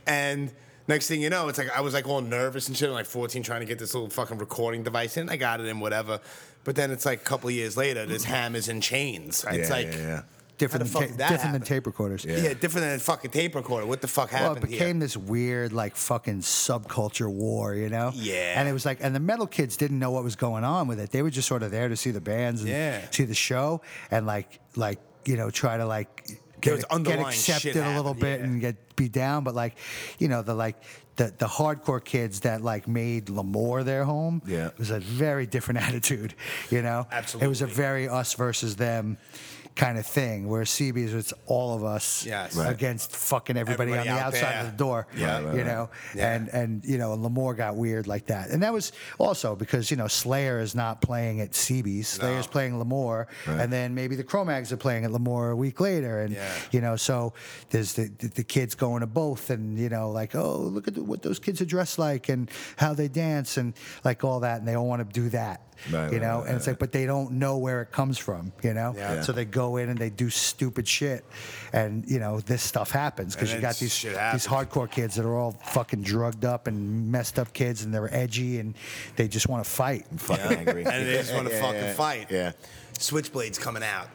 Speaker 1: And next thing you know, it's like I was like all nervous and shit. I'm like 14, trying to get this little fucking recording device in. I got it in whatever. But then it's like a couple of years later, there's hammers and chains. It's
Speaker 2: yeah,
Speaker 1: like
Speaker 2: yeah, yeah.
Speaker 1: How
Speaker 3: Different,
Speaker 1: the fuck
Speaker 3: than,
Speaker 1: did
Speaker 3: ta-
Speaker 1: that
Speaker 3: different
Speaker 1: happen?
Speaker 3: than tape recorders.
Speaker 1: Yeah. different than a fucking tape recorder. What the fuck
Speaker 3: Well,
Speaker 1: happened
Speaker 3: it became
Speaker 1: here?
Speaker 3: this weird, like, fucking subculture war, you know?
Speaker 1: Yeah.
Speaker 3: And it was like, and the metal kids didn't know what was going on with it. They were just sort of there to see the bands and
Speaker 1: Yeah.
Speaker 3: see the show and, like, like you know, try to, like,
Speaker 1: There
Speaker 3: get,
Speaker 1: was
Speaker 3: get
Speaker 1: underlying
Speaker 3: accepted
Speaker 1: shit
Speaker 3: a little
Speaker 1: happened,
Speaker 3: bit
Speaker 1: yeah.
Speaker 3: and get be down. But, like, you know, the, like, the, the hardcore kids that like made Lamore their home
Speaker 2: Yeah.
Speaker 3: it was a very different attitude, you know. it was
Speaker 1: Absolutely.
Speaker 3: a very us versus them kind of thing. Where CB's, it's all of us
Speaker 1: Yes. Right.
Speaker 3: against fucking everybody,
Speaker 1: Everybody
Speaker 3: on the
Speaker 1: out
Speaker 3: outside
Speaker 1: there.
Speaker 3: of the door.
Speaker 1: Yeah.
Speaker 2: Right, right,
Speaker 3: you
Speaker 2: right.
Speaker 3: know,
Speaker 1: Yeah.
Speaker 3: and and you know, and Lamore got weird like that, and that was also because you know Slayer is not playing at CB's. Slayer's
Speaker 1: No.
Speaker 3: playing Lamore, and then maybe the Chromags are playing at Lamore a week later, and
Speaker 1: Yeah.
Speaker 3: you know, so there's the, the the kids going to both, and you know, like oh look at what those kids are dressed like and how they dance and like all that, and they all want to do that.
Speaker 2: Right,
Speaker 3: you
Speaker 2: right,
Speaker 3: know,
Speaker 2: right,
Speaker 3: and it's like, but they don't know where it comes from, you know?
Speaker 1: Yeah.
Speaker 3: So they go go in and they do stupid shit, and you know this stuff happens because
Speaker 1: And
Speaker 3: you
Speaker 1: then
Speaker 3: got these
Speaker 1: shit
Speaker 3: these
Speaker 1: happens.
Speaker 3: hardcore kids that are all fucking drugged up and messed up kids, and they're edgy and they just want to fight.
Speaker 2: Fucking angry.
Speaker 1: And they just wanna
Speaker 2: Yeah,
Speaker 1: fucking
Speaker 2: yeah,
Speaker 1: fight.
Speaker 2: Yeah.
Speaker 1: Switchblades coming out.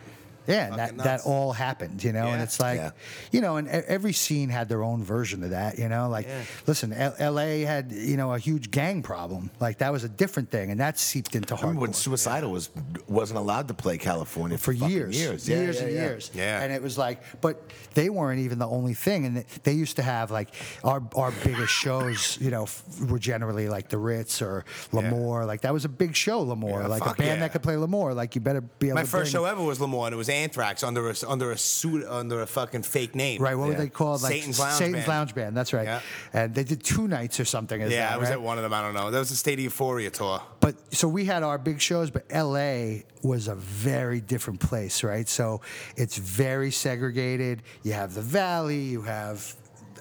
Speaker 3: Yeah, and that,
Speaker 1: Fucking
Speaker 3: that
Speaker 1: nuts.
Speaker 3: all happened, you know, and
Speaker 1: Yeah.
Speaker 3: it's like,
Speaker 2: Yeah.
Speaker 3: you know, and e- every scene had their own version of that, you know, like,
Speaker 1: Yeah.
Speaker 3: listen, L- L.A. had, you know, a huge gang problem, like that was a different thing, and that seeped into
Speaker 2: I remember when
Speaker 3: hardcore.
Speaker 2: Suicidal was wasn't allowed to play California
Speaker 3: for
Speaker 2: fucking
Speaker 3: years,
Speaker 2: years,
Speaker 3: years,
Speaker 2: Yeah, yeah,
Speaker 3: and
Speaker 2: yeah.
Speaker 3: years.
Speaker 1: Yeah.
Speaker 3: And it was like, but they weren't even the only thing. And they used to have like our our biggest shows, you know, f- were generally like the Ritz or Lamore. Like that was a big show, Lamore.
Speaker 1: Yeah,
Speaker 3: like a
Speaker 1: fuck
Speaker 3: band
Speaker 1: yeah.
Speaker 3: that could play Lamore. Like you better be able.
Speaker 1: My
Speaker 3: to
Speaker 1: first
Speaker 3: bring-
Speaker 1: show ever was Lamar, and it was Anthrax under a under a suit under a fucking fake name.
Speaker 3: Right, what
Speaker 2: Yeah.
Speaker 3: were they called? Like
Speaker 1: Satan's Lounge Band.
Speaker 3: Lounge Band, That's right.
Speaker 1: Yeah.
Speaker 3: And they did two nights or something. As
Speaker 1: Yeah,
Speaker 3: that,
Speaker 1: I was
Speaker 3: right?
Speaker 1: at one of them. I don't know. That was the State of Euphoria tour.
Speaker 3: but so we had our big shows, but LA was a very different place, right? So it's very segregated. You have the Valley, you have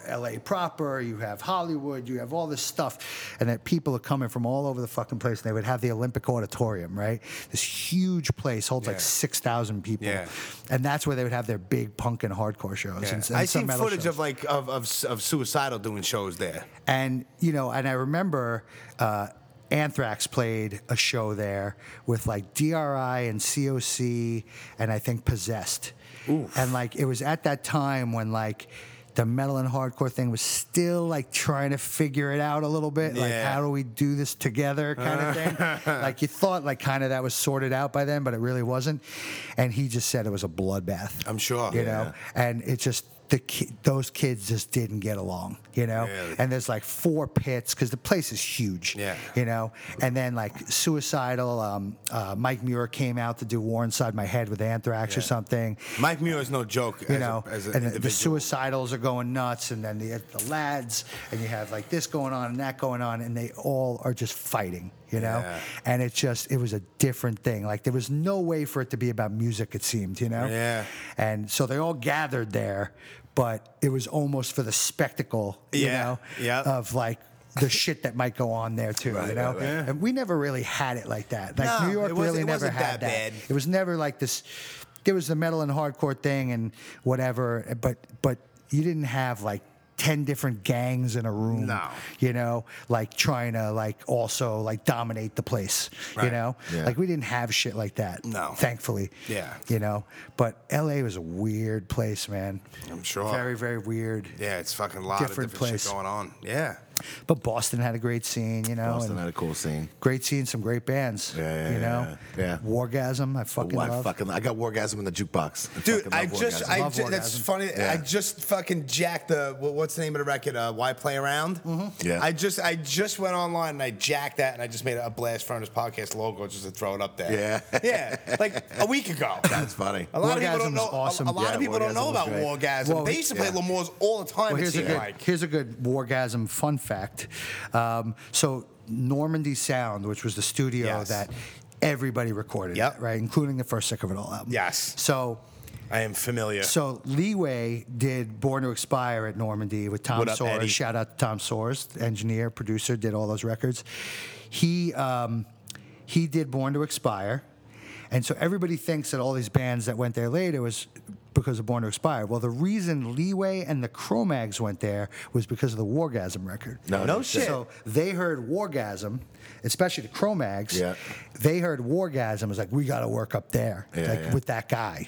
Speaker 3: LA proper, you have Hollywood, you have all this stuff, and that people are coming from all over the fucking place. And they would have the Olympic Auditorium, right? This huge place holds
Speaker 1: Yeah.
Speaker 3: like six thousand people,
Speaker 1: Yeah.
Speaker 3: and that's where they would have their big punk and hardcore shows. And, and
Speaker 1: I
Speaker 3: some
Speaker 1: seen
Speaker 3: metal
Speaker 1: footage
Speaker 3: shows.
Speaker 1: of like of, of of suicidal doing shows there.
Speaker 3: And you know, and I remember uh, Anthrax played a show there with like DRI and COC, and I think Possessed. And like it was at that time when like the metal and hardcore thing was still like trying to figure it out a little bit, like
Speaker 1: Yeah.
Speaker 3: how do we do this together kind of thing. like you thought like kind of that was sorted out by then, but it really wasn't. And he just said it was a bloodbath.
Speaker 1: I'm sure.
Speaker 3: You know, and it just the ki- those kids just didn't get along, you know.
Speaker 1: Really?
Speaker 3: And there's like four pits because the place is huge,
Speaker 1: Yeah.
Speaker 3: You know, and then like suicidal. Um, uh, Mike Muir came out to do War Inside My Head with Anthrax or
Speaker 1: Yeah.
Speaker 3: something,
Speaker 1: Mike Muir is no joke.
Speaker 3: you
Speaker 1: as
Speaker 3: know.
Speaker 1: a, as an
Speaker 3: and the- the
Speaker 1: individual.
Speaker 3: suicidals are going nuts, and then the, the lads, and you have like this going on and that going on, and they all are just fighting, you know.
Speaker 1: Yeah.
Speaker 3: And it just it was a different thing. Like there was no way for it to be about music. It seemed, you know.
Speaker 1: Yeah.
Speaker 3: And so they all gathered there, but it was almost for the spectacle, you
Speaker 1: Yeah,
Speaker 3: know,
Speaker 1: yeah.
Speaker 3: of like the shit that might go on there too, you know. And we never really had it like that. Like
Speaker 1: No,
Speaker 3: New York
Speaker 1: it wasn't-
Speaker 3: really
Speaker 1: it
Speaker 3: never
Speaker 1: wasn't
Speaker 3: had that.
Speaker 1: that bad.
Speaker 3: It was never like this. There was the metal and hardcore thing and whatever, but but you didn't have like. 10 different gangs in a room
Speaker 1: No.
Speaker 3: you know like trying to like also like dominate the place you
Speaker 1: Right.
Speaker 3: know
Speaker 2: Yeah.
Speaker 3: like we didn't have shit like that
Speaker 1: No.
Speaker 3: thankfully
Speaker 1: Yeah.
Speaker 3: you know. But LA was a weird place, man.
Speaker 1: I'm sure.
Speaker 3: Very, very weird.
Speaker 1: yeah, it's fucking a lot
Speaker 3: different
Speaker 1: of different
Speaker 3: place.
Speaker 1: shit going on. Yeah.
Speaker 3: But Boston had a great scene, you know.
Speaker 2: Boston
Speaker 3: and
Speaker 2: had a cool scene.
Speaker 3: great scene, some great bands.
Speaker 2: Yeah, yeah,
Speaker 3: you know.
Speaker 2: yeah, yeah.
Speaker 3: Wargasm, I fucking
Speaker 2: Oh, I
Speaker 3: love.
Speaker 2: fucking I got Wargasm in the jukebox. I
Speaker 1: Dude,
Speaker 2: fucking
Speaker 1: I
Speaker 2: love
Speaker 1: just,
Speaker 2: Wargasm.
Speaker 1: I
Speaker 3: Love
Speaker 1: ju- that's
Speaker 3: orgasm.
Speaker 1: funny.
Speaker 2: Yeah.
Speaker 1: I just fucking jacked the wha- what's the name of the record? Uh, Why play around? Mm-hmm.
Speaker 2: Yeah.
Speaker 1: I just, I just went online and I jacked that, and I just made a Blast Furnace podcast logo just to throw it up there.
Speaker 2: Yeah.
Speaker 1: yeah, like a week ago.
Speaker 2: that's funny.
Speaker 1: A lot of
Speaker 3: Wargasm
Speaker 1: people don't
Speaker 3: is
Speaker 1: know. a-
Speaker 3: awesome.
Speaker 1: A, lot
Speaker 2: Yeah,
Speaker 1: of people don't
Speaker 2: Wargasm
Speaker 1: know
Speaker 2: was
Speaker 1: about
Speaker 2: great.
Speaker 1: Wargasm.
Speaker 3: Well,
Speaker 1: they used to
Speaker 2: yeah.
Speaker 1: play Lamores all the time.
Speaker 3: Well,
Speaker 1: it
Speaker 3: here's a
Speaker 1: seemed
Speaker 3: good
Speaker 1: like.
Speaker 3: here's a good wargasm fun fact. Um, so Normandy Sound, which was the studio
Speaker 1: Yes.
Speaker 3: that everybody recorded, at,
Speaker 1: Yep.
Speaker 3: right, including the first Sick of It All album.
Speaker 1: Yes.
Speaker 3: So
Speaker 1: I am familiar.
Speaker 3: So Leeway did Born to Expire at Normandy with Tom
Speaker 1: What up,
Speaker 3: Sores.
Speaker 1: Eddie?
Speaker 3: Shout out to Tom Sores, engineer, producer, did all those records. He um, he did Born to Expire, and so everybody thinks that all these bands that went there later was because of Born to Expire. Well, the reason Leeway and the Cro-Mags went there was because of the Wargasm record.
Speaker 2: No, no shit.
Speaker 3: So they heard Wargasm, especially the Cro-Mags.
Speaker 2: Yeah.
Speaker 3: They heard Wargasm. Was like, we got to work up there,
Speaker 2: Yeah,
Speaker 3: like
Speaker 2: yeah.
Speaker 3: with that guy.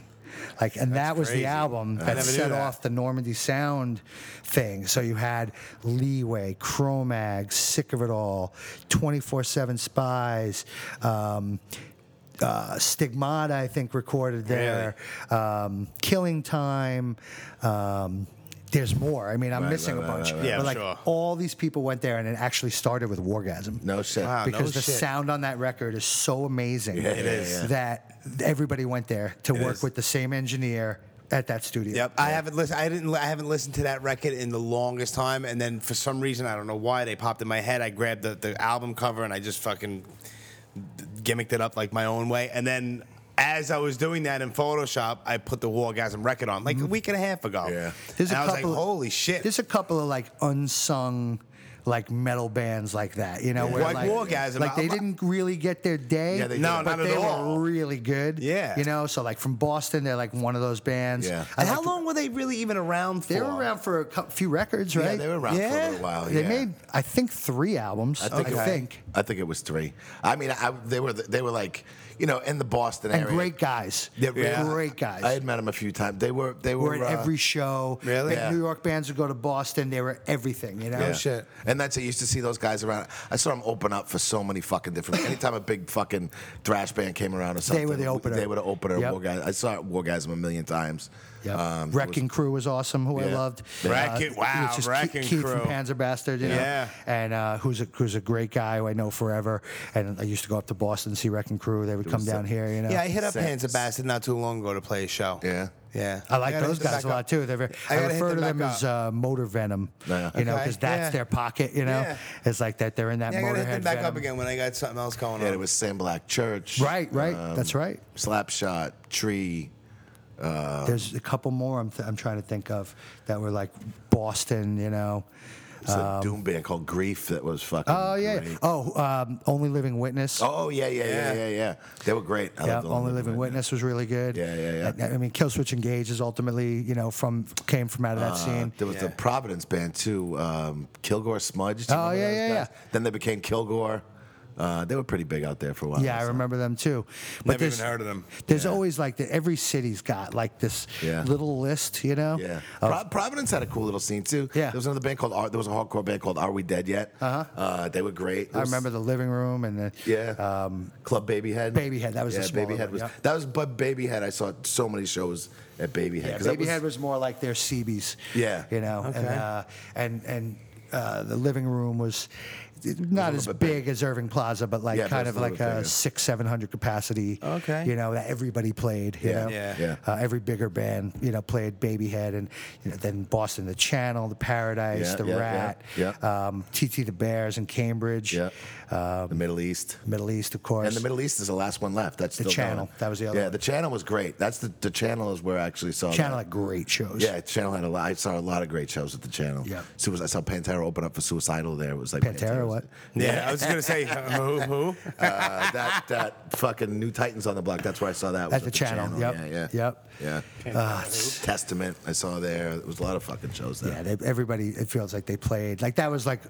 Speaker 3: Like, and that was the
Speaker 1: crazy.
Speaker 3: album that
Speaker 1: never knew
Speaker 3: set
Speaker 1: that.
Speaker 3: off the Normandy Sound thing. So you had Leeway, Cro-Mag, Sick of It All, 24-7 Spies, um, uh, Stigmata, I think, recorded there, um, Killing Time, um, there's more. I mean, I'm
Speaker 2: Right,
Speaker 3: missing
Speaker 2: right,
Speaker 3: a
Speaker 2: right,
Speaker 3: bunch.
Speaker 2: right,
Speaker 1: right. Yeah,
Speaker 3: but like
Speaker 1: sure.
Speaker 3: all these people went there, and it actually started with Wargasm
Speaker 2: Oh, no shit.
Speaker 1: Wow. no
Speaker 3: because the
Speaker 1: shit.
Speaker 3: sound on that record is so amazing
Speaker 2: It is. yeah.
Speaker 3: that everybody went there to work
Speaker 1: is.
Speaker 3: with the same engineer at that studio.
Speaker 1: Yep, I haven't listened. I didn't. li- I haven't listened to that record in the longest time. And then for some reason, I don't know why, they popped in my head. I grabbed the, the album cover and I just fucking gimmicked it up like my own way. And then as I was doing that in Photoshop, I put the Wargasm record on like a week and a half ago.
Speaker 2: Yeah.
Speaker 1: and I was like, "Holy shit!"
Speaker 3: There's a couple of like unsung like metal bands like that, you know, where
Speaker 1: Like
Speaker 3: like,
Speaker 1: Wargasm.
Speaker 3: like they
Speaker 1: I'm-
Speaker 3: didn't really get their day.
Speaker 2: Yeah, they
Speaker 1: No,
Speaker 2: didn't.
Speaker 3: but
Speaker 1: not at
Speaker 3: they
Speaker 1: all.
Speaker 3: were really good.
Speaker 1: Yeah.
Speaker 3: you know, so like from Boston, they're like one of those bands.
Speaker 2: Yeah.
Speaker 3: I
Speaker 1: And how
Speaker 3: liked-
Speaker 1: long were they really even around for?
Speaker 3: They were around for a cou- few records, right?
Speaker 2: Yeah, they were around for a
Speaker 1: Yeah.
Speaker 2: little while.
Speaker 3: They
Speaker 2: yeah.
Speaker 3: made, I think, three albums. I think.
Speaker 2: think- Okay. I think it was three. I mean, I, they were they were like you know in the Boston
Speaker 3: And
Speaker 2: area.
Speaker 3: great guys.
Speaker 2: They're really-
Speaker 3: Great guys.
Speaker 2: I had met them a few times. They were they
Speaker 3: were
Speaker 2: were,
Speaker 3: at
Speaker 2: uh,
Speaker 3: every show.
Speaker 1: Really?
Speaker 3: Like
Speaker 1: Yeah.
Speaker 3: New York bands would go to Boston. They were everything, you know?
Speaker 2: yeah. And that's it. You used to see those guys around. I saw them open up for so many fucking different. Anytime a big fucking thrash band came around or something,
Speaker 3: were the
Speaker 2: we-
Speaker 3: opener.
Speaker 2: They were the opener.
Speaker 3: Yep.
Speaker 2: War guys. I saw Wargasm a million times. Um,
Speaker 3: Yep.
Speaker 2: it was-
Speaker 3: Wrecking Crew was awesome, who I
Speaker 2: Yeah.
Speaker 3: loved.
Speaker 1: Wreck It-
Speaker 3: which
Speaker 1: wow,
Speaker 3: is Ke-
Speaker 1: Wrecking
Speaker 3: Keith from
Speaker 1: Crew.
Speaker 3: Panzer Bastard, you know?
Speaker 1: Yeah.
Speaker 3: And uh, who's, a, who's a great guy who I know forever. And I used to go up to Boston and see Wrecking Crew. They would come down here, you know?
Speaker 1: Yeah, I hit up
Speaker 2: Sets.
Speaker 1: Hands of Bastard not too long ago to play a show.
Speaker 2: Yeah.
Speaker 1: Yeah.
Speaker 3: I like
Speaker 1: gotta
Speaker 3: those
Speaker 1: hit them
Speaker 3: guys a
Speaker 1: back
Speaker 3: lot
Speaker 1: up.
Speaker 3: too. They're very,
Speaker 1: I
Speaker 3: I,
Speaker 1: gotta hit
Speaker 3: refer to
Speaker 1: them
Speaker 3: them
Speaker 1: back
Speaker 3: as
Speaker 1: up.
Speaker 3: uh, motor venom,
Speaker 2: Yeah.
Speaker 3: you know,
Speaker 1: Okay,
Speaker 3: because that's
Speaker 1: yeah.
Speaker 3: their pocket. You know,
Speaker 1: Yeah.
Speaker 3: it's like that they're in that
Speaker 1: Yeah, I gotta hit
Speaker 3: motorhead
Speaker 1: them back
Speaker 3: venom.
Speaker 1: up again when I got something else going
Speaker 2: Yeah,
Speaker 1: on.
Speaker 2: it was Sam Black Church. Um,
Speaker 3: Right, right,
Speaker 1: Um,
Speaker 3: that's right.
Speaker 2: Slapshot Tree.
Speaker 3: There's a couple more I'm, th- I'm trying to think of that were like Boston, you know.
Speaker 2: It's a doom band called Grief that was fucking.
Speaker 3: Um, Oh yeah.
Speaker 2: great.
Speaker 3: Oh, um, Only Living Witness.
Speaker 2: Oh yeah, yeah, yeah,
Speaker 1: Yeah.
Speaker 2: yeah, yeah. They were great. I
Speaker 3: Yeah,
Speaker 2: loved
Speaker 3: Only Living Witness was really good.
Speaker 2: Yeah, yeah, yeah.
Speaker 3: I, I mean, Killswitch Engage is ultimately, you know, from came from out of that
Speaker 2: Uh,
Speaker 3: scene.
Speaker 2: there was the
Speaker 1: Yeah.
Speaker 2: Providence band too, um, Kilgore Smudge. Do you
Speaker 3: Oh,
Speaker 2: remember
Speaker 3: yeah,
Speaker 2: those
Speaker 3: yeah,
Speaker 2: guys? Then they became Kilgore. Uh, they were pretty big out there for a while.
Speaker 3: Yeah, I
Speaker 2: so.
Speaker 3: remember them too.
Speaker 1: Never
Speaker 3: there's-
Speaker 1: even heard of them.
Speaker 3: There's always like the, every city's got like this
Speaker 2: Yeah.
Speaker 3: little list, you know.
Speaker 2: Yeah,
Speaker 3: of-
Speaker 2: Pro- Providence had a cool little scene too.
Speaker 3: Oh. Yeah.
Speaker 2: there was another band called Are- there was a hardcore band called Are We Dead Yet? Uh-huh. Uh They were great. There
Speaker 3: I
Speaker 2: was-
Speaker 3: remember the living room and the
Speaker 2: Yeah.
Speaker 3: Um,
Speaker 2: Club Babyhead.
Speaker 3: Babyhead, that was the
Speaker 2: yeah.
Speaker 3: smaller
Speaker 2: Babyhead
Speaker 3: one,
Speaker 2: was
Speaker 3: yeah.
Speaker 2: that was but Babyhead. I saw so many shows at Babyhead.
Speaker 3: yeah,
Speaker 2: 'cause that
Speaker 3: Babyhead was, more like their CBs.
Speaker 2: Yeah.
Speaker 3: you know, and
Speaker 1: Okay.
Speaker 3: uh, and and uh, the living room was not as
Speaker 2: bit
Speaker 3: big,
Speaker 2: big.
Speaker 3: as Irving Plaza, but like
Speaker 2: Yeah, but
Speaker 3: kind
Speaker 2: it's
Speaker 3: of
Speaker 2: a little
Speaker 3: like
Speaker 2: bit
Speaker 3: a
Speaker 2: bigger.
Speaker 3: six seven hundred capacity.
Speaker 1: Okay.
Speaker 3: you know that everybody played. You
Speaker 2: Yeah.
Speaker 3: know?
Speaker 1: Yeah.
Speaker 2: Yeah.
Speaker 3: Uh, every bigger band, you know, played Babyhead, and you know, then Boston, the Channel, the Paradise,
Speaker 2: Yeah,
Speaker 3: the
Speaker 2: yeah, yeah,
Speaker 3: Rat,
Speaker 2: yeah.
Speaker 3: Um, TT the Bears in Cambridge,
Speaker 2: Yeah.
Speaker 3: Um,
Speaker 2: the Middle East.
Speaker 3: Middle East, of course.
Speaker 2: And the Middle East is the last one left. That's still
Speaker 3: Channel.
Speaker 2: going.
Speaker 3: That was the other
Speaker 2: Yeah,
Speaker 3: one.
Speaker 2: the channel was great. That's the the channel is where I actually saw.
Speaker 3: Channel
Speaker 2: that.
Speaker 3: had great shows.
Speaker 2: Yeah, channel had a lot. I saw a lot of great shows at the channel.
Speaker 3: Yeah.
Speaker 2: Suic- I saw Pantera open up for Suicidal. There it was like
Speaker 3: Pantera,
Speaker 2: was-
Speaker 3: what?
Speaker 1: Yeah, I was gonna say who who.
Speaker 2: uh, that that fucking new Titans on the block. That's where I saw that. was
Speaker 3: At the channel,
Speaker 2: Yeah,
Speaker 3: yep,
Speaker 2: yeah,
Speaker 3: yep.
Speaker 2: yeah. Ah,
Speaker 3: Uh,
Speaker 2: Testament. I saw there. It was a lot of fucking shows there.
Speaker 3: Yeah, they, everybody. It feels like they played like that was like,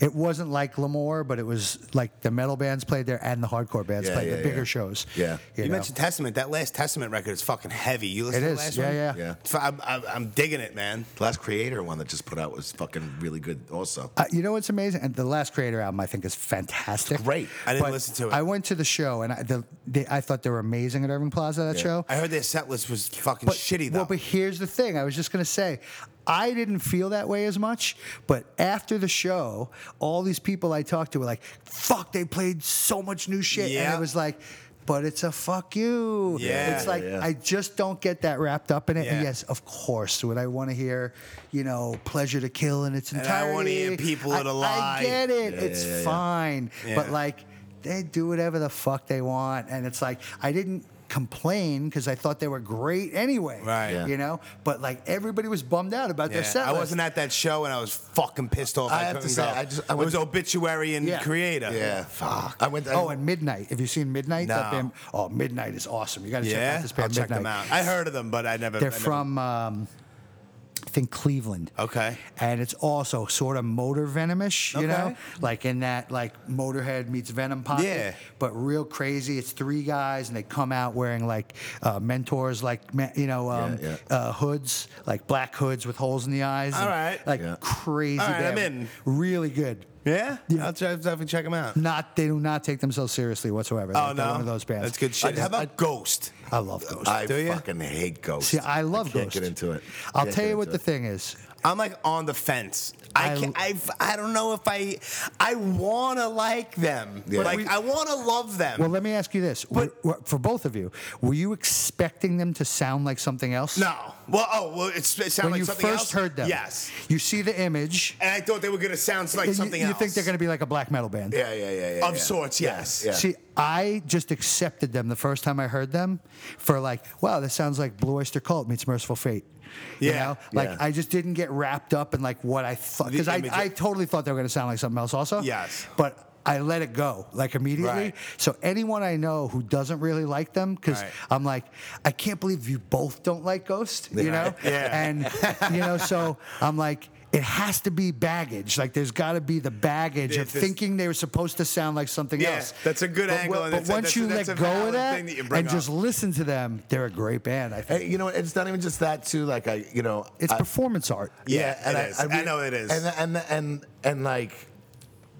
Speaker 3: it wasn't like Lamore, but it was like the metal bands played there and the hardcore bands
Speaker 2: Yeah,
Speaker 3: played
Speaker 2: yeah,
Speaker 3: the bigger
Speaker 2: yeah.
Speaker 3: shows.
Speaker 2: Yeah.
Speaker 3: you,
Speaker 1: You,
Speaker 3: know?
Speaker 1: mentioned Testament. That last Testament record is fucking heavy. You listen
Speaker 3: it
Speaker 1: to
Speaker 3: is.
Speaker 1: the last
Speaker 3: yeah,
Speaker 1: one?
Speaker 3: yeah,
Speaker 2: Yeah.
Speaker 1: F- I'm, I'm, I'm digging it, man.
Speaker 2: The last Creator one that just put out was fucking really good. Also,
Speaker 3: Uh, you know what's amazing? And the last Creator album I think is fantastic.
Speaker 2: great.
Speaker 1: I didn't
Speaker 3: But
Speaker 1: listen to it.
Speaker 3: I went to the show and I, the, they, I thought they were amazing at Irving Plaza that show.
Speaker 1: I heard their set list was fucking shitty though.
Speaker 3: Well, but here's the thing. I was just gonna say, I didn't feel that way as much. But after the show, all these people I talked to were like, "Fuck, they played so much new shit," and
Speaker 1: Yeah.
Speaker 3: it was like. But it's a fuck you.
Speaker 1: Yeah.
Speaker 3: It's like
Speaker 2: Yeah.
Speaker 3: I just don't get that wrapped up in it. And
Speaker 1: Yeah.
Speaker 3: yes, of course, would I want to hear, you know, pleasure to kill in its
Speaker 1: And I
Speaker 3: entirety?
Speaker 1: wanna hear People
Speaker 3: I-
Speaker 1: That
Speaker 3: I
Speaker 1: Lie.
Speaker 3: get it. it's
Speaker 2: yeah, yeah.
Speaker 3: fine. But
Speaker 1: Yeah.
Speaker 3: like they do whatever the fuck they want, and it's like I didn't complain because I thought they were great anyway.
Speaker 1: Right. Yeah.
Speaker 3: You know, but like everybody was bummed out about
Speaker 1: Yeah,
Speaker 3: their set.
Speaker 1: I
Speaker 3: list.
Speaker 1: wasn't at that show and I was fucking pissed off.
Speaker 2: I
Speaker 1: I,
Speaker 2: have to
Speaker 1: couldn't
Speaker 2: say,
Speaker 1: go.
Speaker 2: I just- I
Speaker 1: it
Speaker 2: went-
Speaker 1: was obituary and
Speaker 3: Yeah.
Speaker 1: creator.
Speaker 2: yeah, fuck. I went. I,
Speaker 3: Oh, and Midnight. Have you seen Midnight? That
Speaker 1: No.
Speaker 3: band- Oh, Midnight is awesome. You got to check
Speaker 1: yeah.
Speaker 3: out this
Speaker 1: I'll
Speaker 3: band.
Speaker 1: check them
Speaker 3: Midnight.
Speaker 1: out. I heard of them, but I never. I
Speaker 3: They're
Speaker 1: never-
Speaker 3: from, um, I think, Cleveland.
Speaker 1: Okay.
Speaker 3: And it's also sort of motor venomish, you know,
Speaker 1: Okay.
Speaker 3: like in that like Motorhead meets Venom pocket,
Speaker 1: Yeah.
Speaker 3: but real crazy. It's three guys and they come out wearing like uh, mentors, like me- you know, um,
Speaker 2: Yeah,
Speaker 3: Uh, hoods, like black hoods with holes in the eyes.
Speaker 1: All
Speaker 3: and,
Speaker 1: right.
Speaker 3: like
Speaker 2: Yeah.
Speaker 3: crazy.
Speaker 1: All right, I'm
Speaker 3: band.
Speaker 1: in.
Speaker 3: Really good.
Speaker 1: Yeah. Yeah. I'll try- definitely check them out.
Speaker 3: Not they do not take themselves seriously whatsoever.
Speaker 1: Oh
Speaker 3: Like, they're
Speaker 1: no,
Speaker 3: one of those bands.
Speaker 1: That's good shit.
Speaker 2: I-
Speaker 1: How about
Speaker 2: I-
Speaker 1: Ghost?
Speaker 3: I love those.
Speaker 2: I
Speaker 1: Do ya?
Speaker 2: fucking hate Ghost.
Speaker 3: See, I love
Speaker 2: can't
Speaker 3: Ghost.
Speaker 2: Get into it.
Speaker 3: I'll
Speaker 2: Can't
Speaker 3: tell
Speaker 2: get
Speaker 3: you what
Speaker 2: into
Speaker 3: the
Speaker 2: it.
Speaker 3: thing is.
Speaker 1: I'm like on the fence. I
Speaker 3: I-
Speaker 1: can I've, I don't know if I I wanna like them.
Speaker 2: Yeah.
Speaker 1: Like
Speaker 2: We-
Speaker 1: I wanna love them.
Speaker 3: Well, let me ask you this:
Speaker 1: But-
Speaker 3: Were- were- for both of you, were you expecting them to sound like something else?
Speaker 1: no. Well, oh, well, it's, it sounded
Speaker 3: When
Speaker 1: like
Speaker 3: you
Speaker 1: something
Speaker 3: first
Speaker 1: else.
Speaker 3: heard them,
Speaker 1: Yes.
Speaker 3: you see the image,
Speaker 1: And I thought they were gonna sound like
Speaker 3: and you-
Speaker 1: something
Speaker 3: you,
Speaker 1: else.
Speaker 3: think they're going to be like a black metal band?
Speaker 2: Yeah, yeah, yeah, yeah.
Speaker 1: of
Speaker 2: yeah.
Speaker 1: sorts, yes.
Speaker 2: Yeah.
Speaker 3: See, I just accepted them the first time I heard them for like, wow, this sounds like Blue Oyster Cult meets Merciful Fate. You
Speaker 1: Yeah.
Speaker 3: know? Like
Speaker 2: Yeah.
Speaker 3: I just didn't get wrapped up in like what I thought
Speaker 1: The
Speaker 3: because I,
Speaker 1: image-
Speaker 3: I totally thought they were gonna sound like something else also.
Speaker 1: Yes.
Speaker 3: But I let it go like immediately.
Speaker 1: Right.
Speaker 3: So anyone I know who doesn't really like them, because
Speaker 1: Right.
Speaker 3: I'm like, I can't believe you both don't like Ghost, you know?
Speaker 1: Yeah.
Speaker 3: And you know, so I'm like, it has to be baggage. Like there's got to be the baggage of
Speaker 1: It's just-
Speaker 3: thinking they were supposed to sound like something
Speaker 1: Yeah,
Speaker 3: else.
Speaker 1: that's a good
Speaker 3: but,
Speaker 1: angle,
Speaker 3: But,
Speaker 1: and it's a-
Speaker 3: once
Speaker 1: that's a-
Speaker 3: you
Speaker 1: that's a
Speaker 3: let go
Speaker 1: valid
Speaker 3: of
Speaker 1: thing
Speaker 3: that,
Speaker 1: that you bring
Speaker 3: and
Speaker 1: up.
Speaker 3: just listen to them, they're a great band. I think
Speaker 2: Hey, you know, it's not even just that too. Like I, you know,
Speaker 3: it's
Speaker 2: I-
Speaker 3: performance art.
Speaker 1: Yeah, it is. I
Speaker 2: re-
Speaker 1: know it is.
Speaker 2: And and and and like,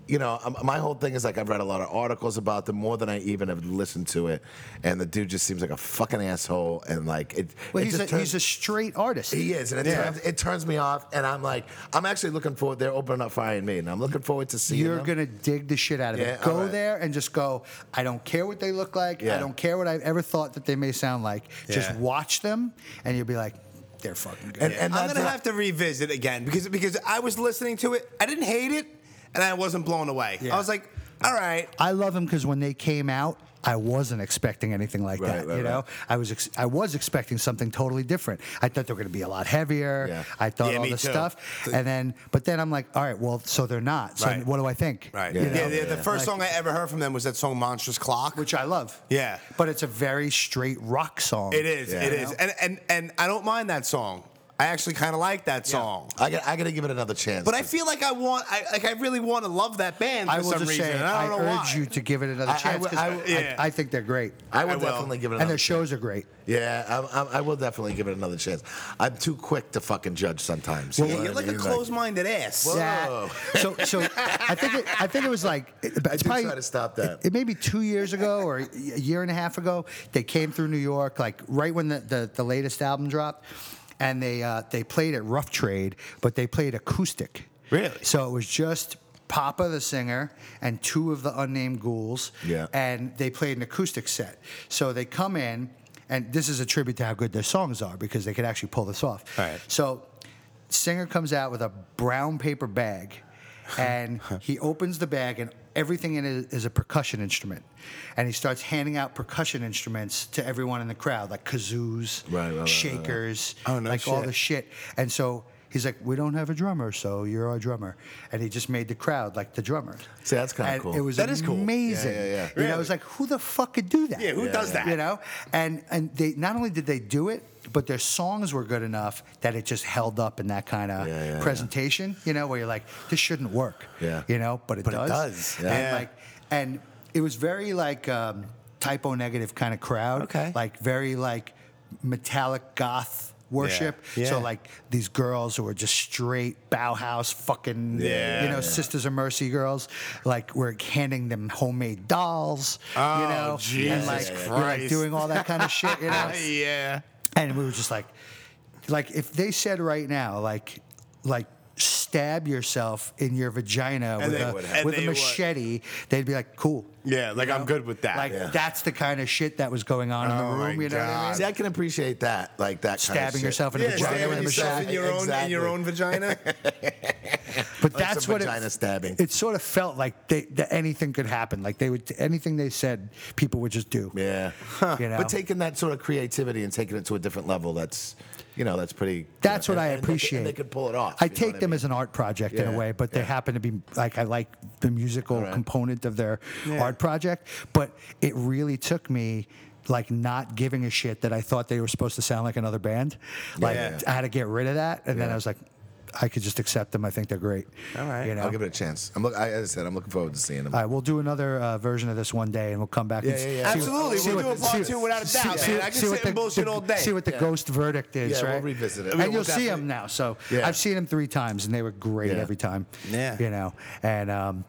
Speaker 2: you know, um, my whole thing is like I've read a lot of articles about them more than I even have listened to it, and the dude just seems like a fucking asshole, and like it.
Speaker 3: Well,
Speaker 2: it
Speaker 3: he's a,
Speaker 2: just
Speaker 3: he's a straight artist.
Speaker 2: he is, and it,
Speaker 1: Yeah.
Speaker 2: turns, it turns me off, and I'm like, I'm actually looking forward. They're opening up Fire and Me, and I'm looking forward to seeing.
Speaker 3: You're
Speaker 2: them.
Speaker 3: gonna dig the shit out of
Speaker 2: Yeah,
Speaker 3: it. Go
Speaker 2: alright.
Speaker 3: there and just go. I don't care what they look like.
Speaker 2: Yeah.
Speaker 3: I don't care what I've ever thought that they may sound like. Just
Speaker 1: Yeah.
Speaker 3: watch them, and you'll be like, they're fucking good.
Speaker 2: And-
Speaker 1: I'm
Speaker 2: that's
Speaker 1: gonna
Speaker 2: what-
Speaker 1: have to revisit again because because I was listening to it, I didn't hate it, and I wasn't blown away.
Speaker 3: Yeah.
Speaker 1: I was like, all right,
Speaker 3: I love them because when they came out, I wasn't expecting anything like
Speaker 2: Right,
Speaker 3: that.
Speaker 2: right,
Speaker 3: you know,
Speaker 2: right.
Speaker 3: I was ex- I was expecting something totally different. I thought they were going to be a lot heavier.
Speaker 2: Yeah.
Speaker 3: I thought
Speaker 1: Yeah,
Speaker 3: all
Speaker 1: me
Speaker 3: this
Speaker 1: too.
Speaker 3: stuff, and then but then I'm like, all right, well, so they're not. So
Speaker 1: Right.
Speaker 3: what do I think?
Speaker 1: right.
Speaker 2: You
Speaker 1: Yeah,
Speaker 2: know?
Speaker 1: yeah, the first
Speaker 3: Like-
Speaker 1: song I ever heard from them was that song "Monstrous Clock,"
Speaker 3: Which I love.
Speaker 1: Yeah.
Speaker 3: but it's a very straight rock song.
Speaker 1: It is.
Speaker 2: Yeah.
Speaker 1: It is. And and and I don't mind that song. I actually kind of like that song.
Speaker 2: I got, I got to give it another chance.
Speaker 1: But I feel like I want, I like, I really want to love that band for
Speaker 3: I will
Speaker 1: some
Speaker 3: just
Speaker 1: reason.
Speaker 3: say,
Speaker 1: and
Speaker 3: I,
Speaker 1: I don't
Speaker 3: urge
Speaker 1: know why.
Speaker 3: you to give it another
Speaker 2: I- I
Speaker 3: chance.
Speaker 2: will-
Speaker 3: 'cause
Speaker 2: I
Speaker 3: I,
Speaker 2: will-
Speaker 1: Yeah.
Speaker 3: I think they're great,
Speaker 2: I will
Speaker 1: I will.
Speaker 2: definitely give it.
Speaker 3: and
Speaker 2: another
Speaker 3: their
Speaker 2: chance.
Speaker 3: shows are great.
Speaker 2: Yeah, I, I, I will definitely give it another chance. I'm too quick to fucking judge sometimes. you
Speaker 1: Yeah,
Speaker 2: know
Speaker 1: you're
Speaker 2: what
Speaker 1: like
Speaker 2: I
Speaker 1: a
Speaker 2: mean?
Speaker 1: closed-minded ass.
Speaker 3: Yeah. So, so I think it, I think it was like it's
Speaker 2: I did
Speaker 3: probably,
Speaker 2: try to stop that.
Speaker 3: It, it may be two years ago or a year and a half ago. They came through New York, like right when the, the, the latest album dropped, and they uh, they played at Rough Trade, but they played acoustic.
Speaker 1: Really?
Speaker 3: So it was just Papa the singer and two of the unnamed ghouls.
Speaker 2: Yeah.
Speaker 3: And they played an acoustic set. So they come in, and this is a tribute to how good their songs are because they could actually pull this off.
Speaker 1: All right.
Speaker 3: So singer comes out with a brown paper bag, and he opens the bag, and everything in it is a percussion instrument, and he starts handing out percussion instruments to everyone in the crowd, like kazoos,
Speaker 2: Right, right, right, right.
Speaker 3: shakers,
Speaker 1: Oh, no
Speaker 3: like all
Speaker 1: shit.
Speaker 3: the shit. And so he's like, "We don't have a drummer, so you're our drummer," and he just made the crowd like the drummer.
Speaker 2: See, that's kinda
Speaker 3: And
Speaker 2: cool.
Speaker 3: It was
Speaker 1: That is cool. Yeah,
Speaker 3: amazing.
Speaker 2: yeah, yeah.
Speaker 3: You know, it was like, who the fuck could do that?
Speaker 1: Yeah, who Yeah, does yeah. that?
Speaker 3: You know, and and they not only did they do it. But their songs were good enough that it just held up in that kind of
Speaker 2: Yeah, yeah, yeah.
Speaker 3: presentation, you know, where you're like, this shouldn't work,
Speaker 2: Yeah.
Speaker 3: you know, but it
Speaker 1: But it
Speaker 3: does.
Speaker 1: does, yeah.
Speaker 3: And
Speaker 1: Yeah.
Speaker 3: like, and it was very like um, typo negative kind of crowd,
Speaker 1: Okay.
Speaker 3: like very like metallic goth worship.
Speaker 1: Yeah.
Speaker 3: So like these girls who are just straight Bauhaus fucking,
Speaker 1: Yeah.
Speaker 3: you know, Sisters of Mercy girls, like we're handing them homemade dolls,
Speaker 1: Oh,
Speaker 3: you know, and
Speaker 1: Jesus
Speaker 3: like, we're, like
Speaker 1: Christ.
Speaker 3: doing all that kind of shit, you know.
Speaker 1: yeah.
Speaker 3: And we were just like, like if they said right now, like, like stab yourself in your vagina with
Speaker 1: they
Speaker 3: a
Speaker 1: would have.
Speaker 3: with
Speaker 1: And
Speaker 3: a
Speaker 1: they would.
Speaker 3: machete, they'd be like, cool.
Speaker 1: Yeah, like, I'm good with that.
Speaker 3: Like
Speaker 1: Yeah.
Speaker 3: that's the kind of shit that was going on
Speaker 1: Oh,
Speaker 3: in the
Speaker 1: my
Speaker 3: room. You know what I
Speaker 1: God.
Speaker 3: mean?
Speaker 2: See, I can appreciate that, like that kind of
Speaker 3: Stabbing
Speaker 2: shit.
Speaker 3: yourself in the
Speaker 1: Yeah,
Speaker 3: vagina
Speaker 1: stabbing
Speaker 3: with a
Speaker 1: yourself
Speaker 3: machete.
Speaker 1: in your own in your
Speaker 2: Exactly.
Speaker 1: own vagina.
Speaker 3: But
Speaker 2: Like
Speaker 3: that's
Speaker 2: some
Speaker 3: what
Speaker 2: vagina
Speaker 3: it,
Speaker 2: stabbing.
Speaker 3: It sort of felt like they, that anything could happen. Like they would anything they said, people would just do.
Speaker 2: Yeah,
Speaker 3: You know?
Speaker 2: but taking that sort of creativity and taking it to a different level—that's, you know, that's pretty.
Speaker 3: That's
Speaker 2: you know,
Speaker 3: what I
Speaker 2: and- and they-
Speaker 3: appreciate.
Speaker 2: And they could pull it off.
Speaker 3: I
Speaker 2: you know
Speaker 3: take
Speaker 2: what
Speaker 3: them
Speaker 2: mean?
Speaker 3: as an art project in
Speaker 2: Yeah,
Speaker 3: a way, but they
Speaker 2: yeah.
Speaker 3: happen to be like I like the musical
Speaker 2: Alright.
Speaker 3: component of their art project. But it really took me like not giving a shit that I thought they were supposed to sound like another band. Like
Speaker 1: Yeah.
Speaker 3: I had to get rid of that, and then I was like, I could just accept them. I think they're great. All
Speaker 1: right.
Speaker 3: you know.
Speaker 2: I'll give it a chance. I'm look. I, as I said, I'm looking forward to seeing them.
Speaker 3: All right, we'll do another uh, version of this one day, and we'll come back. and
Speaker 2: yeah,
Speaker 3: s-
Speaker 2: yeah.
Speaker 3: see what-
Speaker 1: Absolutely,
Speaker 3: see
Speaker 1: we'll
Speaker 3: what-
Speaker 1: do a part
Speaker 3: see-
Speaker 1: two without a
Speaker 3: see-
Speaker 1: doubt,
Speaker 3: see-
Speaker 1: man. I can
Speaker 3: see
Speaker 1: sit
Speaker 3: what
Speaker 1: and
Speaker 3: the-
Speaker 1: bullshit
Speaker 3: the-
Speaker 1: all day.
Speaker 3: See what the ghost verdict is,
Speaker 2: Yeah, we'll
Speaker 3: right?
Speaker 2: revisit it.
Speaker 3: And
Speaker 2: We
Speaker 3: you'll
Speaker 2: will
Speaker 3: see
Speaker 2: definitely-
Speaker 3: them now. So
Speaker 2: Yeah.
Speaker 3: I've seen them three times, and they were great
Speaker 2: Yeah.
Speaker 3: every time.
Speaker 1: Yeah.
Speaker 3: you know, and. Um,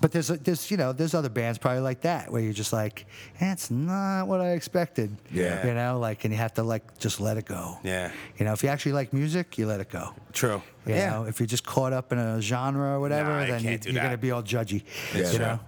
Speaker 3: but there's, a- there's, you know, there's other bands probably like that where you're just like, that's not what I expected.
Speaker 2: Yeah.
Speaker 3: You know, like, and you have to like just let it go.
Speaker 1: Yeah.
Speaker 3: You know, if you actually like music, you let it go.
Speaker 1: True.
Speaker 3: You know, if you're just caught up in a genre or whatever,
Speaker 1: Nah, you
Speaker 3: then you,
Speaker 1: can't do
Speaker 3: you're
Speaker 1: that.
Speaker 3: gonna be all judgy.
Speaker 2: It's
Speaker 3: you
Speaker 2: true.
Speaker 3: know.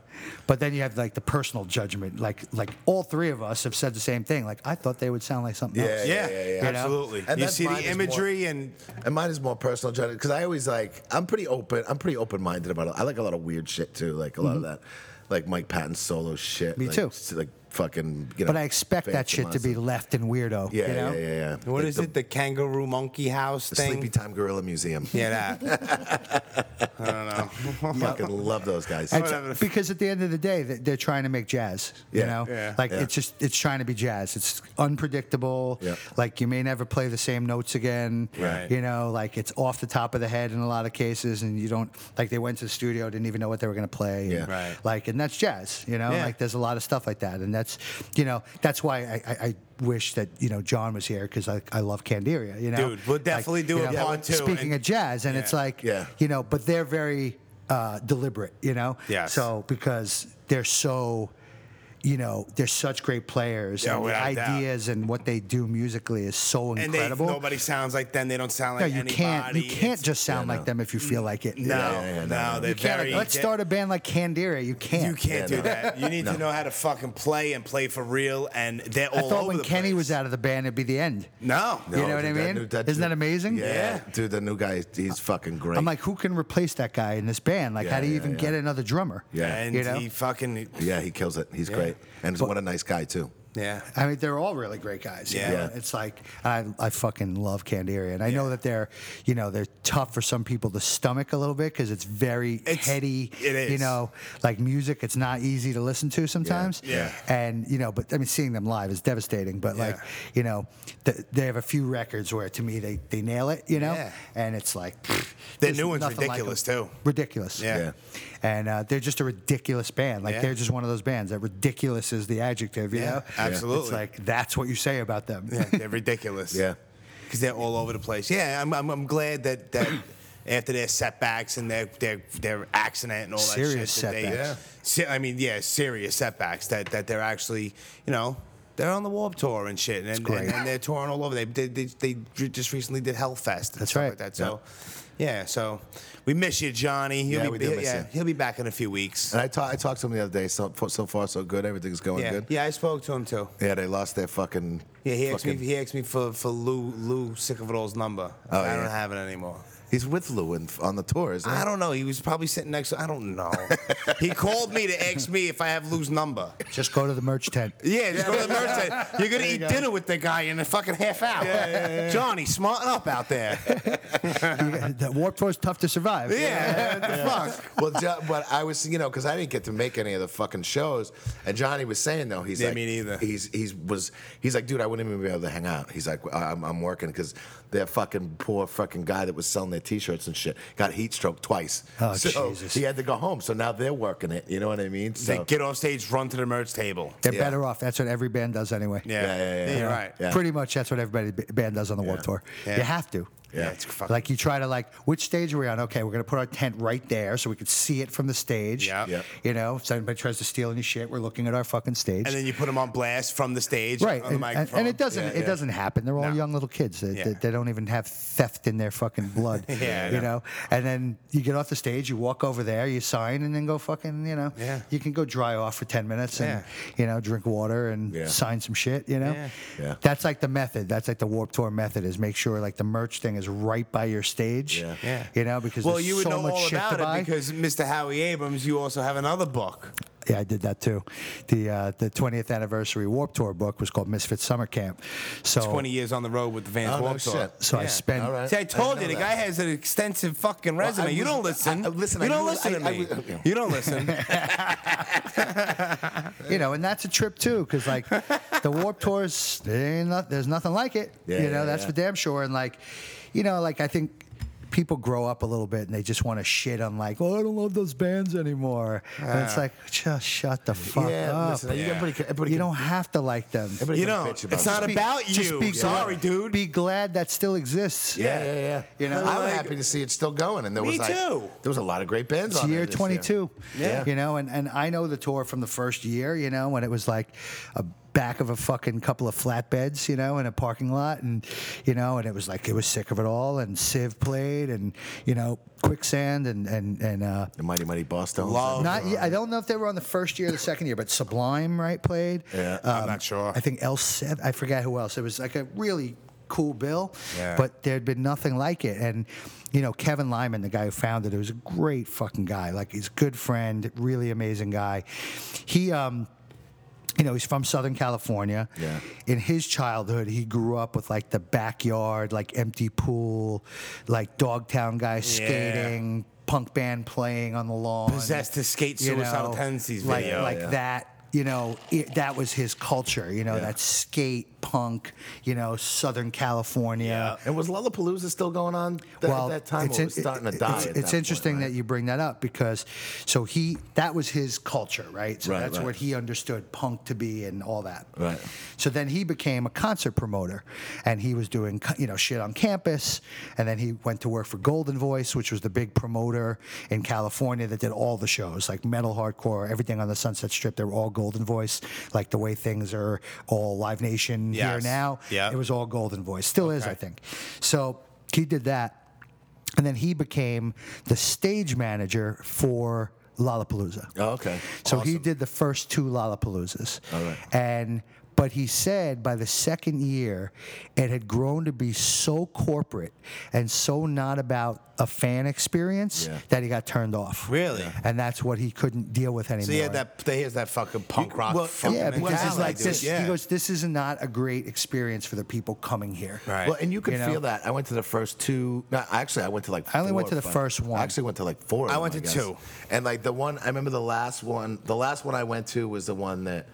Speaker 3: But then you have like the personal judgment. Like like all three of us have said the same thing. Like I thought they would sound like something
Speaker 2: Yeah,
Speaker 3: else.
Speaker 1: Yeah,
Speaker 2: yeah, yeah.
Speaker 3: You know?
Speaker 1: absolutely.
Speaker 2: And
Speaker 1: You
Speaker 2: that's
Speaker 1: see
Speaker 2: mine is
Speaker 1: the
Speaker 2: more-
Speaker 1: imagery and
Speaker 2: And mine is more personal judgment because I always like I'm pretty open. I'm pretty open minded about it. I like a lot of weird shit too, like a lot of that, like Mike Patton's solo shit.
Speaker 3: Mm-hmm. Me
Speaker 2: like,
Speaker 3: too.
Speaker 2: s- Like fucking. You know,
Speaker 3: But I expect that
Speaker 2: Phantom
Speaker 3: shit to be
Speaker 2: Menace.
Speaker 3: left and weirdo.
Speaker 2: Yeah,
Speaker 3: you know?
Speaker 2: yeah, yeah, yeah.
Speaker 1: what
Speaker 2: Like
Speaker 1: is
Speaker 2: the,
Speaker 1: it? The kangaroo monkey house
Speaker 2: The
Speaker 1: thing.
Speaker 2: Sleepy Time Gorilla Museum.
Speaker 1: yeah, that.
Speaker 2: fucking love those guys.
Speaker 3: And so-
Speaker 1: Whatever.
Speaker 3: because at the end of the day, they- they're trying to make jazz. You
Speaker 2: Yeah.
Speaker 3: know,
Speaker 1: Yeah.
Speaker 3: like
Speaker 2: Yeah.
Speaker 3: it's just it's trying to be jazz. It's unpredictable.
Speaker 2: Yeah.
Speaker 3: Like you may never play the same notes again.
Speaker 1: Right.
Speaker 3: You know, like it's off the top of the head in a lot of cases, and you don't like they went to the studio didn't even know what they were going to play. and,
Speaker 2: Yeah.
Speaker 1: Right.
Speaker 3: Like and that's jazz. You know,
Speaker 1: Yeah.
Speaker 3: like there's a lot of stuff like that, and that's you know that's why I. I, I wish that you know John was here because I, I love Candiria. You know,
Speaker 1: Dude, we'll
Speaker 3: Like,
Speaker 1: definitely do
Speaker 3: you
Speaker 1: a
Speaker 3: know,
Speaker 1: part two
Speaker 3: Speaking
Speaker 1: and-
Speaker 3: of jazz, and it's
Speaker 1: Yeah.
Speaker 3: like
Speaker 2: Yeah.
Speaker 3: you know, but they're very uh, deliberate, you know.
Speaker 1: Yes.
Speaker 3: So because they're so, you know, they're such great players,
Speaker 1: Yeah,
Speaker 3: and the
Speaker 1: without doubt.
Speaker 3: ideas and what they do musically is so
Speaker 1: and they,
Speaker 3: incredible.
Speaker 1: nobody sounds like them. They don't sound
Speaker 3: no,
Speaker 1: like
Speaker 3: you
Speaker 1: anybody.
Speaker 3: can't. You can't
Speaker 1: It's-
Speaker 3: just sound like them if you feel like it.
Speaker 1: No,
Speaker 2: Yeah, yeah, yeah, no,
Speaker 1: no,
Speaker 2: no.
Speaker 1: they're
Speaker 3: You can't, like,
Speaker 1: very.
Speaker 3: let's start a band like Candira. You can't.
Speaker 1: You can't do
Speaker 2: Yeah, no.
Speaker 1: that. You need to know how to fucking play and play for real. And they're
Speaker 3: I
Speaker 1: all
Speaker 3: thought
Speaker 1: over
Speaker 3: when
Speaker 1: the
Speaker 3: Kenny
Speaker 1: place.
Speaker 3: was out of the band, it'd be the end.
Speaker 1: No,
Speaker 3: You know what I
Speaker 2: dude, that
Speaker 3: mean?
Speaker 2: new-
Speaker 3: Isn't that
Speaker 2: dude-
Speaker 3: amazing?
Speaker 2: Yeah, dude, the new guy, he's fucking great.
Speaker 3: I'm like, who can replace that guy in this band? Like,
Speaker 2: Yeah,
Speaker 3: how do you
Speaker 2: yeah,
Speaker 3: even
Speaker 2: yeah.
Speaker 3: get another drummer?
Speaker 2: Yeah.
Speaker 1: and
Speaker 3: you know?
Speaker 1: he fucking
Speaker 2: yeah, he kills it. He's great, and what a nice guy too.
Speaker 1: yeah.
Speaker 3: I mean, they're all really great guys. you
Speaker 1: Yeah.
Speaker 3: know?
Speaker 2: Yeah.
Speaker 3: It's like I, I fucking love Candiria, and I know that they're, you know, they're tough for some people to stomach a little bit because it's very
Speaker 1: It's-
Speaker 3: heady.
Speaker 1: it is.
Speaker 3: You know, like music, it's not easy to listen to sometimes.
Speaker 1: Yeah.
Speaker 3: And you know, but I mean, seeing them live is devastating. But like,
Speaker 1: Yeah.
Speaker 3: you know, th- they have a few records where to me they they nail it. You know,
Speaker 1: Yeah.
Speaker 3: and it's like
Speaker 1: Their
Speaker 3: there's
Speaker 1: new one's
Speaker 3: nothing like
Speaker 1: ridiculous,
Speaker 3: them.
Speaker 1: too.
Speaker 3: Ridiculous.
Speaker 1: Yeah.
Speaker 2: Yeah.
Speaker 3: And uh, they're just a ridiculous band. Like
Speaker 1: Yeah.
Speaker 3: they're just one of those bands that ridiculous is the adjective. You
Speaker 1: Yeah,
Speaker 3: know?
Speaker 1: absolutely.
Speaker 3: It's like that's what you say about them.
Speaker 1: Yeah, they're ridiculous.
Speaker 2: Yeah.
Speaker 1: because they're all over the place. Yeah, I'm, I'm, I'm glad that that after their setbacks and their their their accident and all
Speaker 3: Serious
Speaker 1: that shit, that
Speaker 3: setbacks.
Speaker 1: They, se- I mean, yeah, serious setbacks that that they're actually, you know. They're on the Warped Tour and shit, and,
Speaker 3: great.
Speaker 1: and, and they're touring all over. They they, they they just recently did Hellfest. And
Speaker 3: That's
Speaker 1: stuff
Speaker 3: right.
Speaker 1: Like that. So, yeah. So, we miss you, Johnny. He'll
Speaker 2: Yeah,
Speaker 1: be,
Speaker 2: we do
Speaker 1: he'll-
Speaker 2: miss
Speaker 1: yeah,
Speaker 2: you.
Speaker 1: He'll be back in a few weeks.
Speaker 2: And I talked, I talked to him the other day. So so far, so good. Everything's going
Speaker 1: yeah.
Speaker 2: good.
Speaker 1: Yeah, I spoke to him too.
Speaker 2: Yeah, they lost their fucking.
Speaker 1: Yeah, he asked
Speaker 2: fucking-
Speaker 1: me. He asked me for for Lou Lou Sicaval's number.
Speaker 2: Oh,
Speaker 1: I
Speaker 2: yeah.
Speaker 1: don't have it anymore.
Speaker 2: He's with Lou in, on the tour, isn't he?
Speaker 1: I don't know. He was probably sitting next to I don't know. he called me to ask me if I have Lou's number.
Speaker 3: Just go to the merch tent.
Speaker 1: Yeah, just go to the merch tent. You're gonna eat dinner with the guy in a fucking half hour. Johnny, smarten up out there.
Speaker 3: that Warped Tour's tough to survive.
Speaker 1: Yeah, what the fuck.
Speaker 2: well, Jo- but I was, you know, because I didn't get to make any of the fucking shows. And Johnny was saying though, he's
Speaker 1: Yeah,
Speaker 2: like,
Speaker 1: me neither.
Speaker 2: He's he's was he's like, dude, I wouldn't even be able to hang out. He's like, I- I'm, I'm working because that fucking poor fucking guy that was selling their t-shirts and shit got heat stroke twice.
Speaker 3: Oh,
Speaker 2: so
Speaker 3: Jesus.
Speaker 2: He had to go home. So now they're working it. You know what I mean? So
Speaker 1: They get off stage, run to the merch table.
Speaker 3: They're
Speaker 2: Yeah.
Speaker 3: better off. That's what every band does anyway.
Speaker 1: Yeah,
Speaker 2: Yeah, yeah, yeah.
Speaker 1: you're right.
Speaker 2: Yeah.
Speaker 3: Pretty much that's what everybody band does on the Warped Tour.
Speaker 1: Yeah.
Speaker 3: You have to.
Speaker 1: Yeah, it's fucking.
Speaker 3: Like you try to like, which stage are we on? Okay, we're gonna put our tent right there so we can see it from the stage.
Speaker 1: Yeah.
Speaker 2: Yeah.
Speaker 3: You know, if anybody tries to steal any shit, we're looking at our fucking stage.
Speaker 1: and then you put him on blast from the stage, On
Speaker 3: right,
Speaker 1: the
Speaker 3: and, and-
Speaker 1: microphone,
Speaker 3: and it doesn't
Speaker 1: Yeah,
Speaker 3: it
Speaker 1: yeah.
Speaker 3: doesn't happen. They're all
Speaker 1: No.
Speaker 3: young little kids. They,
Speaker 1: Yeah.
Speaker 3: they, they don't even have theft in their fucking blood.
Speaker 1: Yeah, I know.
Speaker 3: you know. And then you get off the stage, you walk over there, you sign, and then go fucking. You know,
Speaker 1: Yeah.
Speaker 3: You can go dry off for ten minutes and
Speaker 1: Yeah.
Speaker 3: you know drink water and
Speaker 2: Yeah.
Speaker 3: sign some shit. You know,
Speaker 1: Yeah.
Speaker 2: Yeah.
Speaker 3: That's like the method. That's like the warp tour method is make sure like the merch thing is right by your stage.
Speaker 2: Yeah.
Speaker 1: Yeah.
Speaker 3: You know because
Speaker 1: well,
Speaker 3: there's
Speaker 1: you would
Speaker 3: so
Speaker 1: know
Speaker 3: much
Speaker 1: all
Speaker 3: shit
Speaker 1: about
Speaker 3: to buy.
Speaker 1: it because Mr. Howie Abrams, you also have another book.
Speaker 3: Yeah, I did that too. The uh, the 20th anniversary Warp Tour book was called Misfit Summer Camp. So
Speaker 1: 20 years on the road with the Vans
Speaker 2: Oh, no
Speaker 1: Warped Tour.
Speaker 2: shit.
Speaker 3: So I
Speaker 1: Yeah.
Speaker 3: spent.
Speaker 2: All right.
Speaker 1: See, I told
Speaker 2: didn't
Speaker 1: you the
Speaker 2: know
Speaker 1: guy
Speaker 2: that.
Speaker 1: has an extensive fucking
Speaker 2: I
Speaker 1: resume. you
Speaker 2: was-
Speaker 1: don't listen.
Speaker 2: I- I- listen,
Speaker 1: you
Speaker 2: I
Speaker 1: don't
Speaker 2: knew-
Speaker 1: listen to
Speaker 2: I- I
Speaker 1: me.
Speaker 2: was-
Speaker 1: you don't listen.
Speaker 3: you know, and that's a trip too, because like the Warp Tours, they ain't no- there's nothing like it.
Speaker 2: Yeah,
Speaker 3: you know,
Speaker 2: yeah,
Speaker 3: that's
Speaker 2: yeah.
Speaker 3: for damn sure. And like, you know, like I think people grow up a little bit and they just want to shit on like, oh, I don't love those bands anymore. and it's like, just shut the fuck
Speaker 2: Ah. yeah,
Speaker 3: up.
Speaker 2: listen, you got- everybody, can- everybody
Speaker 3: you
Speaker 2: can-
Speaker 3: don't have to like them.
Speaker 2: everybody
Speaker 1: you know,
Speaker 2: can bitch about
Speaker 1: it's not
Speaker 2: it.
Speaker 3: Be-
Speaker 1: about you.
Speaker 3: just be
Speaker 1: Sorry,
Speaker 3: glad-
Speaker 1: dude.
Speaker 3: Be glad that still exists.
Speaker 2: Yeah, yeah, yeah.
Speaker 3: You know,
Speaker 2: I'm
Speaker 1: like-
Speaker 2: happy to see it still going, and there
Speaker 1: Me
Speaker 2: was like,
Speaker 1: too.
Speaker 2: there was a lot of great bands
Speaker 3: It's
Speaker 2: on
Speaker 3: year
Speaker 2: there this
Speaker 3: 22.
Speaker 2: Yeah.
Speaker 3: You know, and, and I know the tour from the first year, you know, when it was like a back of a fucking couple of flatbeds, you know, in a parking lot, and you know, and it was like it was sick of it all. And Civ played, and you know, Quicksand, and and and uh,
Speaker 2: The Mighty Mighty Boss Tones.
Speaker 1: Love.
Speaker 3: not. I don't know if they were on the first year or the second year, but Sublime, right, played. Um,
Speaker 2: Yeah,
Speaker 1: I'm not sure.
Speaker 3: I think L seven. I forget who else. It was like a really cool bill,
Speaker 1: Yeah.
Speaker 3: but there'd been nothing like it. And you know, Kevin Lyman, the guy who founded it, was a great fucking guy. Like he's a good friend, really amazing guy. He um. You know, he's from Southern California.
Speaker 2: Yeah.
Speaker 3: In his childhood, he grew up with like the backyard, like empty pool, like Dogtown guys
Speaker 1: Yeah.
Speaker 3: skating, punk band playing on the lawn
Speaker 1: Possessed to skate
Speaker 3: you
Speaker 1: suicidal
Speaker 3: know,
Speaker 1: tendencies
Speaker 3: like,
Speaker 1: video.
Speaker 3: like
Speaker 2: Yeah.
Speaker 3: that you know it, that was his culture you know that skate punk you know southern california
Speaker 2: And was Lollapalooza still going on th-
Speaker 3: well,
Speaker 2: at that time?
Speaker 3: it's
Speaker 2: or
Speaker 3: in-
Speaker 2: was it starting to
Speaker 3: it-
Speaker 2: die.
Speaker 3: It's,
Speaker 2: at
Speaker 3: it's
Speaker 2: that
Speaker 3: interesting
Speaker 2: point,
Speaker 3: that you bring that up because, so he that was his culture, right? So
Speaker 2: Right,
Speaker 3: that's
Speaker 2: right.
Speaker 3: what he understood punk to be and all that.
Speaker 2: Right.
Speaker 3: So then he became a concert promoter, and he was doing co- you know shit on campus, and then he went to work for Golden Voice, which was the big promoter in California that did all the shows like metal, hardcore, everything on the Sunset Strip. They were all Golden Voice, like the way things are all Live Nation here
Speaker 1: Yes.
Speaker 3: now.
Speaker 1: Yeah.
Speaker 3: It was all Golden Voice, still is, I think. So he did that. And then he became the stage manager for Lollapalooza.
Speaker 2: Oh, okay.
Speaker 3: So he did the first two Lollapaloozas.
Speaker 2: All right.
Speaker 3: And but he said by the second year, it had grown to be so corporate and so not about a fan experience
Speaker 2: Yeah.
Speaker 3: that he got turned off.
Speaker 1: Really? Yeah.
Speaker 3: And that's what he couldn't deal with anymore.
Speaker 1: So he had that. He has that fucking punk rock.
Speaker 2: well,
Speaker 1: fucking
Speaker 3: yeah, because
Speaker 1: mentality,
Speaker 3: it's like
Speaker 1: dude.
Speaker 3: this.
Speaker 1: Yeah.
Speaker 3: He goes, "This is not a great experience for the people coming here."
Speaker 1: right.
Speaker 2: Well, and you could
Speaker 3: You know?
Speaker 2: feel that. I went to the first two. No, actually, I went to like.
Speaker 3: I only went
Speaker 2: four
Speaker 3: to the
Speaker 2: but-
Speaker 3: first one.
Speaker 2: I actually went to like four. of
Speaker 1: I
Speaker 2: them,
Speaker 1: went to
Speaker 2: guess.
Speaker 1: two.
Speaker 2: And like the one, I remember the last one. The last one I went to was the one that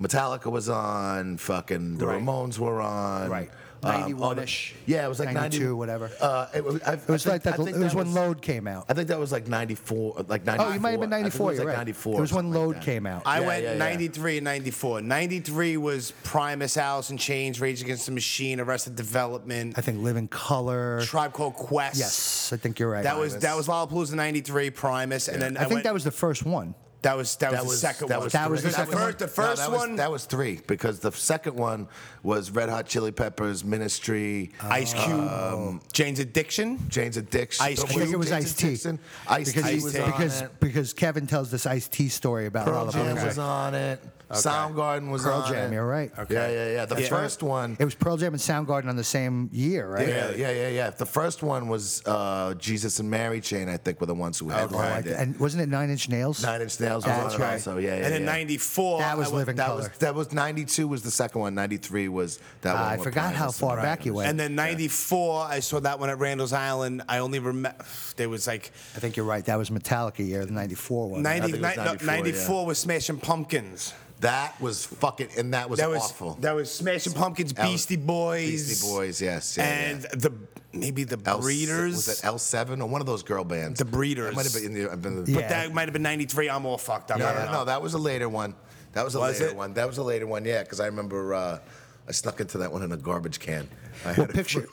Speaker 2: Metallica was on. Fucking the
Speaker 1: Right.
Speaker 2: Ramones were on.
Speaker 3: Right.
Speaker 2: Um, all the-
Speaker 3: 91-ish,
Speaker 2: yeah, it was like 92,
Speaker 3: 92, whatever.
Speaker 2: Uh, it was, I,
Speaker 3: It was like that. It was when Load came out.
Speaker 2: I think that was like 94, like 94.
Speaker 3: Oh, you might have been
Speaker 2: I think it
Speaker 3: 94.
Speaker 2: was
Speaker 3: You're
Speaker 2: like
Speaker 3: right.
Speaker 2: 94.
Speaker 3: It was
Speaker 2: or
Speaker 3: when
Speaker 2: something
Speaker 3: Load
Speaker 2: like that.
Speaker 3: came out.
Speaker 1: I
Speaker 2: Yeah,
Speaker 1: went
Speaker 2: yeah, yeah.
Speaker 1: 93 and 94. 93 was Primus, Alice in Chains, Rage Against the Machine, Arrested Development,
Speaker 3: I think Live in Color.
Speaker 1: Tribe Called Quest.
Speaker 3: yes, I think you're right.
Speaker 1: That was that was Lollapalooza 93 Primus and then
Speaker 3: I think that was the first one.
Speaker 1: that was that, was,
Speaker 2: was-
Speaker 1: the second
Speaker 2: that
Speaker 1: one.
Speaker 2: was
Speaker 3: That was
Speaker 1: the
Speaker 3: the second
Speaker 1: first,
Speaker 3: one?
Speaker 1: The first
Speaker 2: No, that was-
Speaker 1: one
Speaker 2: that was three because the second one was Red Hot Chili Peppers, Ministry,
Speaker 1: Ice Cube,
Speaker 2: um,
Speaker 1: Jane's Addiction.
Speaker 2: Jane's Addiction.
Speaker 1: Ice
Speaker 2: Oh,
Speaker 1: Cube.
Speaker 3: I think it was
Speaker 2: Jane's
Speaker 3: Ice T.
Speaker 2: Addiction? Ice
Speaker 3: because
Speaker 2: T
Speaker 1: he-
Speaker 2: was
Speaker 1: Ice-T.
Speaker 2: on
Speaker 3: because,
Speaker 2: it.
Speaker 3: because Kevin tells this Ice T story about
Speaker 2: Pearl Jam
Speaker 3: Lollapalooza.
Speaker 2: was on it. Soundgarden was
Speaker 3: Pearl
Speaker 2: on
Speaker 3: Jam,
Speaker 2: it.
Speaker 3: you're right.
Speaker 1: Okay.
Speaker 2: Yeah, yeah, yeah. The
Speaker 1: Yeah.
Speaker 2: first one.
Speaker 3: It was Pearl Jam and Soundgarden on the same year, right?
Speaker 2: Yeah, yeah, yeah, yeah. The first one was uh, Jesus and Mary Chain, I think, were the ones who headlined it.
Speaker 3: Oh, And wasn't it Nine Inch Nails?
Speaker 2: Nine Inch Nails was
Speaker 3: That's
Speaker 2: on it
Speaker 3: right.
Speaker 2: also. Yeah, yeah,
Speaker 1: and then
Speaker 2: yeah.
Speaker 1: 94
Speaker 3: That was
Speaker 1: I went-
Speaker 3: Living
Speaker 2: That
Speaker 3: Color.
Speaker 2: was that was 92 was the second one. 93 was that
Speaker 3: Ah,
Speaker 2: one.
Speaker 3: I
Speaker 2: with
Speaker 3: forgot
Speaker 2: Primus
Speaker 3: how
Speaker 2: and
Speaker 3: far back you
Speaker 2: Primus.
Speaker 3: went.
Speaker 1: And then 94 I saw that one at Randall's Island. I only remember there was like
Speaker 3: I think you're right. That was Metallica year, the '94 one.
Speaker 1: 90,
Speaker 2: think it was
Speaker 1: ni- no,
Speaker 2: 94,
Speaker 1: 94,
Speaker 2: yeah.
Speaker 1: was Smashing Pumpkins.
Speaker 2: That was fucking, and that was,
Speaker 1: That was
Speaker 2: awful.
Speaker 1: That was Smashing Pumpkins,
Speaker 2: That was-
Speaker 1: Beastie Boys,
Speaker 2: Beastie Boys, yes, yeah,
Speaker 1: and
Speaker 2: yeah.
Speaker 1: the maybe the
Speaker 2: L-
Speaker 1: Breeders.
Speaker 2: was it L seven or one of those girl bands?
Speaker 1: The Breeders.
Speaker 2: It might have been. the- I've been the,
Speaker 1: but
Speaker 3: Yeah.
Speaker 1: that might have been '93. I'm all fucked up.
Speaker 2: No,
Speaker 1: I
Speaker 2: no,
Speaker 1: don't
Speaker 2: no,
Speaker 1: know.
Speaker 2: That was a later one. That was a
Speaker 1: Was
Speaker 2: later
Speaker 1: it?
Speaker 2: one. That was a later one. Yeah, because I remember uh, I snuck into that one in a garbage can. I
Speaker 3: Well,
Speaker 2: had a-
Speaker 3: picture,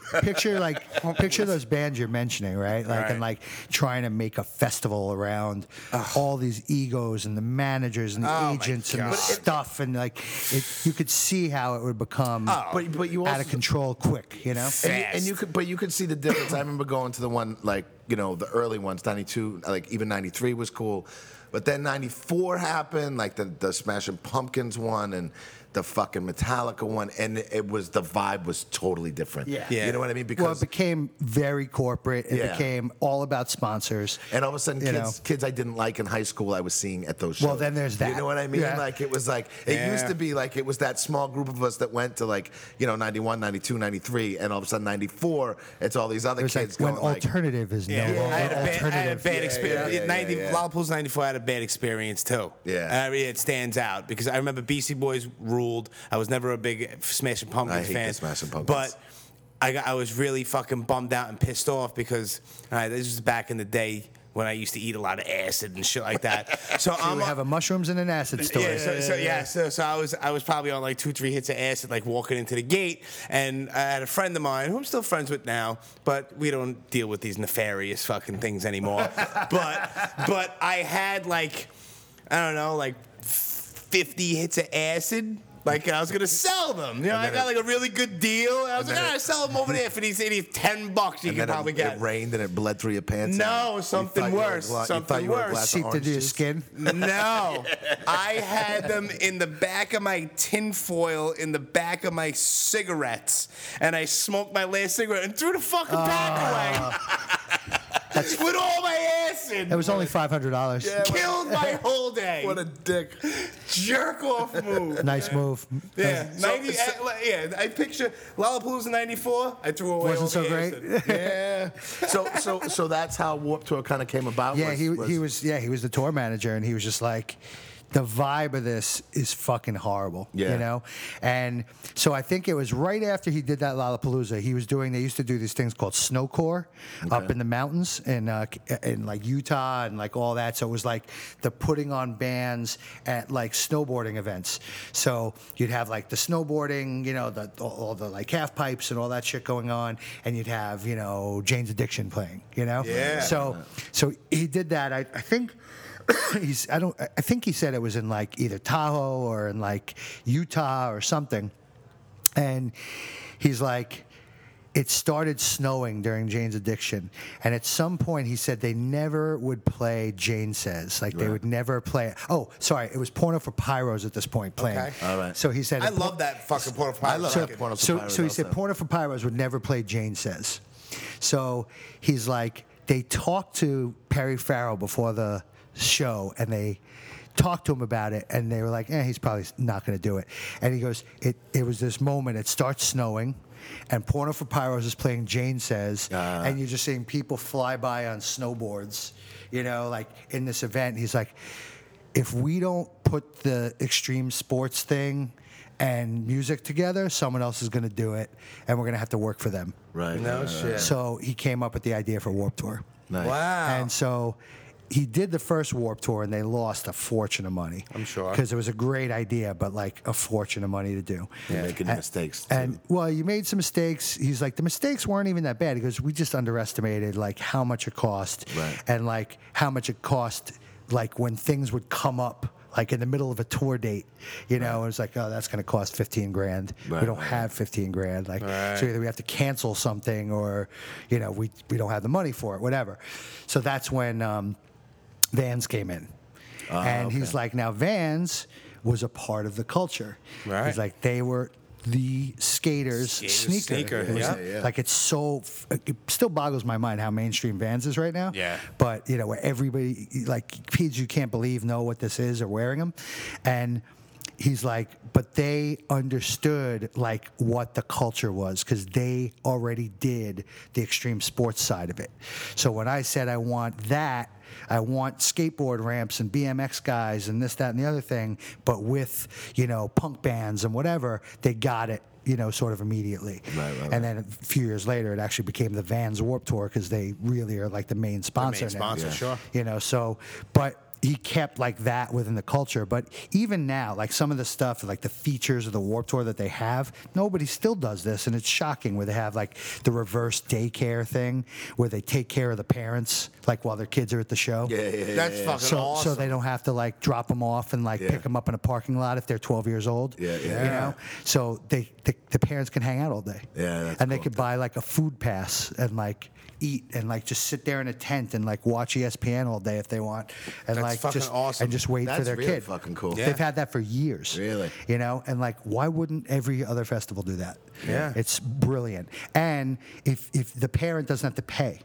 Speaker 3: picture like, picture those bands you're mentioning, right? Like, and
Speaker 1: Right.
Speaker 3: like trying to make a festival around all these egos and the managers and the
Speaker 1: Oh, my
Speaker 3: agents and the
Speaker 1: God.
Speaker 3: stuff, and like, it, you could see how it would become
Speaker 1: Oh.
Speaker 2: But- but you
Speaker 3: out of
Speaker 2: also-
Speaker 3: control quick, you know?
Speaker 2: And you, and
Speaker 1: Fast.
Speaker 2: you could, but you could see the difference. I remember going to the one like you know the early ones, '92, like even '93 was cool, but then '94 happened, like the the Smashing Pumpkins one and the fucking Metallica one, and it was the vibe was totally different.
Speaker 3: Yeah.
Speaker 1: Yeah.
Speaker 2: you know what I mean? Because
Speaker 3: well, it became very corporate. It
Speaker 2: Yeah.
Speaker 3: became all about sponsors.
Speaker 2: and all of a sudden,
Speaker 3: you
Speaker 2: kids,
Speaker 3: know.
Speaker 2: kids I didn't like in high school, I was seeing at those shows.
Speaker 3: Well, then there's
Speaker 2: You
Speaker 3: that.
Speaker 2: know what I mean?
Speaker 3: Yeah.
Speaker 2: Like it was like it
Speaker 1: Yeah.
Speaker 2: used to be like it was that small group of us that went to like you know 91, 92, 93, and all of a sudden 94, it's all these other
Speaker 3: It was
Speaker 2: kids
Speaker 3: like when
Speaker 2: going like.
Speaker 3: alternative is
Speaker 1: Yeah,
Speaker 3: no longer
Speaker 1: I had a bad, I
Speaker 3: alternative.
Speaker 1: had a bad
Speaker 2: yeah,
Speaker 1: experience.
Speaker 2: yeah, yeah,
Speaker 1: Ninety
Speaker 2: yeah.
Speaker 1: Lollapalooza '94 had a bad experience too.
Speaker 2: Yeah.
Speaker 1: I mean, it stands out because I remember BC Boys ruled. I was never a big Smashing Pumpkins
Speaker 2: I hate
Speaker 1: fan.
Speaker 2: the Smashing Pumpkins.
Speaker 1: but I got, I was really fucking bummed out and pissed off because all right, this was back in the day when I used to eat a lot of acid and shit like that. So
Speaker 3: You
Speaker 1: I'm
Speaker 3: would have a mushrooms and an acid story.
Speaker 1: yeah, so, so, yeah, so, so I was I was probably on like two, three hits of acid, like walking into the gate, and I had a friend of mine who I'm still friends with now, but we don't deal with these nefarious fucking things anymore. but but I had like I don't know, like fifty hits of acid. Like I was gonna sell them. You know,
Speaker 2: And
Speaker 1: I
Speaker 2: then
Speaker 1: got
Speaker 2: it-
Speaker 1: like a really good deal. I was
Speaker 2: and
Speaker 1: like,
Speaker 2: then
Speaker 1: ah,
Speaker 2: it-
Speaker 1: sell them over there for these 80, 10 bucks you
Speaker 2: And
Speaker 1: can
Speaker 2: then it-
Speaker 1: probably
Speaker 2: it,
Speaker 1: get.
Speaker 2: rained and it bled through your pants.
Speaker 1: No,
Speaker 2: and you
Speaker 1: something
Speaker 2: thought you were a
Speaker 1: worse,
Speaker 2: gla- you
Speaker 1: something
Speaker 2: thought you were a
Speaker 1: worse.
Speaker 2: glass of
Speaker 3: seeped
Speaker 2: orange
Speaker 3: into your
Speaker 2: juice.
Speaker 3: skin.
Speaker 1: No, I had them in the back of my tinfoil, in the back of my cigarettes, and I smoked my last cigarette and threw the fucking pack away with all my acid.
Speaker 3: That was only five hundred dollars.
Speaker 1: Killed my whole day.
Speaker 2: What a dick.
Speaker 1: jerk off move.
Speaker 3: Nice move.
Speaker 1: Yeah,
Speaker 2: So-
Speaker 1: 90,
Speaker 2: so-
Speaker 1: uh, like, yeah. I picture Lollapalooza '94. I threw away.
Speaker 3: Wasn't
Speaker 1: all
Speaker 3: so
Speaker 1: the
Speaker 3: great.
Speaker 1: acid.
Speaker 2: Yeah. So so so that's how Warp Tour kind of came about.
Speaker 3: Yeah,
Speaker 2: was,
Speaker 3: he he was yeah he was the tour manager, and he was just like, the vibe of this is fucking horrible.
Speaker 2: Yeah.
Speaker 3: you know. And so I think it was right after he did that Lollapalooza, he was doing. They used to do these things called snowcore up in the mountains in uh, in like Utah and like all that. So it was like the putting on bands at like snowboarding events. So you'd have like the snowboarding, you know, the all, all the like half pipes and all that shit going on, and you'd have you know Jane's Addiction playing, you know.
Speaker 1: Yeah.
Speaker 3: So so he did that. I, I think he's. I don't. I think he said it was in like either Tahoe or in like Utah or something. And he's like, it started snowing during Jane's addiction, and at some point he said they never would play Jane Says. Like they would never play. Oh, sorry, it was Porno for Pyros at this point playing.
Speaker 1: Okay.
Speaker 2: All right.
Speaker 3: So he said.
Speaker 1: I love that fucking porta potty.
Speaker 2: I love
Speaker 1: record.
Speaker 2: that porno
Speaker 3: So,
Speaker 2: supplier
Speaker 3: so he
Speaker 2: also.
Speaker 3: said Porno for Pyros would never play Jane Says. So he's like, they talked to Perry Farrell before the show and they talked to him about it and they were like, eh, he's probably not going to do it. And he goes, it, it was this moment, it starts snowing. And Porno for Pyros is playing Jane Says, and you're just seeing people fly by on snowboards, you know, like in this event. He's like, if we don't put the extreme sports thing and music together, someone else is going to do it, and we're going to have to work for them.
Speaker 2: Right.
Speaker 1: No
Speaker 2: right,
Speaker 1: shit.
Speaker 3: So he came up with the idea for Warp Tour.
Speaker 2: Nice.
Speaker 1: Wow.
Speaker 3: And so he did the first Warp Tour, and they lost a fortune of money. I'm
Speaker 1: sure.
Speaker 3: Because it was a great idea, but like a fortune of money to do.
Speaker 2: You're making
Speaker 3: And-
Speaker 2: mistakes.
Speaker 3: And well, you made some mistakes. He's like, the mistakes weren't even that bad. He goes, we just underestimated like how much it cost,
Speaker 2: Right.
Speaker 3: and like how much it cost, like when things would come up. Like in the middle of a tour date, you know, it was like, oh, that's going to cost fifteen grand.
Speaker 2: Right,
Speaker 3: We don't
Speaker 2: right.
Speaker 3: have fifteen grand. Like,
Speaker 1: Right.
Speaker 3: so either we have to cancel something, or, you know, we we don't have the money for it, whatever. So that's when um, Vans came in.
Speaker 2: Ah,
Speaker 3: and he's like, now Vans was a part of the culture.
Speaker 1: Right.
Speaker 3: He's like, they were the skaters,
Speaker 1: Skaters,
Speaker 3: sneaker.
Speaker 1: sneaker,
Speaker 3: It was-
Speaker 1: yeah.
Speaker 2: Yeah.
Speaker 3: Like it's so, it still boggles my mind how mainstream Vans is right now.
Speaker 1: Yeah.
Speaker 3: But, you know, where everybody, like kids you can't believe know what this is are wearing them. And, He's like, but they understood like what the culture was because they already did the extreme sports side of it. So when I said I want that, I want skateboard ramps and BMX guys and this, that, and the other thing, but with, you know, punk bands and whatever, they got it, you know, sort of immediately.
Speaker 2: Right, right,
Speaker 3: And then a few years later, it actually became the Vans Warp Tour because they really are like the main sponsor. now.
Speaker 1: sponsor, Yeah. sure.
Speaker 3: You know, so, but he kept like that within the culture. But even now, like some of the stuff, like the features of the Warp Tour that they have, nobody still does this, and it's shocking. Where they have like the reverse daycare thing, where they take care of the parents, like while their kids are at the show.
Speaker 2: Yeah, yeah, yeah,
Speaker 1: That's
Speaker 2: yeah.
Speaker 1: fucking
Speaker 3: So,
Speaker 1: awesome.
Speaker 3: so they don't have to like drop them off and like pick 'em
Speaker 2: Yeah.
Speaker 3: pick them up in a parking lot if they're 12 years old.
Speaker 2: Yeah, yeah.
Speaker 3: You know, so they the, the parents can hang out all day.
Speaker 2: Yeah, that's
Speaker 3: and they
Speaker 2: cool.
Speaker 3: could buy like a food pass and like eat and like just sit there in a tent and like watch E ESPN all day if they want and
Speaker 1: That's
Speaker 3: like
Speaker 1: fucking
Speaker 3: just
Speaker 1: awesome.
Speaker 3: and just wait for
Speaker 2: That's
Speaker 3: their
Speaker 2: really
Speaker 3: kid.
Speaker 2: fucking cool.
Speaker 1: Yeah.
Speaker 3: They've had that for years.
Speaker 2: Really?
Speaker 3: You know, and like why wouldn't every other festival do that?
Speaker 1: Yeah.
Speaker 3: It's brilliant. And if if the parent doesn't have to pay.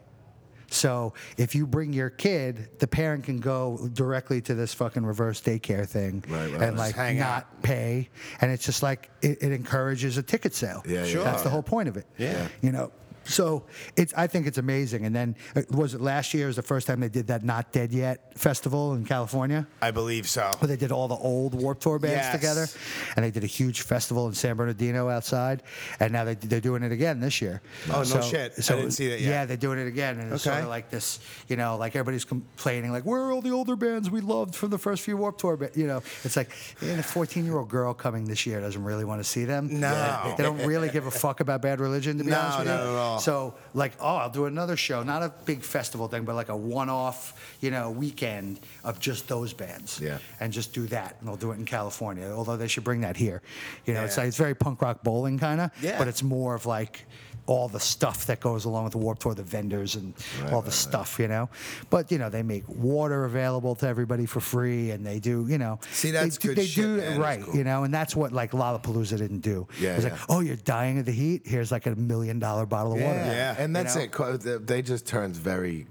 Speaker 3: So if you bring your kid, the parent can go directly to this fucking reverse daycare thing
Speaker 2: Right, right, right.
Speaker 3: and like
Speaker 1: hang
Speaker 3: not pay. And it's just like it, it encourages a ticket sale.
Speaker 2: Yeah, yeah, Sure.
Speaker 3: That's the whole point of it.
Speaker 1: Yeah.
Speaker 3: You know. So it's I think it's amazing. And then uh, was it last year was the first time they did that Not Dead Yet festival in California?
Speaker 1: I believe so.
Speaker 3: where they did all the old Warp Tour bands
Speaker 1: Yes.
Speaker 3: together, and they did a huge festival in San Bernardino outside, and now they, they're doing it again this year.
Speaker 1: Oh, no shit. I didn't see that yet.
Speaker 3: Yeah, they're doing it again, and it's
Speaker 1: Okay.
Speaker 3: sort of like this, you know, like everybody's complaining, like, where are all the older bands we loved from the first few Warp Tour? But, you know, it's like, and a 14 year old girl coming this year doesn't really want to see them.
Speaker 1: No.
Speaker 3: They don't really give a fuck about Bad Religion, to be
Speaker 1: No,
Speaker 3: honest with
Speaker 1: not
Speaker 3: you.
Speaker 1: at all. Oh.
Speaker 3: So like, oh, I'll do another show, not a big festival thing, but like a one-off, you know, weekend of just those bands.
Speaker 2: Yeah.
Speaker 3: And just do that, and they'll do it in California. Although they should bring that here. You know, it's
Speaker 1: Yeah.
Speaker 3: like it's very punk rock bowling kind of.
Speaker 1: Yeah.
Speaker 3: But it's more of like all the stuff that goes along with the Warped Tour, the vendors and all the stuff, you know. But you know, they make water available to everybody for free, and they do, you know.
Speaker 1: See, that's
Speaker 3: they, do-
Speaker 1: good
Speaker 3: They
Speaker 1: shit,
Speaker 3: do
Speaker 1: man. That's
Speaker 3: right,
Speaker 1: cool.
Speaker 3: you know, and that's what like Lollapalooza didn't do.
Speaker 2: Yeah,
Speaker 3: it's
Speaker 2: yeah.
Speaker 3: like, oh, you're dying of the heat. Here's like a million dollar bottle of water.
Speaker 1: Yeah.
Speaker 2: And
Speaker 3: You
Speaker 2: that's
Speaker 3: know?
Speaker 2: it. Co- th- They just turns very,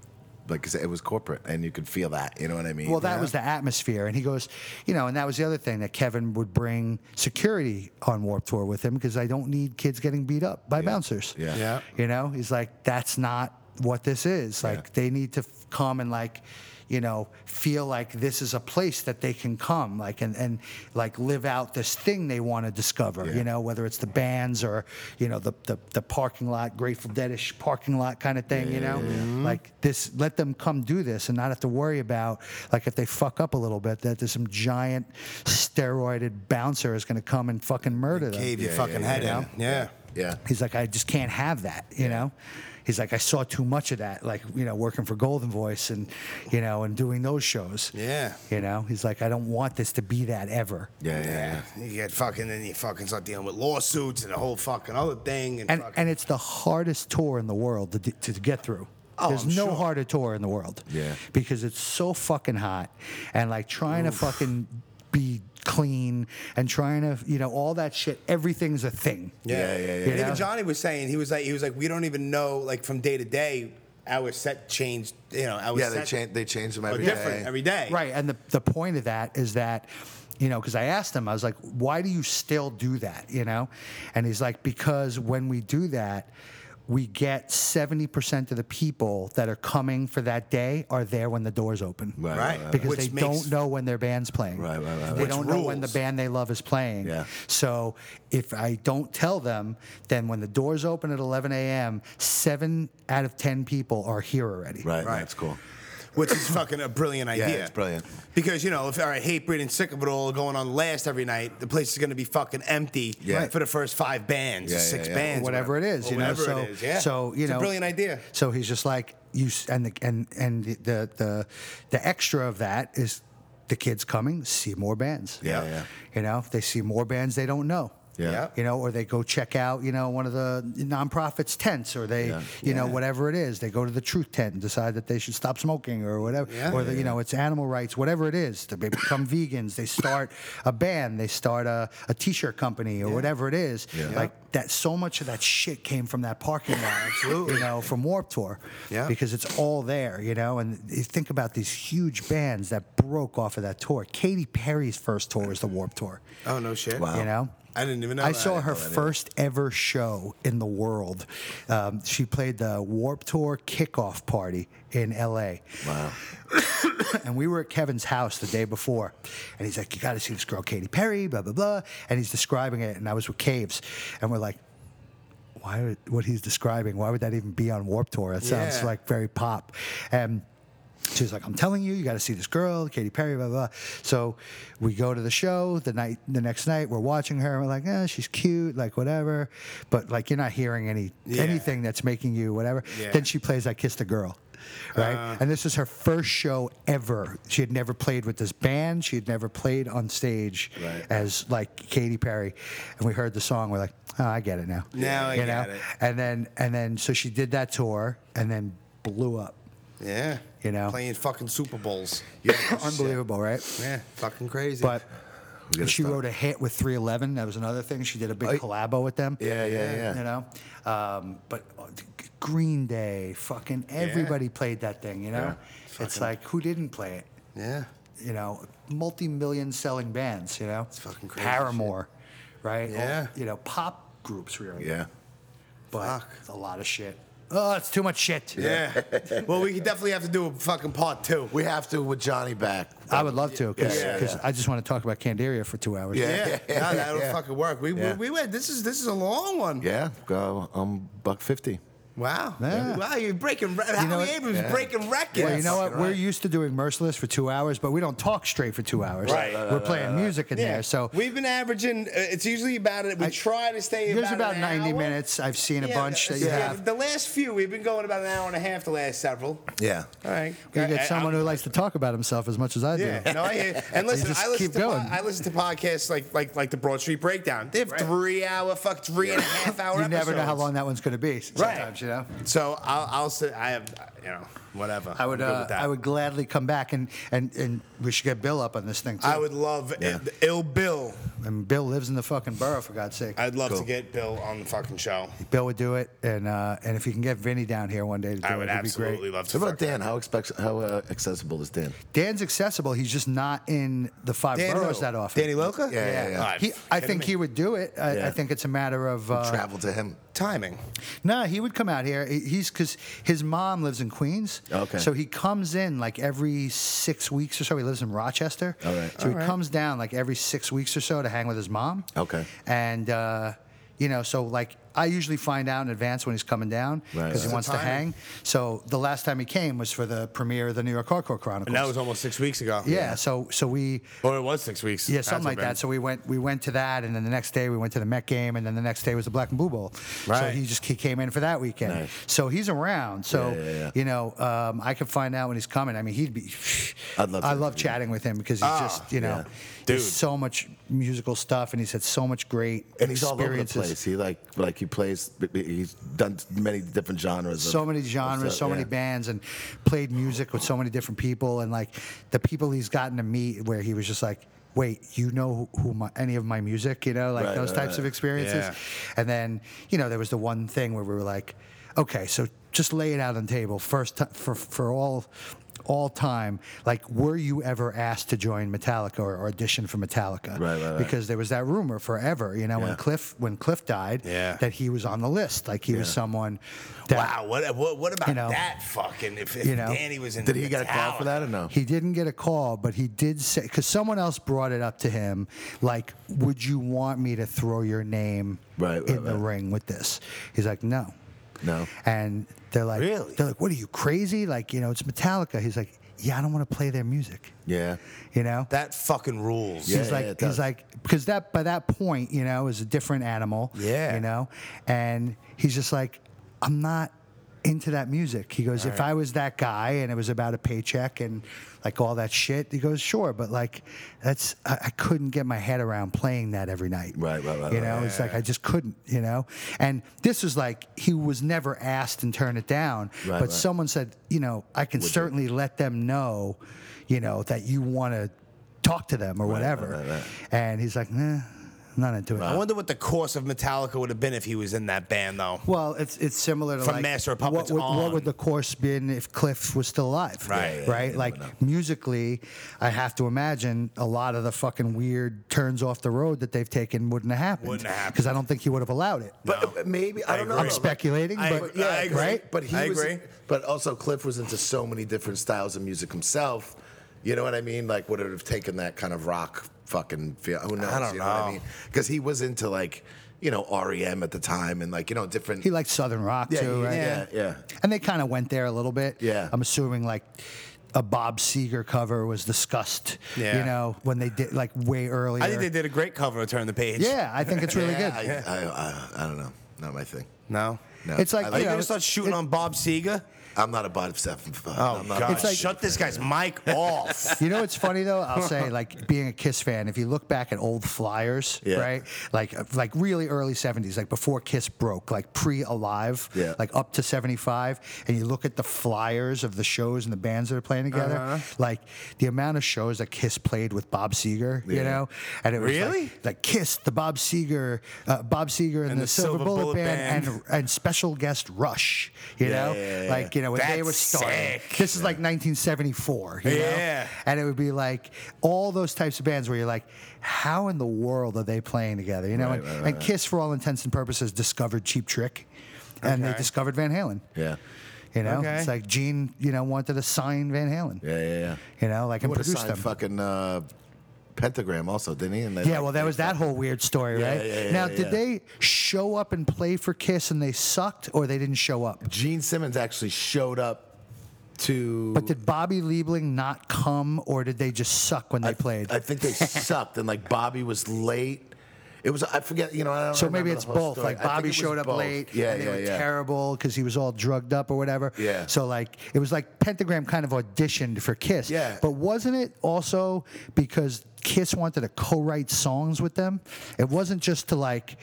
Speaker 2: like I said, it was corporate, and you could feel that. You know what I mean?
Speaker 3: Well, that
Speaker 2: Yeah.
Speaker 3: was the atmosphere, and he goes, you know, and that was the other thing that Kevin would bring security on Warp Tour with him because I don't need kids getting beat up by bouncers.
Speaker 2: Yeah.
Speaker 1: Yeah.
Speaker 3: You know, he's like, that's not what this is. Like, they need to f- come and like, you know, feel like this is a place that they can come, like, and, and like live out this thing they want to discover, you know, whether it's the bands or, you know, the, the, the parking lot, Grateful Deadish parking lot kind of thing, you know,
Speaker 1: Mm-hmm.
Speaker 3: like this, let them come do this and not have to worry about, like, if they fuck up a little bit, that there's some giant steroided bouncer is going to come and fucking murder them.
Speaker 1: Cave your
Speaker 2: Yeah,
Speaker 1: fucking
Speaker 2: yeah,
Speaker 1: head
Speaker 3: yeah.
Speaker 1: in. Yeah.
Speaker 2: Yeah.
Speaker 3: He's like, I just can't have that, you know. He's like, I saw too much of that, like you know, working for Golden Voice and you know, and doing those shows.
Speaker 1: Yeah.
Speaker 3: You know, he's like, I don't want this to be that ever.
Speaker 2: Yeah. Yeah. yeah.
Speaker 1: You get fucking, then you fucking start dealing with lawsuits and a whole fucking other thing. And,
Speaker 3: And
Speaker 1: fucking,
Speaker 3: and it's the hardest tour in the world to d- to get through.
Speaker 1: Oh,
Speaker 3: There's
Speaker 1: I'm
Speaker 3: no
Speaker 1: sure.
Speaker 3: harder tour in the world.
Speaker 2: Yeah.
Speaker 3: Because it's so fucking hot, and like trying to fucking be clean and trying to you know all that shit. Everything's a thing.
Speaker 2: Yeah, yeah, yeah.
Speaker 1: And
Speaker 3: Yeah.
Speaker 1: even Johnny was saying he was like he was like we don't even know like from day to day our set changed. You know our
Speaker 2: Yeah, they
Speaker 1: set
Speaker 2: change. They change them
Speaker 1: are
Speaker 2: every day.
Speaker 1: different every day.
Speaker 3: Right. And the, the point of that is that, you know, because I asked him, I was like, why do you still do that? You know? And he's like, because when we do that, we get 70% of the people that are coming for that day are there when the doors open.
Speaker 2: Right.
Speaker 1: Right.
Speaker 2: right,
Speaker 3: Because
Speaker 1: Uh, Which
Speaker 3: they
Speaker 1: makes-
Speaker 3: don't know when their band's playing.
Speaker 2: Right, right, right,
Speaker 3: They
Speaker 1: right. Which
Speaker 3: don't know when the
Speaker 1: rules.
Speaker 3: band they love is playing.
Speaker 2: Yeah.
Speaker 3: So if I don't tell them, then when the doors open at 11 a.m., seven out of 10 people are here already.
Speaker 2: Right.
Speaker 1: Right.
Speaker 2: That's cool.
Speaker 1: Which is fucking a brilliant idea.
Speaker 2: it's brilliant.
Speaker 1: Because you know if all right, hate breed and sick of it all are going on last every night, the place is going to be fucking empty
Speaker 2: Yeah.
Speaker 1: for the first five bands,
Speaker 2: Yeah, yeah,
Speaker 1: six
Speaker 2: yeah.
Speaker 1: bands,
Speaker 3: whatever, it is,
Speaker 1: Or
Speaker 3: you know.
Speaker 1: whatever
Speaker 3: So,
Speaker 1: it is. Yeah.
Speaker 3: so you
Speaker 1: it's
Speaker 3: know,
Speaker 1: a brilliant idea.
Speaker 3: So he's just like you, s- and the and and the the the extra of that is the kids coming see more bands.
Speaker 2: Yeah, yeah.
Speaker 3: You know, if they see more bands they don't know.
Speaker 2: Yeah.
Speaker 1: Yeah.
Speaker 3: You know, or they go check out, you know, one of the nonprofits' tents, or they,
Speaker 2: Yeah.
Speaker 3: you know, whatever it is, they go to the truth tent and decide that they should stop smoking or whatever,
Speaker 1: Yeah.
Speaker 3: or the, you know, it's animal rights, whatever it is. They become vegans, they start a band, they start a, a t-shirt company or whatever it is.
Speaker 2: Yeah.
Speaker 3: Like that so much of that shit came from that parking lot, absolutely. You know, from Warp Tour,
Speaker 1: Yeah.
Speaker 3: because it's all there, you know. And you think about these huge bands that broke off of that tour. Katy Perry's first tour was the Warp Tour,
Speaker 1: Oh no shit.
Speaker 2: Wow.
Speaker 3: you know.
Speaker 1: I didn't even know.
Speaker 3: I
Speaker 1: that.
Speaker 3: saw her first ever show in the world. Um, she played the Warp Tour kickoff party in L.A.
Speaker 2: Wow.
Speaker 3: and we were at Kevin's house the day before, and he's like, "You got to see this girl, Katy Perry, blah blah blah," and he's describing it, and I was with Caves, and we're like, "Why? Would, what he's describing? Why would that even be on Warp Tour? That sounds
Speaker 1: Yeah.
Speaker 3: like very pop." And she's like, "I'm telling you, you got to see this girl, Katy Perry, blah blah." So we go to the show the night, the next night, we're watching her, and we're like, "Eh, she's cute, like whatever," but like you're not hearing any
Speaker 1: Yeah.
Speaker 3: anything that's making you whatever.
Speaker 1: Yeah. Uh.
Speaker 3: Then she plays "I Kissed a Girl." Right, and this was her first show ever. She had never played with this band. She had never played on stage
Speaker 2: Right.
Speaker 3: as like Katy Perry. And we heard the song. We're like, oh, I get it now.
Speaker 1: Now I get it.
Speaker 3: And then and then so she did that tour and then blew up.
Speaker 1: Yeah.
Speaker 3: You know.
Speaker 1: Playing fucking Super Bowls.
Speaker 3: Unbelievable, right?
Speaker 1: Yeah. Fucking crazy.
Speaker 3: But
Speaker 2: We gotta
Speaker 3: she
Speaker 2: stop.
Speaker 3: wrote a hit with 311. That was another thing. She did a big collabo with them.
Speaker 2: Yeah, yeah, yeah.
Speaker 3: You know, um, but uh, G- Green Day, fucking everybody played that thing. You know, it's like who didn't play it?
Speaker 1: yeah.
Speaker 3: you know, multi-million selling bands, you know. It's
Speaker 1: fucking crazy
Speaker 3: Paramore, right? All-
Speaker 1: Yeah.
Speaker 3: you know, pop groups really.
Speaker 2: Yeah.
Speaker 3: But
Speaker 1: Fuck.
Speaker 3: it's a lot of shit. Oh, it's too much shit.
Speaker 1: Yeah. well, we definitely have to do a fucking part two.
Speaker 2: We have to with Johnny back.
Speaker 3: I would love to because
Speaker 1: Yeah, yeah, yeah.
Speaker 3: I just want to talk about Candaria for two hours.
Speaker 2: Yeah.
Speaker 1: Yeah, no, that'll
Speaker 2: Yeah.
Speaker 1: fucking work. We,
Speaker 2: Yeah.
Speaker 1: we we went. This is this is a long one.
Speaker 2: Yeah. Go. Um. Buck fifty.
Speaker 1: Wow.
Speaker 3: Yeah.
Speaker 1: Wow, you're breaking. re- Howie
Speaker 3: know what-
Speaker 1: Abrams breaking records.
Speaker 3: Well, you know what?
Speaker 2: Right.
Speaker 3: We're used to doing Merciless for two hours, but we don't talk straight for two hours.
Speaker 1: Right. Right, right,
Speaker 3: We're playing music in
Speaker 1: Yeah.
Speaker 3: there. So
Speaker 1: we've been averaging. Uh, it's usually about it. We try to stay.
Speaker 3: there's
Speaker 1: about,
Speaker 3: about
Speaker 1: an
Speaker 3: 90
Speaker 1: hour.
Speaker 3: minutes. I've seen a
Speaker 1: Yeah,
Speaker 3: bunch that you
Speaker 1: yeah,
Speaker 3: have.
Speaker 1: The last few, we've been going about an hour and a half. The last several.
Speaker 2: Yeah.
Speaker 1: All right.
Speaker 3: You
Speaker 1: I- I-
Speaker 3: get someone
Speaker 1: I'm-
Speaker 3: who likes to talk about himself as much as I do.
Speaker 1: Yeah, no, I hear. And listen,
Speaker 3: just
Speaker 1: I listen
Speaker 3: keep
Speaker 1: to po-
Speaker 3: going.
Speaker 1: I listen to podcasts like like like the Broad Street Breakdown. They have three hour, fuck, three and a half hour.
Speaker 3: You never know how
Speaker 1: episodes.
Speaker 3: long that one's going to be. Sometimes, you know.
Speaker 1: So I'll, I'll say I have you know whatever.
Speaker 3: I would,
Speaker 1: I'm good
Speaker 3: uh,
Speaker 1: with that.
Speaker 3: I would gladly come back and, and, and we should get Bill up on this thing too.
Speaker 1: I would love it, ill Bill.
Speaker 3: and Bill lives in the fucking borough for God's sake.
Speaker 1: I'd love to get Bill on the fucking show.
Speaker 3: Bill would do it, and uh, and if you can get Vinny down here one day, to do
Speaker 1: I
Speaker 3: it,
Speaker 1: would
Speaker 3: it'd be great.
Speaker 1: absolutely love to.
Speaker 2: So what
Speaker 1: fuck
Speaker 2: about Dan? How expect, how uh, accessible is Dan?
Speaker 3: Dan's accessible. He's just not in the five
Speaker 1: Dan
Speaker 3: boroughs
Speaker 1: who?
Speaker 3: that often.
Speaker 1: Danny Loca?
Speaker 2: Yeah, yeah, yeah.
Speaker 1: Alright,
Speaker 3: He, I
Speaker 1: kidding
Speaker 3: think
Speaker 1: me?
Speaker 3: he would do it. I,
Speaker 2: Yeah.
Speaker 3: I think it's a matter of uh,
Speaker 2: Travel to him.
Speaker 1: timing.
Speaker 3: no. He would come out here. He- He's because his mom lives in Queens.
Speaker 2: Okay.
Speaker 3: So he comes in like every six weeks or so. He lives in Rochester.
Speaker 2: All right.
Speaker 3: So he comes down like every six weeks or so to hang with his mom.
Speaker 2: Okay.
Speaker 3: And uh, you know, so like I usually find out in advance when he's coming down
Speaker 2: Right,
Speaker 3: because
Speaker 2: right.
Speaker 3: he wants to
Speaker 1: timing.
Speaker 3: hang. So the last time he came was for the premiere of the New York Hardcore Chronicles.
Speaker 1: And that was almost six weeks ago.
Speaker 3: yeah. So so we
Speaker 1: Or it was six weeks.
Speaker 3: Yeah, something like
Speaker 1: That's
Speaker 3: that. So we went we went to that, and then the next day we went to the Met game, and then the next day was the Black and Blue Bowl. So
Speaker 1: Right.
Speaker 3: he just he came in for that weekend.
Speaker 2: Nice.
Speaker 3: So he's around. So
Speaker 2: Yeah, yeah, yeah.
Speaker 3: you know, um, I could find out when he's coming. I mean, he'd be.
Speaker 2: I'd love to
Speaker 3: I love
Speaker 2: interview
Speaker 3: chatting with him because he's
Speaker 1: Ah,
Speaker 3: just you know,
Speaker 2: yeah.
Speaker 3: there's
Speaker 1: Dude.
Speaker 3: so much musical stuff, and he's had so much great
Speaker 2: And he's all over the
Speaker 3: experiences.
Speaker 2: place. He like like he plays. He's done many different genres. of-
Speaker 3: so many
Speaker 2: of
Speaker 3: genres,
Speaker 2: stuff,
Speaker 3: so many
Speaker 2: yeah.
Speaker 3: bands, and played music with so many different people, and like the people he's gotten to meet, where he was just like, "Wait, you know who my, any of my music? You know, like
Speaker 2: Right,
Speaker 3: those
Speaker 2: right,
Speaker 3: types
Speaker 2: right.
Speaker 3: of experiences."
Speaker 1: Yeah.
Speaker 3: And then you know there was the one thing where we were like, "Okay, so just lay it out on the table first ti- for for all." All time, like, were you ever asked to join Metallica or, or audition for Metallica?
Speaker 2: Right, right, right.
Speaker 3: Because there was that rumor forever, you know,
Speaker 2: Yeah.
Speaker 3: when Cliff when Cliff died,
Speaker 1: Yeah.
Speaker 3: that he was on the list, like he was someone. That,
Speaker 1: Wow, what, what what about
Speaker 3: You know.
Speaker 1: that fucking? If, if
Speaker 3: You know.
Speaker 1: Danny was in,
Speaker 2: Did he get a call for
Speaker 1: Metallica.
Speaker 2: that or no?
Speaker 3: He didn't get a call, but he did say because someone else brought it up to him. Like, would you want me to throw your name
Speaker 2: Right, right,
Speaker 3: in the
Speaker 2: right.
Speaker 3: ring with this? He's like, no,
Speaker 2: No.
Speaker 3: and they're like,
Speaker 1: Really?
Speaker 3: They're like, what are you crazy? Like, you know, it's Metallica. He's like, yeah, I don't want to play their music.
Speaker 2: Yeah.
Speaker 3: You know,
Speaker 1: That fucking rules.
Speaker 2: Yeah.
Speaker 3: he's
Speaker 2: it
Speaker 3: like,
Speaker 2: does.
Speaker 3: he's like, because that by that point, you know, is a different animal.
Speaker 1: Yeah.
Speaker 3: you know, and he's just like, I'm not into that music. He goes, if I was that guy and it was about a paycheck and like all that shit, he goes, sure, but like that's I, I couldn't get my head around playing that every night.
Speaker 2: Right, right, right,
Speaker 3: You
Speaker 2: right.
Speaker 3: know, it's like I just couldn't. You know, and this was like he was never asked and turned it down,
Speaker 2: Right,
Speaker 3: but
Speaker 2: right.
Speaker 3: someone said, you know, I can
Speaker 2: Would you?
Speaker 3: certainly let them know, you know, that you want to talk to them or whatever.
Speaker 2: right, right.
Speaker 3: And he's like, nah, I'm not into it.
Speaker 1: I wonder what the course of Metallica would have been if he was in that band, though.
Speaker 3: Well, it's it's similar to
Speaker 1: From
Speaker 3: like,
Speaker 1: Master of
Speaker 3: what
Speaker 1: Puppets
Speaker 3: would,
Speaker 1: on.
Speaker 3: what would the course been if Cliff was still alive?
Speaker 1: Right. Yeah,
Speaker 3: right.
Speaker 2: yeah,
Speaker 3: like
Speaker 2: you never
Speaker 3: musically, I have to imagine a lot of the fucking weird turns off the road that they've taken wouldn't have happened.
Speaker 1: Wouldn't have happened.
Speaker 3: because I don't think he would have allowed it.
Speaker 2: But uh,
Speaker 1: No.
Speaker 2: maybe I,
Speaker 1: I
Speaker 2: don't know.
Speaker 1: agree.
Speaker 3: I'm
Speaker 2: though, like-
Speaker 3: speculating,
Speaker 1: I-
Speaker 3: but
Speaker 1: I
Speaker 2: Yeah,
Speaker 1: agree.
Speaker 2: right. But he
Speaker 1: I
Speaker 2: was,
Speaker 1: agree.
Speaker 2: But also, Cliff was into so many different styles of music himself. You know what I mean? Like, would it have taken that kind of rock fucking feel? Who knows?
Speaker 1: don't
Speaker 2: you know, what
Speaker 1: know.
Speaker 2: I mean? Because he was into like, you know, REM at the time and like, you know, different.
Speaker 3: he liked Southern rock
Speaker 2: yeah,
Speaker 3: too,
Speaker 2: he-
Speaker 3: right?
Speaker 2: yeah, yeah,
Speaker 3: And they kind of went there a little bit.
Speaker 2: Yeah.
Speaker 3: I'm assuming like a Bob Seger cover was discussed.
Speaker 1: Yeah.
Speaker 3: You know when they did like way earlier.
Speaker 1: I think they did a great cover of Turn the Page.
Speaker 3: Yeah, I think it's really
Speaker 2: Yeah,
Speaker 3: good.
Speaker 2: I, I, I, I don't know. Not my thing.
Speaker 1: No.
Speaker 2: No.
Speaker 3: It's like,
Speaker 2: I
Speaker 1: Are
Speaker 3: you
Speaker 1: you
Speaker 3: know,
Speaker 1: gonna start shooting on Bob Seger?
Speaker 2: I'm not a body stuff.
Speaker 1: Oh
Speaker 2: I'm not a
Speaker 1: God!
Speaker 3: It's like-
Speaker 1: Shut this guy's mic off.
Speaker 3: You know what's funny though? I'll say like being a Kiss fan. If you look back at old flyers,
Speaker 2: Yeah.
Speaker 3: right? Like like really early '70s, like before Kiss broke, like pre Alive,
Speaker 2: Yeah.
Speaker 3: like up to '75, and you look at the flyers of the shows and the bands that are playing together, like the amount of shows that Kiss played with Bob Seger, you
Speaker 2: Yeah.
Speaker 3: know, and it was like-
Speaker 1: Really?
Speaker 3: like, Kiss, the Bob Seger, uh, Bob Seger and, the, Silver, Bullet, Band,
Speaker 1: Band.
Speaker 3: and and special guest Rush, you
Speaker 2: Yeah,
Speaker 3: know,
Speaker 2: yeah, yeah,
Speaker 3: like you know when they
Speaker 1: That's
Speaker 3: were starting.
Speaker 1: sick.
Speaker 3: This is like 1974. you know?
Speaker 1: Yeah.
Speaker 3: And it would be like all those types of bands where you're like, how in the world are they playing together? You know, and, and Kiss, for all intents and purposes, discovered Cheap Trick and they
Speaker 1: Okay.
Speaker 3: discovered Van Halen.
Speaker 2: Yeah.
Speaker 3: You know,
Speaker 1: Okay.
Speaker 3: it's like Gene, you know, wanted to sign Van Halen.
Speaker 2: Yeah, yeah, yeah.
Speaker 3: You know, like and
Speaker 2: Would have
Speaker 3: produce
Speaker 2: signed
Speaker 3: them.
Speaker 2: fucking uh, Pentagram also, didn't he? And they,
Speaker 3: Yeah,
Speaker 2: like,
Speaker 3: well, there was that whole weird story,
Speaker 2: Yeah,
Speaker 3: right?
Speaker 2: yeah, yeah,
Speaker 3: now,
Speaker 2: yeah,
Speaker 3: did
Speaker 2: yeah.
Speaker 3: they show up and play for Kiss and they sucked, or they didn't show up?
Speaker 2: Gene Simmons actually showed up to.
Speaker 3: But did Bobby Liebling not come, or did they just suck when they played?
Speaker 2: I think they sucked, and like Bobby was late. It was I forget, you know. I don't
Speaker 3: so maybe
Speaker 2: remember the
Speaker 3: it's
Speaker 2: whole
Speaker 3: both.
Speaker 2: story.
Speaker 3: Like
Speaker 2: I think
Speaker 3: Bobby
Speaker 2: it was
Speaker 3: showed up
Speaker 2: both.
Speaker 3: late,
Speaker 2: Yeah,
Speaker 3: and they
Speaker 2: yeah,
Speaker 3: were
Speaker 2: yeah.
Speaker 3: terrible because he was all drugged up or whatever.
Speaker 2: Yeah.
Speaker 3: So like it was like Pentagram kind of auditioned for Kiss.
Speaker 2: Yeah.
Speaker 3: But wasn't it also because Kiss wanted to co-write songs with them? It wasn't just to like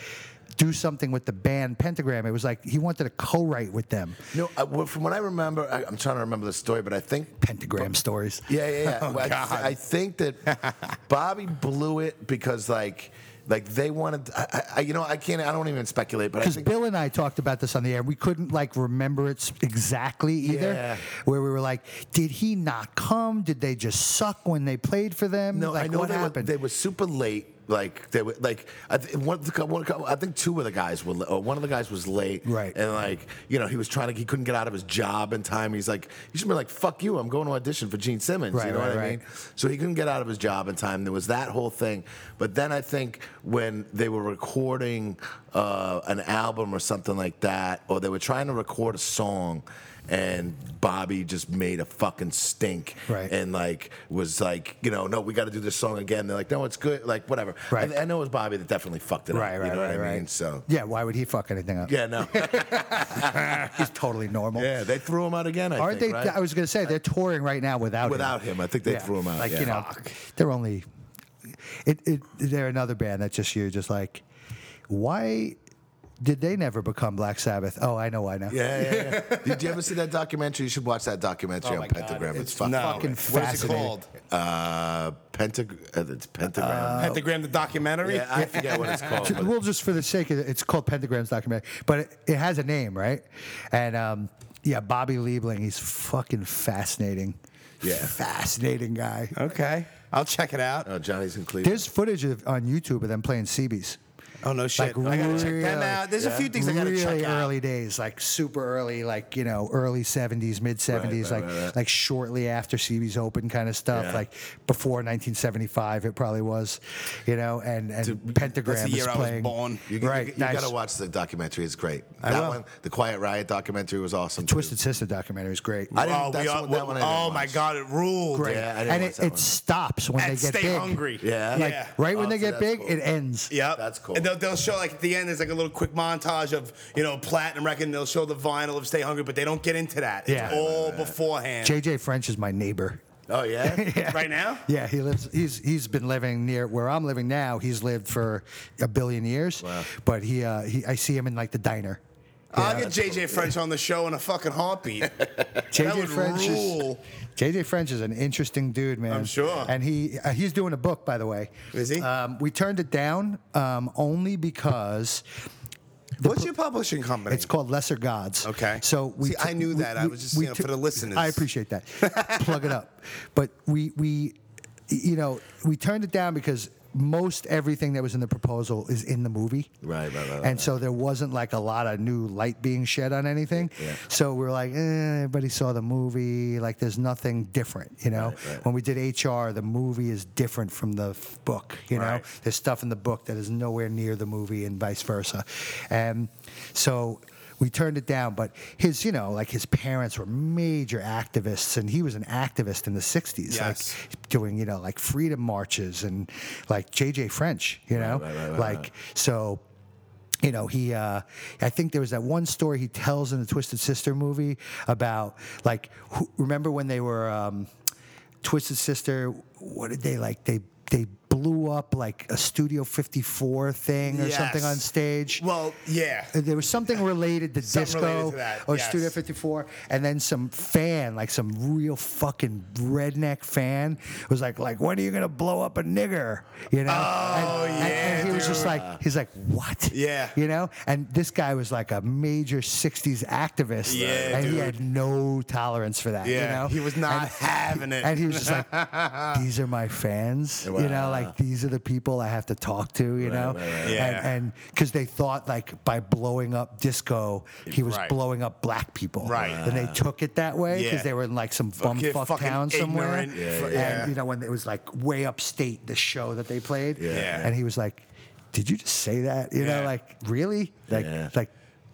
Speaker 3: do something with the band Pentagram. It was like he wanted to co-write with them.
Speaker 2: No, I, well, from what I remember, I, I'm trying to remember the story, but I think
Speaker 3: Pentagram stories.
Speaker 2: Yeah, yeah, yeah. Well, I, th- I think that Bobby blew it because like like they wanted. I, I- I, you know, I can't. I don't even speculate, but I
Speaker 3: Because
Speaker 2: think.
Speaker 3: Bill and I talked about this on the air. We couldn't like remember it s- exactly either.
Speaker 2: Yeah.
Speaker 3: Where we were like, did he not come? Did they just suck when they played for them?
Speaker 2: no,
Speaker 3: like,
Speaker 2: I know
Speaker 3: what
Speaker 2: they
Speaker 3: happened?
Speaker 2: were they were super late. Like they were like I th- one, of the cou- one of the cou- I think two of the guys were la- or one of the guys was late
Speaker 3: Right.
Speaker 2: and like you know he was trying to he couldn't get out of his job in time he's like you should be like fuck you I'm going to audition for Gene Simmons
Speaker 3: Right,
Speaker 2: you know
Speaker 3: right,
Speaker 2: what I
Speaker 3: right.
Speaker 2: mean so he couldn't get out of his job in time there was that whole thing but then I think when they were recording uh, an album or something like that or they were trying to record a song and Bobby just made a fucking stink
Speaker 3: Right.
Speaker 2: and like was like, you know, no, we got to do this song again. They're like, no, it's good, like whatever.
Speaker 3: Right.
Speaker 2: I, I know it was Bobby that definitely fucked it
Speaker 3: right,
Speaker 2: up.
Speaker 3: right,
Speaker 2: you know
Speaker 3: right,
Speaker 2: what I
Speaker 3: right.
Speaker 2: mean? So
Speaker 3: yeah, why would he fuck anything up?
Speaker 2: yeah, no,
Speaker 3: He's totally normal.
Speaker 2: yeah, they threw him out again. I
Speaker 3: Aren't
Speaker 2: think,
Speaker 3: they?
Speaker 2: right?
Speaker 3: I was gonna say they're touring right now without
Speaker 2: without him. I think they
Speaker 3: Yeah.
Speaker 2: threw him out.
Speaker 3: Like
Speaker 2: yeah.
Speaker 3: you know, they're only. It, it, they're another band that just you're just like, why did they never become Black Sabbath? Oh, I know why now.
Speaker 2: Yeah, yeah, yeah. Did you ever see that documentary? You should watch that documentary on Pentagram. It's, fucking,
Speaker 1: no.
Speaker 3: fucking
Speaker 1: What's it
Speaker 3: fascinating.
Speaker 1: called?
Speaker 2: uh, Pentag- uh, it's Pentagram.
Speaker 1: Pentagram the documentary.
Speaker 2: yeah, I forget what it's called.
Speaker 3: Ju-
Speaker 2: but-
Speaker 3: well, just for the sake of it, it's called Pentagrams documentary, but it, it has a name, right? And um, yeah, Bobby Liebling, he's fucking fascinating.
Speaker 2: Yeah.
Speaker 3: fascinating guy.
Speaker 1: Okay, I'll check it out.
Speaker 2: oh, Johnny's in Cleveland.
Speaker 3: There's footage of, on YouTube of them playing CBs.
Speaker 1: Oh no shit!
Speaker 3: Like
Speaker 1: I gotta check them
Speaker 3: really-
Speaker 1: out. There's a few things I gotta
Speaker 3: really
Speaker 1: check out.
Speaker 3: early days, like super early, like you know, early '70s, mid
Speaker 2: right,
Speaker 3: '70s, like
Speaker 2: right, right.
Speaker 3: like shortly after CB's open kind of stuff,
Speaker 2: Yeah.
Speaker 3: like before 1975, it probably was, you know, and and Pentagram
Speaker 1: that's the year
Speaker 3: is
Speaker 1: I was
Speaker 3: playing.
Speaker 1: born.
Speaker 2: You, you-
Speaker 3: right,
Speaker 2: you,
Speaker 3: nice.
Speaker 2: gotta watch the documentary. It's great. that
Speaker 1: will.
Speaker 2: one, the Quiet Riot documentary, was awesome. too.
Speaker 3: Twisted Sister documentary is great.
Speaker 2: I didn't-
Speaker 1: oh,
Speaker 2: that's
Speaker 1: we
Speaker 2: the
Speaker 1: are,
Speaker 2: one- that one I didn't
Speaker 1: oh my
Speaker 2: watch.
Speaker 1: god, it ruled.
Speaker 3: great.
Speaker 2: Yeah, I didn't
Speaker 3: and
Speaker 2: watch
Speaker 3: it,
Speaker 2: that
Speaker 3: it
Speaker 2: one.
Speaker 3: stops when
Speaker 1: And
Speaker 3: they get
Speaker 1: stay
Speaker 3: big.
Speaker 1: hungry.
Speaker 2: Yeah.
Speaker 3: Like
Speaker 1: Yeah.
Speaker 3: right
Speaker 2: Oh,
Speaker 3: when they
Speaker 2: so that's
Speaker 3: get big,
Speaker 2: cool.
Speaker 3: it ends.
Speaker 1: Yep.
Speaker 2: That's cool.
Speaker 1: And they'll, they'll show like at the end, there's like a little quick montage of you know platinum record. And they'll show the vinyl of Stay Hungry, but they don't get into that.
Speaker 3: Yeah.
Speaker 1: It's all beforehand.
Speaker 3: JJ French is my neighbor.
Speaker 2: Oh yeah.
Speaker 1: Right now,
Speaker 3: Yeah, he lives. He's he's been living near where I'm living now. He's lived for a billion years.
Speaker 2: Wow.
Speaker 3: But he, uh, he, I see him in like the diner.
Speaker 1: I'll get JJ French on the show in a fucking heartbeat. that
Speaker 3: JJ
Speaker 1: would
Speaker 3: French is
Speaker 1: rule.
Speaker 3: JJ French is an interesting dude, man.
Speaker 1: I'm sure.
Speaker 3: And he uh, he's doing a book, by the way.
Speaker 1: Is he?
Speaker 3: Um, we turned it down um, only because
Speaker 1: What's your publishing company?
Speaker 3: It's called Lesser Gods.
Speaker 1: Okay.
Speaker 3: So we.
Speaker 1: See, I knew
Speaker 3: we-
Speaker 1: that. I
Speaker 3: we-
Speaker 1: was just,
Speaker 3: we
Speaker 1: you know, for the listeners.
Speaker 3: I appreciate that. Plug it up, but we we, you know, we turned it down because most everything that was in the proposal is in the movie.
Speaker 2: Right, right, right, right,
Speaker 3: And
Speaker 2: right.
Speaker 3: so there wasn't like a lot of new light being shed on anything.
Speaker 2: Yeah.
Speaker 3: So we are like, eh, everybody saw the movie. Like, there's nothing different, you know.
Speaker 2: Right, right.
Speaker 3: When we did HR, the movie is different from the f- book. You know,
Speaker 1: Right.
Speaker 3: there's stuff in the book that is nowhere near the movie, and vice versa. And so we turned it down. But his, you know, like his parents were major activists, and he was an activist in the '60s,
Speaker 1: Yes.
Speaker 3: like doing, you know, like freedom marches and like J.J. French, you know,
Speaker 2: right, right, right,
Speaker 3: like
Speaker 2: right.
Speaker 3: so you know he uh, i think there was that one story he tells in the twisted sister movie about like who, remember when they were um, twisted sister what did they like they they blew up like a studio 54 thing or something
Speaker 1: Yes.
Speaker 3: on stage
Speaker 1: well, yeah.
Speaker 3: there was something related to
Speaker 1: Something
Speaker 3: disco
Speaker 1: related to that,
Speaker 3: or
Speaker 1: yes.
Speaker 3: Studio 54, and then some fan, like some real fucking redneck fan, was like, "Like, when are you gonna blow up a nigger?" You know?
Speaker 1: Oh,
Speaker 3: and, and-
Speaker 1: yeah,
Speaker 3: and he was just
Speaker 1: dude.
Speaker 3: like, he's like, "What?"
Speaker 1: Yeah.
Speaker 3: You know? And this guy was like a major 60s activist,
Speaker 1: Yeah,
Speaker 3: and he
Speaker 1: dude.
Speaker 3: had no tolerance for that.
Speaker 1: Yeah,
Speaker 3: You know?
Speaker 1: he was not
Speaker 3: And-
Speaker 1: having it.
Speaker 3: and he was just like, "These are my fans," you know, like like these are the people I have to talk to, you know,
Speaker 2: right, right.
Speaker 1: Yeah.
Speaker 3: and because they thought like by blowing up disco, he was
Speaker 1: Right.
Speaker 3: blowing up black people,
Speaker 1: Right.
Speaker 3: And they took it that way because
Speaker 1: Yeah.
Speaker 3: they were in like some bum
Speaker 1: Fucking-
Speaker 3: fuck
Speaker 1: fucking
Speaker 3: town somewhere,
Speaker 1: ignorant. Yeah,
Speaker 3: and
Speaker 1: yeah.
Speaker 3: you know when it was like way upstate, the show that they played,
Speaker 1: Yeah.
Speaker 3: and he was like, "Did you just say that? You know,
Speaker 1: Yeah.
Speaker 3: like really, like
Speaker 2: Yeah.
Speaker 3: like."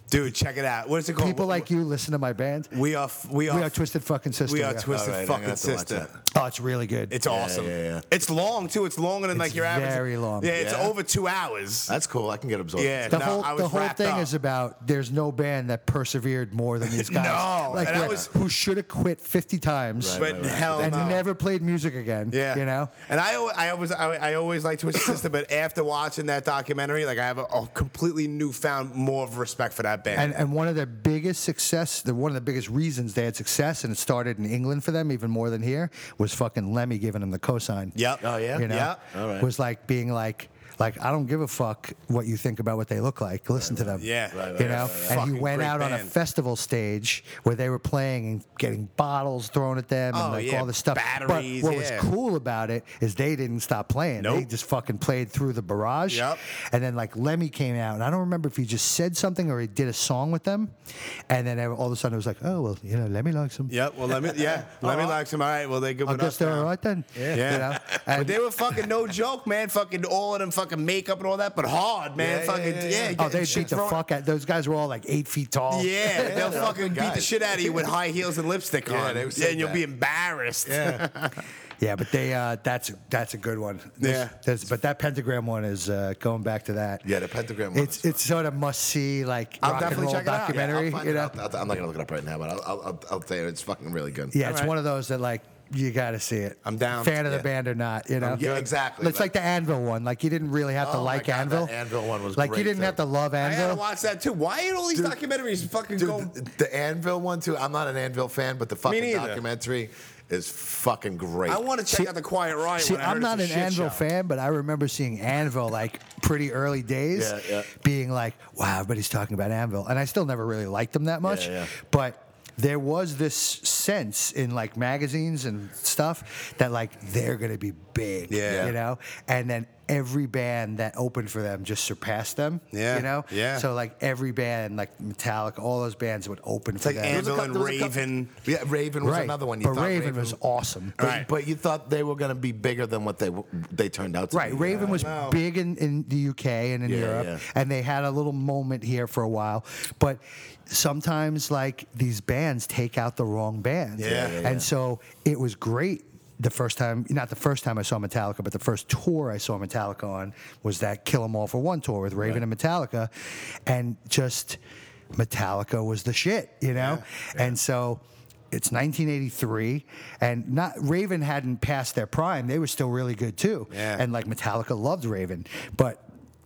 Speaker 1: Dude, check it out. What is it called?
Speaker 3: People like you listen to my band.
Speaker 1: we are f- we are
Speaker 3: We are
Speaker 1: f-
Speaker 3: Twisted Fucking Sister.
Speaker 1: we are
Speaker 3: yeah.
Speaker 1: twisted
Speaker 2: All right, I'm gonna
Speaker 1: fucking
Speaker 2: have to watch
Speaker 1: sister.
Speaker 2: that.
Speaker 3: Oh, it's really good.
Speaker 1: It's awesome.
Speaker 2: yeah, yeah.
Speaker 1: It's long too. It's longer than like your average.
Speaker 3: very long.
Speaker 1: Yeah, it's
Speaker 2: Yeah.
Speaker 1: over two hours.
Speaker 2: That's cool. I can get absorbed.
Speaker 1: Yeah.
Speaker 3: the
Speaker 1: no,
Speaker 3: whole
Speaker 1: I was
Speaker 3: the whole
Speaker 1: wrapped
Speaker 3: thing
Speaker 1: up.
Speaker 3: is about there's no band that persevered more than these guys.
Speaker 1: No,
Speaker 3: like
Speaker 1: and I
Speaker 3: where-
Speaker 1: was-
Speaker 3: who should have quit 50 times
Speaker 1: But
Speaker 2: Right, right,
Speaker 1: hell
Speaker 3: and
Speaker 1: no.
Speaker 3: never played music again.
Speaker 1: Yeah,
Speaker 3: you know.
Speaker 1: And I, al- I always, I, I always like Twisted Sister, but after watching that documentary, like I have a, a completely newfound more of respect for that band.
Speaker 3: And, and one of their biggest success, the, one of the biggest reasons they had success, and it started in England for them even more than here, was fucking Lemmy giving them the cosign.
Speaker 1: yep.
Speaker 2: Oh, yeah?
Speaker 3: you know,
Speaker 1: Yeah.
Speaker 2: All right.
Speaker 3: was like being like, like I don't give a fuck what you think about what they look like. Listen to them.
Speaker 1: Yeah. Right, right,
Speaker 3: you know.
Speaker 1: right, right.
Speaker 3: And
Speaker 1: Fucking
Speaker 3: he went
Speaker 1: great
Speaker 3: out on a
Speaker 1: band.
Speaker 3: festival stage where they were playing and getting bottles thrown at them
Speaker 1: Oh,
Speaker 3: and like
Speaker 1: yeah,
Speaker 3: all this stuff.
Speaker 1: batteries,
Speaker 3: but what
Speaker 1: yeah.
Speaker 3: was cool about it is they didn't stop playing. They
Speaker 1: Nope.
Speaker 3: just fucking played through the barrage.
Speaker 1: Yep.
Speaker 3: And then like Lemmy came out, and I don't remember if he just said something or he did a song with them, and then all of a sudden it was like, oh well, you know, Lemmy likes them.
Speaker 1: Yep. Well, let me. Yeah. let me like some. All right. Well, they good
Speaker 3: I
Speaker 1: with
Speaker 3: guess
Speaker 1: us
Speaker 3: they're
Speaker 1: now.
Speaker 3: all right then. Yeah.
Speaker 1: Yeah.
Speaker 3: You know?
Speaker 1: but they were fucking no joke, man. Fucking all of them fucking makeup and all that, but hard, man.
Speaker 2: Yeah, yeah,
Speaker 1: fucking
Speaker 2: yeah,
Speaker 1: yeah.
Speaker 2: yeah.
Speaker 1: you
Speaker 3: Oh,
Speaker 1: get
Speaker 3: they
Speaker 1: shit
Speaker 3: beat the
Speaker 1: thrown-
Speaker 3: fuck out. Those guys were all like eight feet tall.
Speaker 1: Yeah, they'll
Speaker 2: they're
Speaker 1: fucking
Speaker 2: good
Speaker 1: beat the
Speaker 2: guys.
Speaker 1: shit out of you with high heels and lipstick
Speaker 2: Yeah,
Speaker 1: on.
Speaker 2: they
Speaker 1: Yeah,
Speaker 2: would say
Speaker 1: and you'll be
Speaker 2: that.
Speaker 1: embarrassed.
Speaker 3: yeah. But they uh, that's that's a good one.
Speaker 1: Yeah.
Speaker 3: There's- but that pentagram one is uh, going back to that.
Speaker 2: Yeah, the pentagram one
Speaker 3: It's
Speaker 2: is-
Speaker 3: it's sort of must see like
Speaker 1: I'll
Speaker 3: rock and
Speaker 1: definitely
Speaker 3: roll
Speaker 1: check it out. Yeah,
Speaker 2: Yeah, I'll
Speaker 3: documentary.
Speaker 2: find
Speaker 3: you
Speaker 2: it
Speaker 3: know.
Speaker 2: out. I'll- I'm not gonna look it up right now, but I'll, I'll, I'll, I'll tell you, it's fucking really good.
Speaker 3: Yeah, it's
Speaker 1: Alright.
Speaker 3: one of those that like you got to see it.
Speaker 1: I'm down.
Speaker 3: Fan of the
Speaker 2: Yeah.
Speaker 3: band or not, you know?
Speaker 2: good. Yeah, exactly.
Speaker 3: It's like the Anvil one. Like you didn't really have to
Speaker 2: Oh my
Speaker 3: like
Speaker 2: God,
Speaker 3: Anvil.
Speaker 2: that Anvil one was
Speaker 3: like you
Speaker 2: great,
Speaker 3: didn't
Speaker 2: too.
Speaker 3: have to love
Speaker 1: I
Speaker 3: Anvil.
Speaker 1: gotta watch that too. Why ain't all these documentaries fucking
Speaker 2: Dude,
Speaker 1: go?
Speaker 2: the, the Anvil one too. I'm not an Anvil fan, but the fucking
Speaker 1: neither.
Speaker 2: documentary is fucking great.
Speaker 1: I want to check
Speaker 3: See-
Speaker 1: out the Quiet Riot.
Speaker 3: See,
Speaker 1: one. I heard
Speaker 3: I'm
Speaker 1: it's
Speaker 3: not
Speaker 1: a
Speaker 3: an
Speaker 1: shit
Speaker 3: Anvil
Speaker 1: show.
Speaker 3: fan, but I remember seeing Anvil like pretty early days,
Speaker 2: Yeah, yeah.
Speaker 3: being like, "Wow, everybody's talking about Anvil," and I still never really liked them that much.
Speaker 2: yeah.
Speaker 3: But there was this sense in like magazines and stuff that like they're gonna be big,
Speaker 1: Yeah.
Speaker 3: you know. And then every band that opened for them just surpassed them,
Speaker 1: Yeah,
Speaker 3: you know.
Speaker 1: yeah.
Speaker 3: So like every band, like Metallica, all those bands would open for
Speaker 1: like
Speaker 3: them.
Speaker 1: Anvil
Speaker 2: There was a
Speaker 1: and
Speaker 2: cou- there was a cou-
Speaker 1: Raven.
Speaker 2: Yeah, Raven was
Speaker 3: right.
Speaker 2: another one. You
Speaker 3: but
Speaker 2: thought
Speaker 3: Raven, was awesome.
Speaker 2: But,
Speaker 1: Right.
Speaker 2: but you thought they were going to be bigger than what they w- they turned out to
Speaker 3: Right,
Speaker 2: be.
Speaker 3: Raven was
Speaker 1: no.
Speaker 3: big in, in the UK and in
Speaker 2: Yeah,
Speaker 3: Europe,
Speaker 2: yeah.
Speaker 3: and they had a little moment here for a while. But sometimes, like these bands take out the wrong band,
Speaker 1: Yeah. Yeah,
Speaker 3: and
Speaker 1: yeah,
Speaker 3: so it was great. The first time, not the first time I saw Metallica, but the first tour I saw Metallica on was that Kill 'Em All for One tour with Raven and Metallica, and just Metallica was the shit, you know. And so it's 1983, and not Raven hadn't passed their prime; they were still really good too.
Speaker 1: Yeah.
Speaker 3: And like Metallica loved Raven, but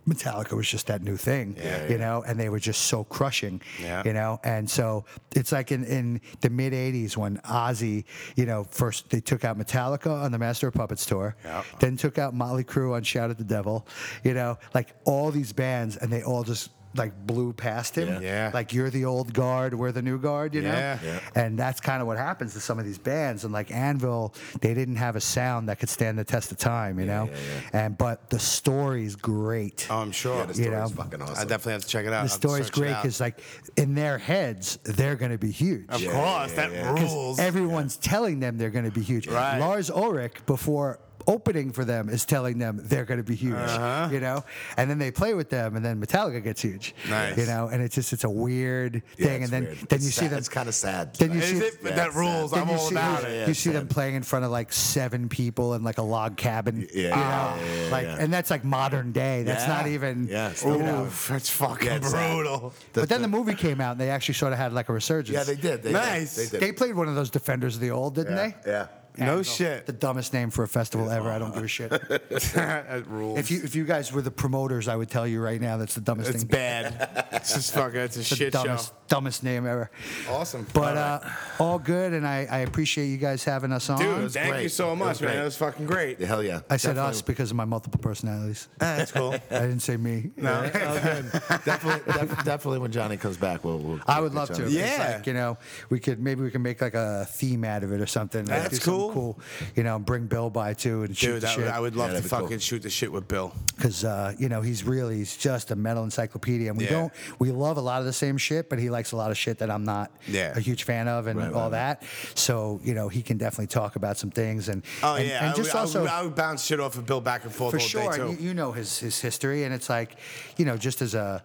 Speaker 3: Metallica was just that new thing,
Speaker 1: Yeah,
Speaker 3: you know, and they were just so crushing,
Speaker 1: Yeah.
Speaker 3: you know. And so it's like in, in the mid '80s when Ozzy, you know, first they took out Metallica on the Master of Puppets tour,
Speaker 1: Yeah.
Speaker 3: then took out Motley Crue on Shout at the Devil, you know, like all these bands, and they all just like blew past him,
Speaker 2: Yeah.
Speaker 1: Yeah.
Speaker 3: like you're the old guard, we're the new guard, you know?
Speaker 1: Yeah. Yeah.
Speaker 3: And that's kind of what happens to some of these bands. And like Anvil, they didn't have a sound that could stand the test of time, you know? And but the story's great.
Speaker 1: Oh, I'm sure.
Speaker 2: Yeah, the story's
Speaker 3: You know,
Speaker 2: fucking awesome.
Speaker 1: I definitely have to check it out.
Speaker 3: the story's great
Speaker 1: because
Speaker 3: because like in their heads, they're gonna be huge.
Speaker 1: of
Speaker 2: Yeah,
Speaker 1: course
Speaker 2: yeah,
Speaker 1: that
Speaker 2: yeah.
Speaker 3: 'Cause
Speaker 1: rules.
Speaker 3: Everyone's telling them they're going to be huge.
Speaker 1: Right.
Speaker 3: Lars Ulrich, before opening for them, is telling them they're going to be huge.
Speaker 2: Uh-huh.
Speaker 3: You know, and then they play with them, and then Metallica gets huge.
Speaker 1: Nice.
Speaker 3: You know, and it's just it's a weird
Speaker 2: Yeah,
Speaker 3: thing.
Speaker 2: it's
Speaker 3: and then
Speaker 2: weird.
Speaker 3: then
Speaker 2: It's
Speaker 3: you see
Speaker 2: sad.
Speaker 3: them.
Speaker 2: It's kind of sad.
Speaker 3: Then you
Speaker 1: Is
Speaker 3: see.
Speaker 1: it?
Speaker 2: Yeah,
Speaker 1: that
Speaker 2: it's
Speaker 1: rules.
Speaker 3: then
Speaker 1: I'm
Speaker 3: you
Speaker 1: all
Speaker 3: see,
Speaker 1: about
Speaker 3: you,
Speaker 1: it.
Speaker 2: Yeah,
Speaker 3: see them
Speaker 2: Sam.
Speaker 3: playing in front of like seven people in like a log cabin.
Speaker 2: Yeah,
Speaker 3: you know?
Speaker 2: yeah, yeah, yeah,
Speaker 3: like,
Speaker 2: yeah.
Speaker 3: and that's like modern day. That's
Speaker 2: Yeah.
Speaker 3: not even.
Speaker 2: Yeah, it's
Speaker 3: you
Speaker 2: not
Speaker 3: know.
Speaker 2: modern.
Speaker 1: Oof, that's fucking
Speaker 2: Yeah, it's sad.
Speaker 1: brutal.
Speaker 3: But then the movie came out, and they actually sort of had like a resurgence.
Speaker 2: yeah, they did. They did.
Speaker 1: Nice.
Speaker 2: They did.
Speaker 3: They played one of those Defenders of the Old, didn't
Speaker 2: yeah.
Speaker 3: they?
Speaker 2: yeah.
Speaker 1: No
Speaker 3: Anvil.
Speaker 1: shit.
Speaker 3: The dumbest name for a festival ever. I don't give a shit.
Speaker 1: that rules.
Speaker 3: if you if you guys were the promoters, I would tell you right now that's the dumbest
Speaker 1: it's
Speaker 3: thing.
Speaker 1: bad. It's just fucking. It's a
Speaker 3: the
Speaker 1: shit
Speaker 3: dumbest,
Speaker 1: show.
Speaker 3: dumbest name ever.
Speaker 1: Awesome.
Speaker 3: But uh, all good, and I, I appreciate you guys having us on.
Speaker 1: dude, thank
Speaker 2: great.
Speaker 1: you so
Speaker 2: It was
Speaker 1: much, man.
Speaker 2: great.
Speaker 1: That was fucking great.
Speaker 2: Hell yeah.
Speaker 3: I said us because of my multiple personalities.
Speaker 1: Ah, That's cool.
Speaker 3: I didn't say me. No.
Speaker 2: definitely, def- definitely when Johnny comes back, we'll. we'll
Speaker 3: I would love to.
Speaker 1: Yeah.
Speaker 3: It's like, you know, we could maybe we can make like a theme out of it or something. like,
Speaker 1: That's
Speaker 3: do something
Speaker 1: cool.
Speaker 3: cool. You know, bring Bill by too and shoot
Speaker 1: Dude,
Speaker 3: the
Speaker 1: that,
Speaker 3: shit.
Speaker 1: I would love
Speaker 2: Yeah,
Speaker 1: to
Speaker 2: that'd be cool.
Speaker 1: fucking shoot the shit with Bill.
Speaker 3: because uh, you know he's really he's just a metal encyclopedia, and we
Speaker 1: Yeah.
Speaker 3: don't we love a lot of the same shit, but he likes a lot of shit that I'm not
Speaker 1: Yeah.
Speaker 3: a huge fan of and
Speaker 2: Right, right,
Speaker 3: all that. So you know he can definitely talk about some things and
Speaker 1: Oh
Speaker 3: and,
Speaker 1: yeah,
Speaker 3: and
Speaker 1: I
Speaker 3: just
Speaker 1: would- I,
Speaker 3: also.
Speaker 1: would, I would bounce shit off of Bill back and forth
Speaker 3: for
Speaker 1: all
Speaker 3: sure,
Speaker 1: day too.
Speaker 3: and you, you know his his history, and it's like, you know, just as a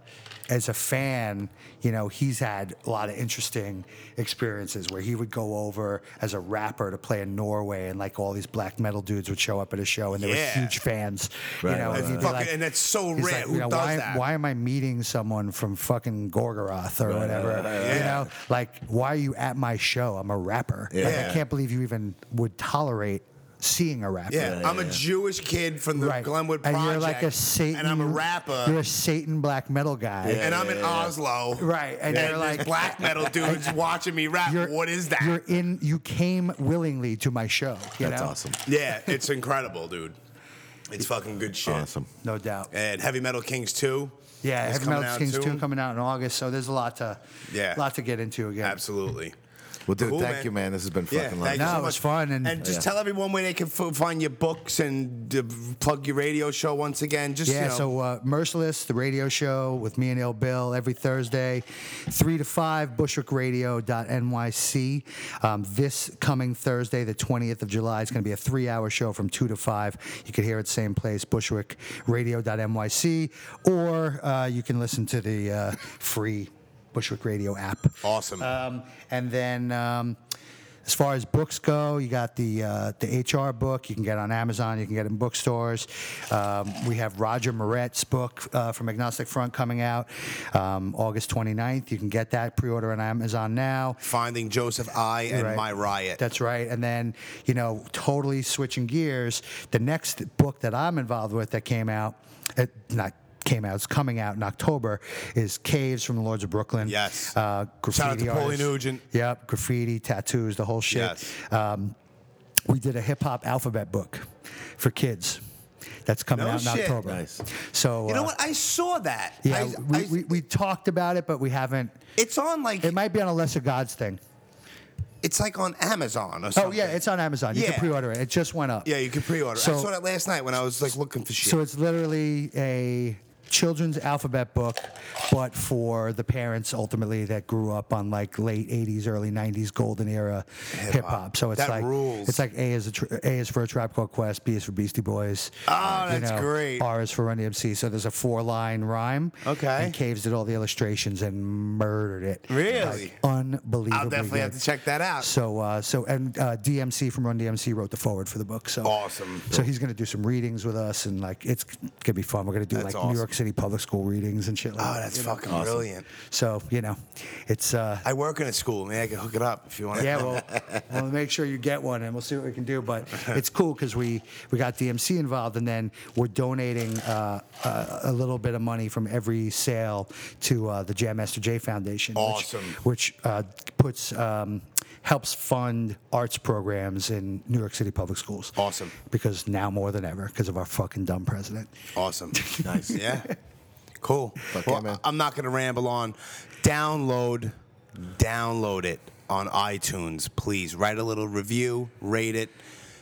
Speaker 3: as a fan, you know, he's had a lot of interesting experiences where he would go over as a rapper to play in Norway, and like all these black metal dudes would show up at his show, and they
Speaker 1: Yeah.
Speaker 3: were huge fans, you
Speaker 2: Right,
Speaker 3: know,
Speaker 2: right,
Speaker 3: and he'd
Speaker 2: right.
Speaker 3: be
Speaker 1: Fucking-
Speaker 3: like-
Speaker 1: and that's so
Speaker 3: He's
Speaker 1: rare.
Speaker 3: like,
Speaker 1: Who
Speaker 3: you know,
Speaker 1: does
Speaker 3: why,
Speaker 1: that?
Speaker 3: why am I meeting someone from fucking Gorgoroth or whatever? You know, like, why are you at my show? I'm a rapper. Like,
Speaker 1: Yeah.
Speaker 3: I can't believe you even would tolerate seeing a rapper.
Speaker 1: Yeah, I'm a Jewish kid from the
Speaker 3: Right.
Speaker 1: Glenwood
Speaker 3: and
Speaker 1: Project,
Speaker 3: you're like a Satan.
Speaker 1: and I'm a
Speaker 3: You're
Speaker 1: rapper,
Speaker 3: a Satan black metal guy.
Speaker 1: and I'm in
Speaker 2: Yeah.
Speaker 1: Oslo,
Speaker 3: Right, and
Speaker 1: there's
Speaker 3: you're like-
Speaker 1: black metal dudes watching me rap.
Speaker 3: You're-
Speaker 1: What is that?
Speaker 3: You're in. You came willingly to my show. You
Speaker 2: That's
Speaker 3: know?
Speaker 2: awesome.
Speaker 1: Yeah, it's incredible, dude. It's fucking good shit.
Speaker 2: Awesome.
Speaker 3: No doubt.
Speaker 1: And Heavy Metal Kings 2.
Speaker 3: Yeah,
Speaker 1: is
Speaker 3: Heavy
Speaker 1: coming
Speaker 3: Metal
Speaker 1: out
Speaker 3: Kings
Speaker 1: soon.
Speaker 3: two coming out in August, so there's a lot to,
Speaker 1: Yeah.
Speaker 3: lot to get into again.
Speaker 1: Absolutely.
Speaker 2: Well, dude,
Speaker 1: Cool,
Speaker 2: thank
Speaker 1: man.
Speaker 2: you, man. This has been
Speaker 1: Yeah,
Speaker 2: fucking
Speaker 1: thank
Speaker 2: lovely.
Speaker 1: you
Speaker 3: No,
Speaker 1: so
Speaker 3: it was
Speaker 1: much.
Speaker 3: fun, and-
Speaker 1: just
Speaker 2: Yeah.
Speaker 1: tell everyone where they can f- find your books and uh, plug your radio show once again. Just
Speaker 3: Yeah,
Speaker 1: you know,
Speaker 3: so uh, Merciless, the radio show with me and Ill Bill every Thursday, 3 to 5, bushwickradio.nyc. Um, this coming Thursday, the 20th of July, it's going to be a three hour show from 2 to 5. You can hear it same place, bushwickradio.nyc, or uh, you can listen to the uh, free Bushwick Radio app.
Speaker 1: awesome.
Speaker 3: Um, and then um, as far as books go, you got the uh, the HR book. You can get on Amazon. You can get it in bookstores. Um, we have Roger Moret's book uh, from Agnostic Front coming out um, August 29th. You can get that pre-order on Amazon now.
Speaker 1: Finding Joseph I and
Speaker 3: Right.
Speaker 1: My Riot.
Speaker 3: That's right. And then, you know, totally switching gears, the next book that I'm involved with that came out, it, not came out, it's coming out in October, is Caves from the Lords of Brooklyn.
Speaker 1: Yes. Shout out
Speaker 3: Uh,
Speaker 1: to
Speaker 3: graffiti
Speaker 1: Paulie
Speaker 3: artists.
Speaker 1: Nugent.
Speaker 3: Yep. Graffiti, tattoos, the whole shit.
Speaker 1: Yes.
Speaker 3: Um, we did a hip hop alphabet book for kids. That's coming
Speaker 1: No
Speaker 3: out in
Speaker 1: shit.
Speaker 3: October.
Speaker 2: Nice.
Speaker 3: So
Speaker 1: you
Speaker 3: uh,
Speaker 1: know what? I saw that.
Speaker 3: Yeah,
Speaker 1: I-
Speaker 3: we,
Speaker 1: I-
Speaker 3: we, we talked about it, but we haven't.
Speaker 1: it's on like
Speaker 3: It might be on a lesser gods thing.
Speaker 1: it's like on Amazon or
Speaker 3: Oh
Speaker 1: something.
Speaker 3: yeah, it's on Amazon. You
Speaker 1: Yeah.
Speaker 3: can pre-order it. It just went up.
Speaker 1: Yeah, you can pre-order. I
Speaker 3: So-
Speaker 1: saw that last night when I was like looking for shit.
Speaker 3: So it's literally a children's alphabet book, but for the parents ultimately that grew up on like late '80s, early '90s golden era hip hop. So it's
Speaker 1: That
Speaker 3: like
Speaker 1: rules.
Speaker 3: it's like A is a tr- A is for a Tribe Called Quest, B is for Beastie Boys.
Speaker 1: Oh,
Speaker 3: you
Speaker 1: that's
Speaker 3: know,
Speaker 1: great.
Speaker 3: R is for Run DMC. So there's a four-line rhyme.
Speaker 1: Okay.
Speaker 3: And Caves did all the illustrations and murdered it.
Speaker 1: Really?
Speaker 3: Like, unbelievable.
Speaker 1: I'll definitely have to check that out.
Speaker 3: So, uh, so and uh, DMC from Run DMC wrote the forward for the book. So
Speaker 1: Awesome.
Speaker 3: So he's going to do some readings with us, and like it's gonna be fun. We're going to do
Speaker 1: That's
Speaker 3: like
Speaker 1: awesome.
Speaker 3: New York City public school readings and shit. Like
Speaker 1: oh,
Speaker 3: that,
Speaker 1: that's
Speaker 3: you know?
Speaker 1: fucking brilliant.
Speaker 3: So you know, it's uh,
Speaker 1: I work in a school. Maybe I can hook it up if you want.
Speaker 3: yeah. Well, we'll make sure you get one, and we'll see what we can do. But it's cool because we we got DMC involved, and then we're donating uh, a, a little bit of money from every sale to uh, the Jam Master Jay Foundation. which-
Speaker 1: Awesome.
Speaker 3: which uh, puts um, helps fund arts programs in New York City public schools.
Speaker 1: Awesome.
Speaker 3: Because now more than ever, because of our fucking dumb president.
Speaker 1: Awesome. Nice. Yeah. Cool.
Speaker 2: yeah,
Speaker 1: well,
Speaker 2: man.
Speaker 1: I'm not going to ramble on. Download, download it on iTunes, please. Write a little review, rate it.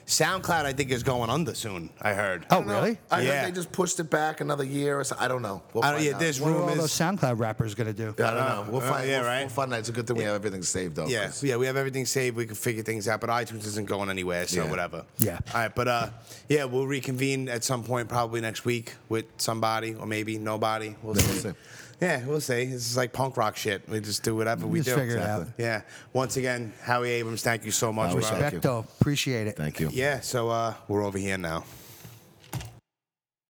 Speaker 1: SoundCloud, I think, is going under soon. I heard.
Speaker 3: Oh, really?
Speaker 2: I
Speaker 1: Yeah.
Speaker 2: heard they just pushed it back another year or so. I don't know. We'll
Speaker 1: I don't,
Speaker 2: find
Speaker 1: yeah,
Speaker 2: out.
Speaker 1: there's
Speaker 3: What are all
Speaker 1: rumors.
Speaker 3: those SoundCloud rappers gonna do?
Speaker 2: Yeah, I don't know. We'll
Speaker 1: Uh,
Speaker 2: find.
Speaker 1: yeah,
Speaker 2: we'll,
Speaker 1: right?
Speaker 2: We'll find out. It's a good thing we have everything saved though.
Speaker 1: Yeah,
Speaker 2: 'cause-
Speaker 1: yeah, we have everything saved. We can figure things out, but iTunes isn't going anywhere, so
Speaker 2: Yeah.
Speaker 1: whatever.
Speaker 3: Yeah.
Speaker 1: All right, but uh, yeah, we'll reconvene at some point, probably next week, with somebody or maybe nobody. We'll
Speaker 2: Yeah,
Speaker 1: see.
Speaker 2: we'll see.
Speaker 1: Yeah, we'll see. This is like punk rock shit. We just do whatever we
Speaker 3: Just
Speaker 1: do.
Speaker 3: figure it out. Exactly.
Speaker 1: Yeah. Once again, Howie Abrams, thank you so much,
Speaker 2: Always
Speaker 1: bro.
Speaker 2: thank you.
Speaker 3: Respecto, appreciate it.
Speaker 2: Thank you.
Speaker 1: Yeah. So uh, we're over here now.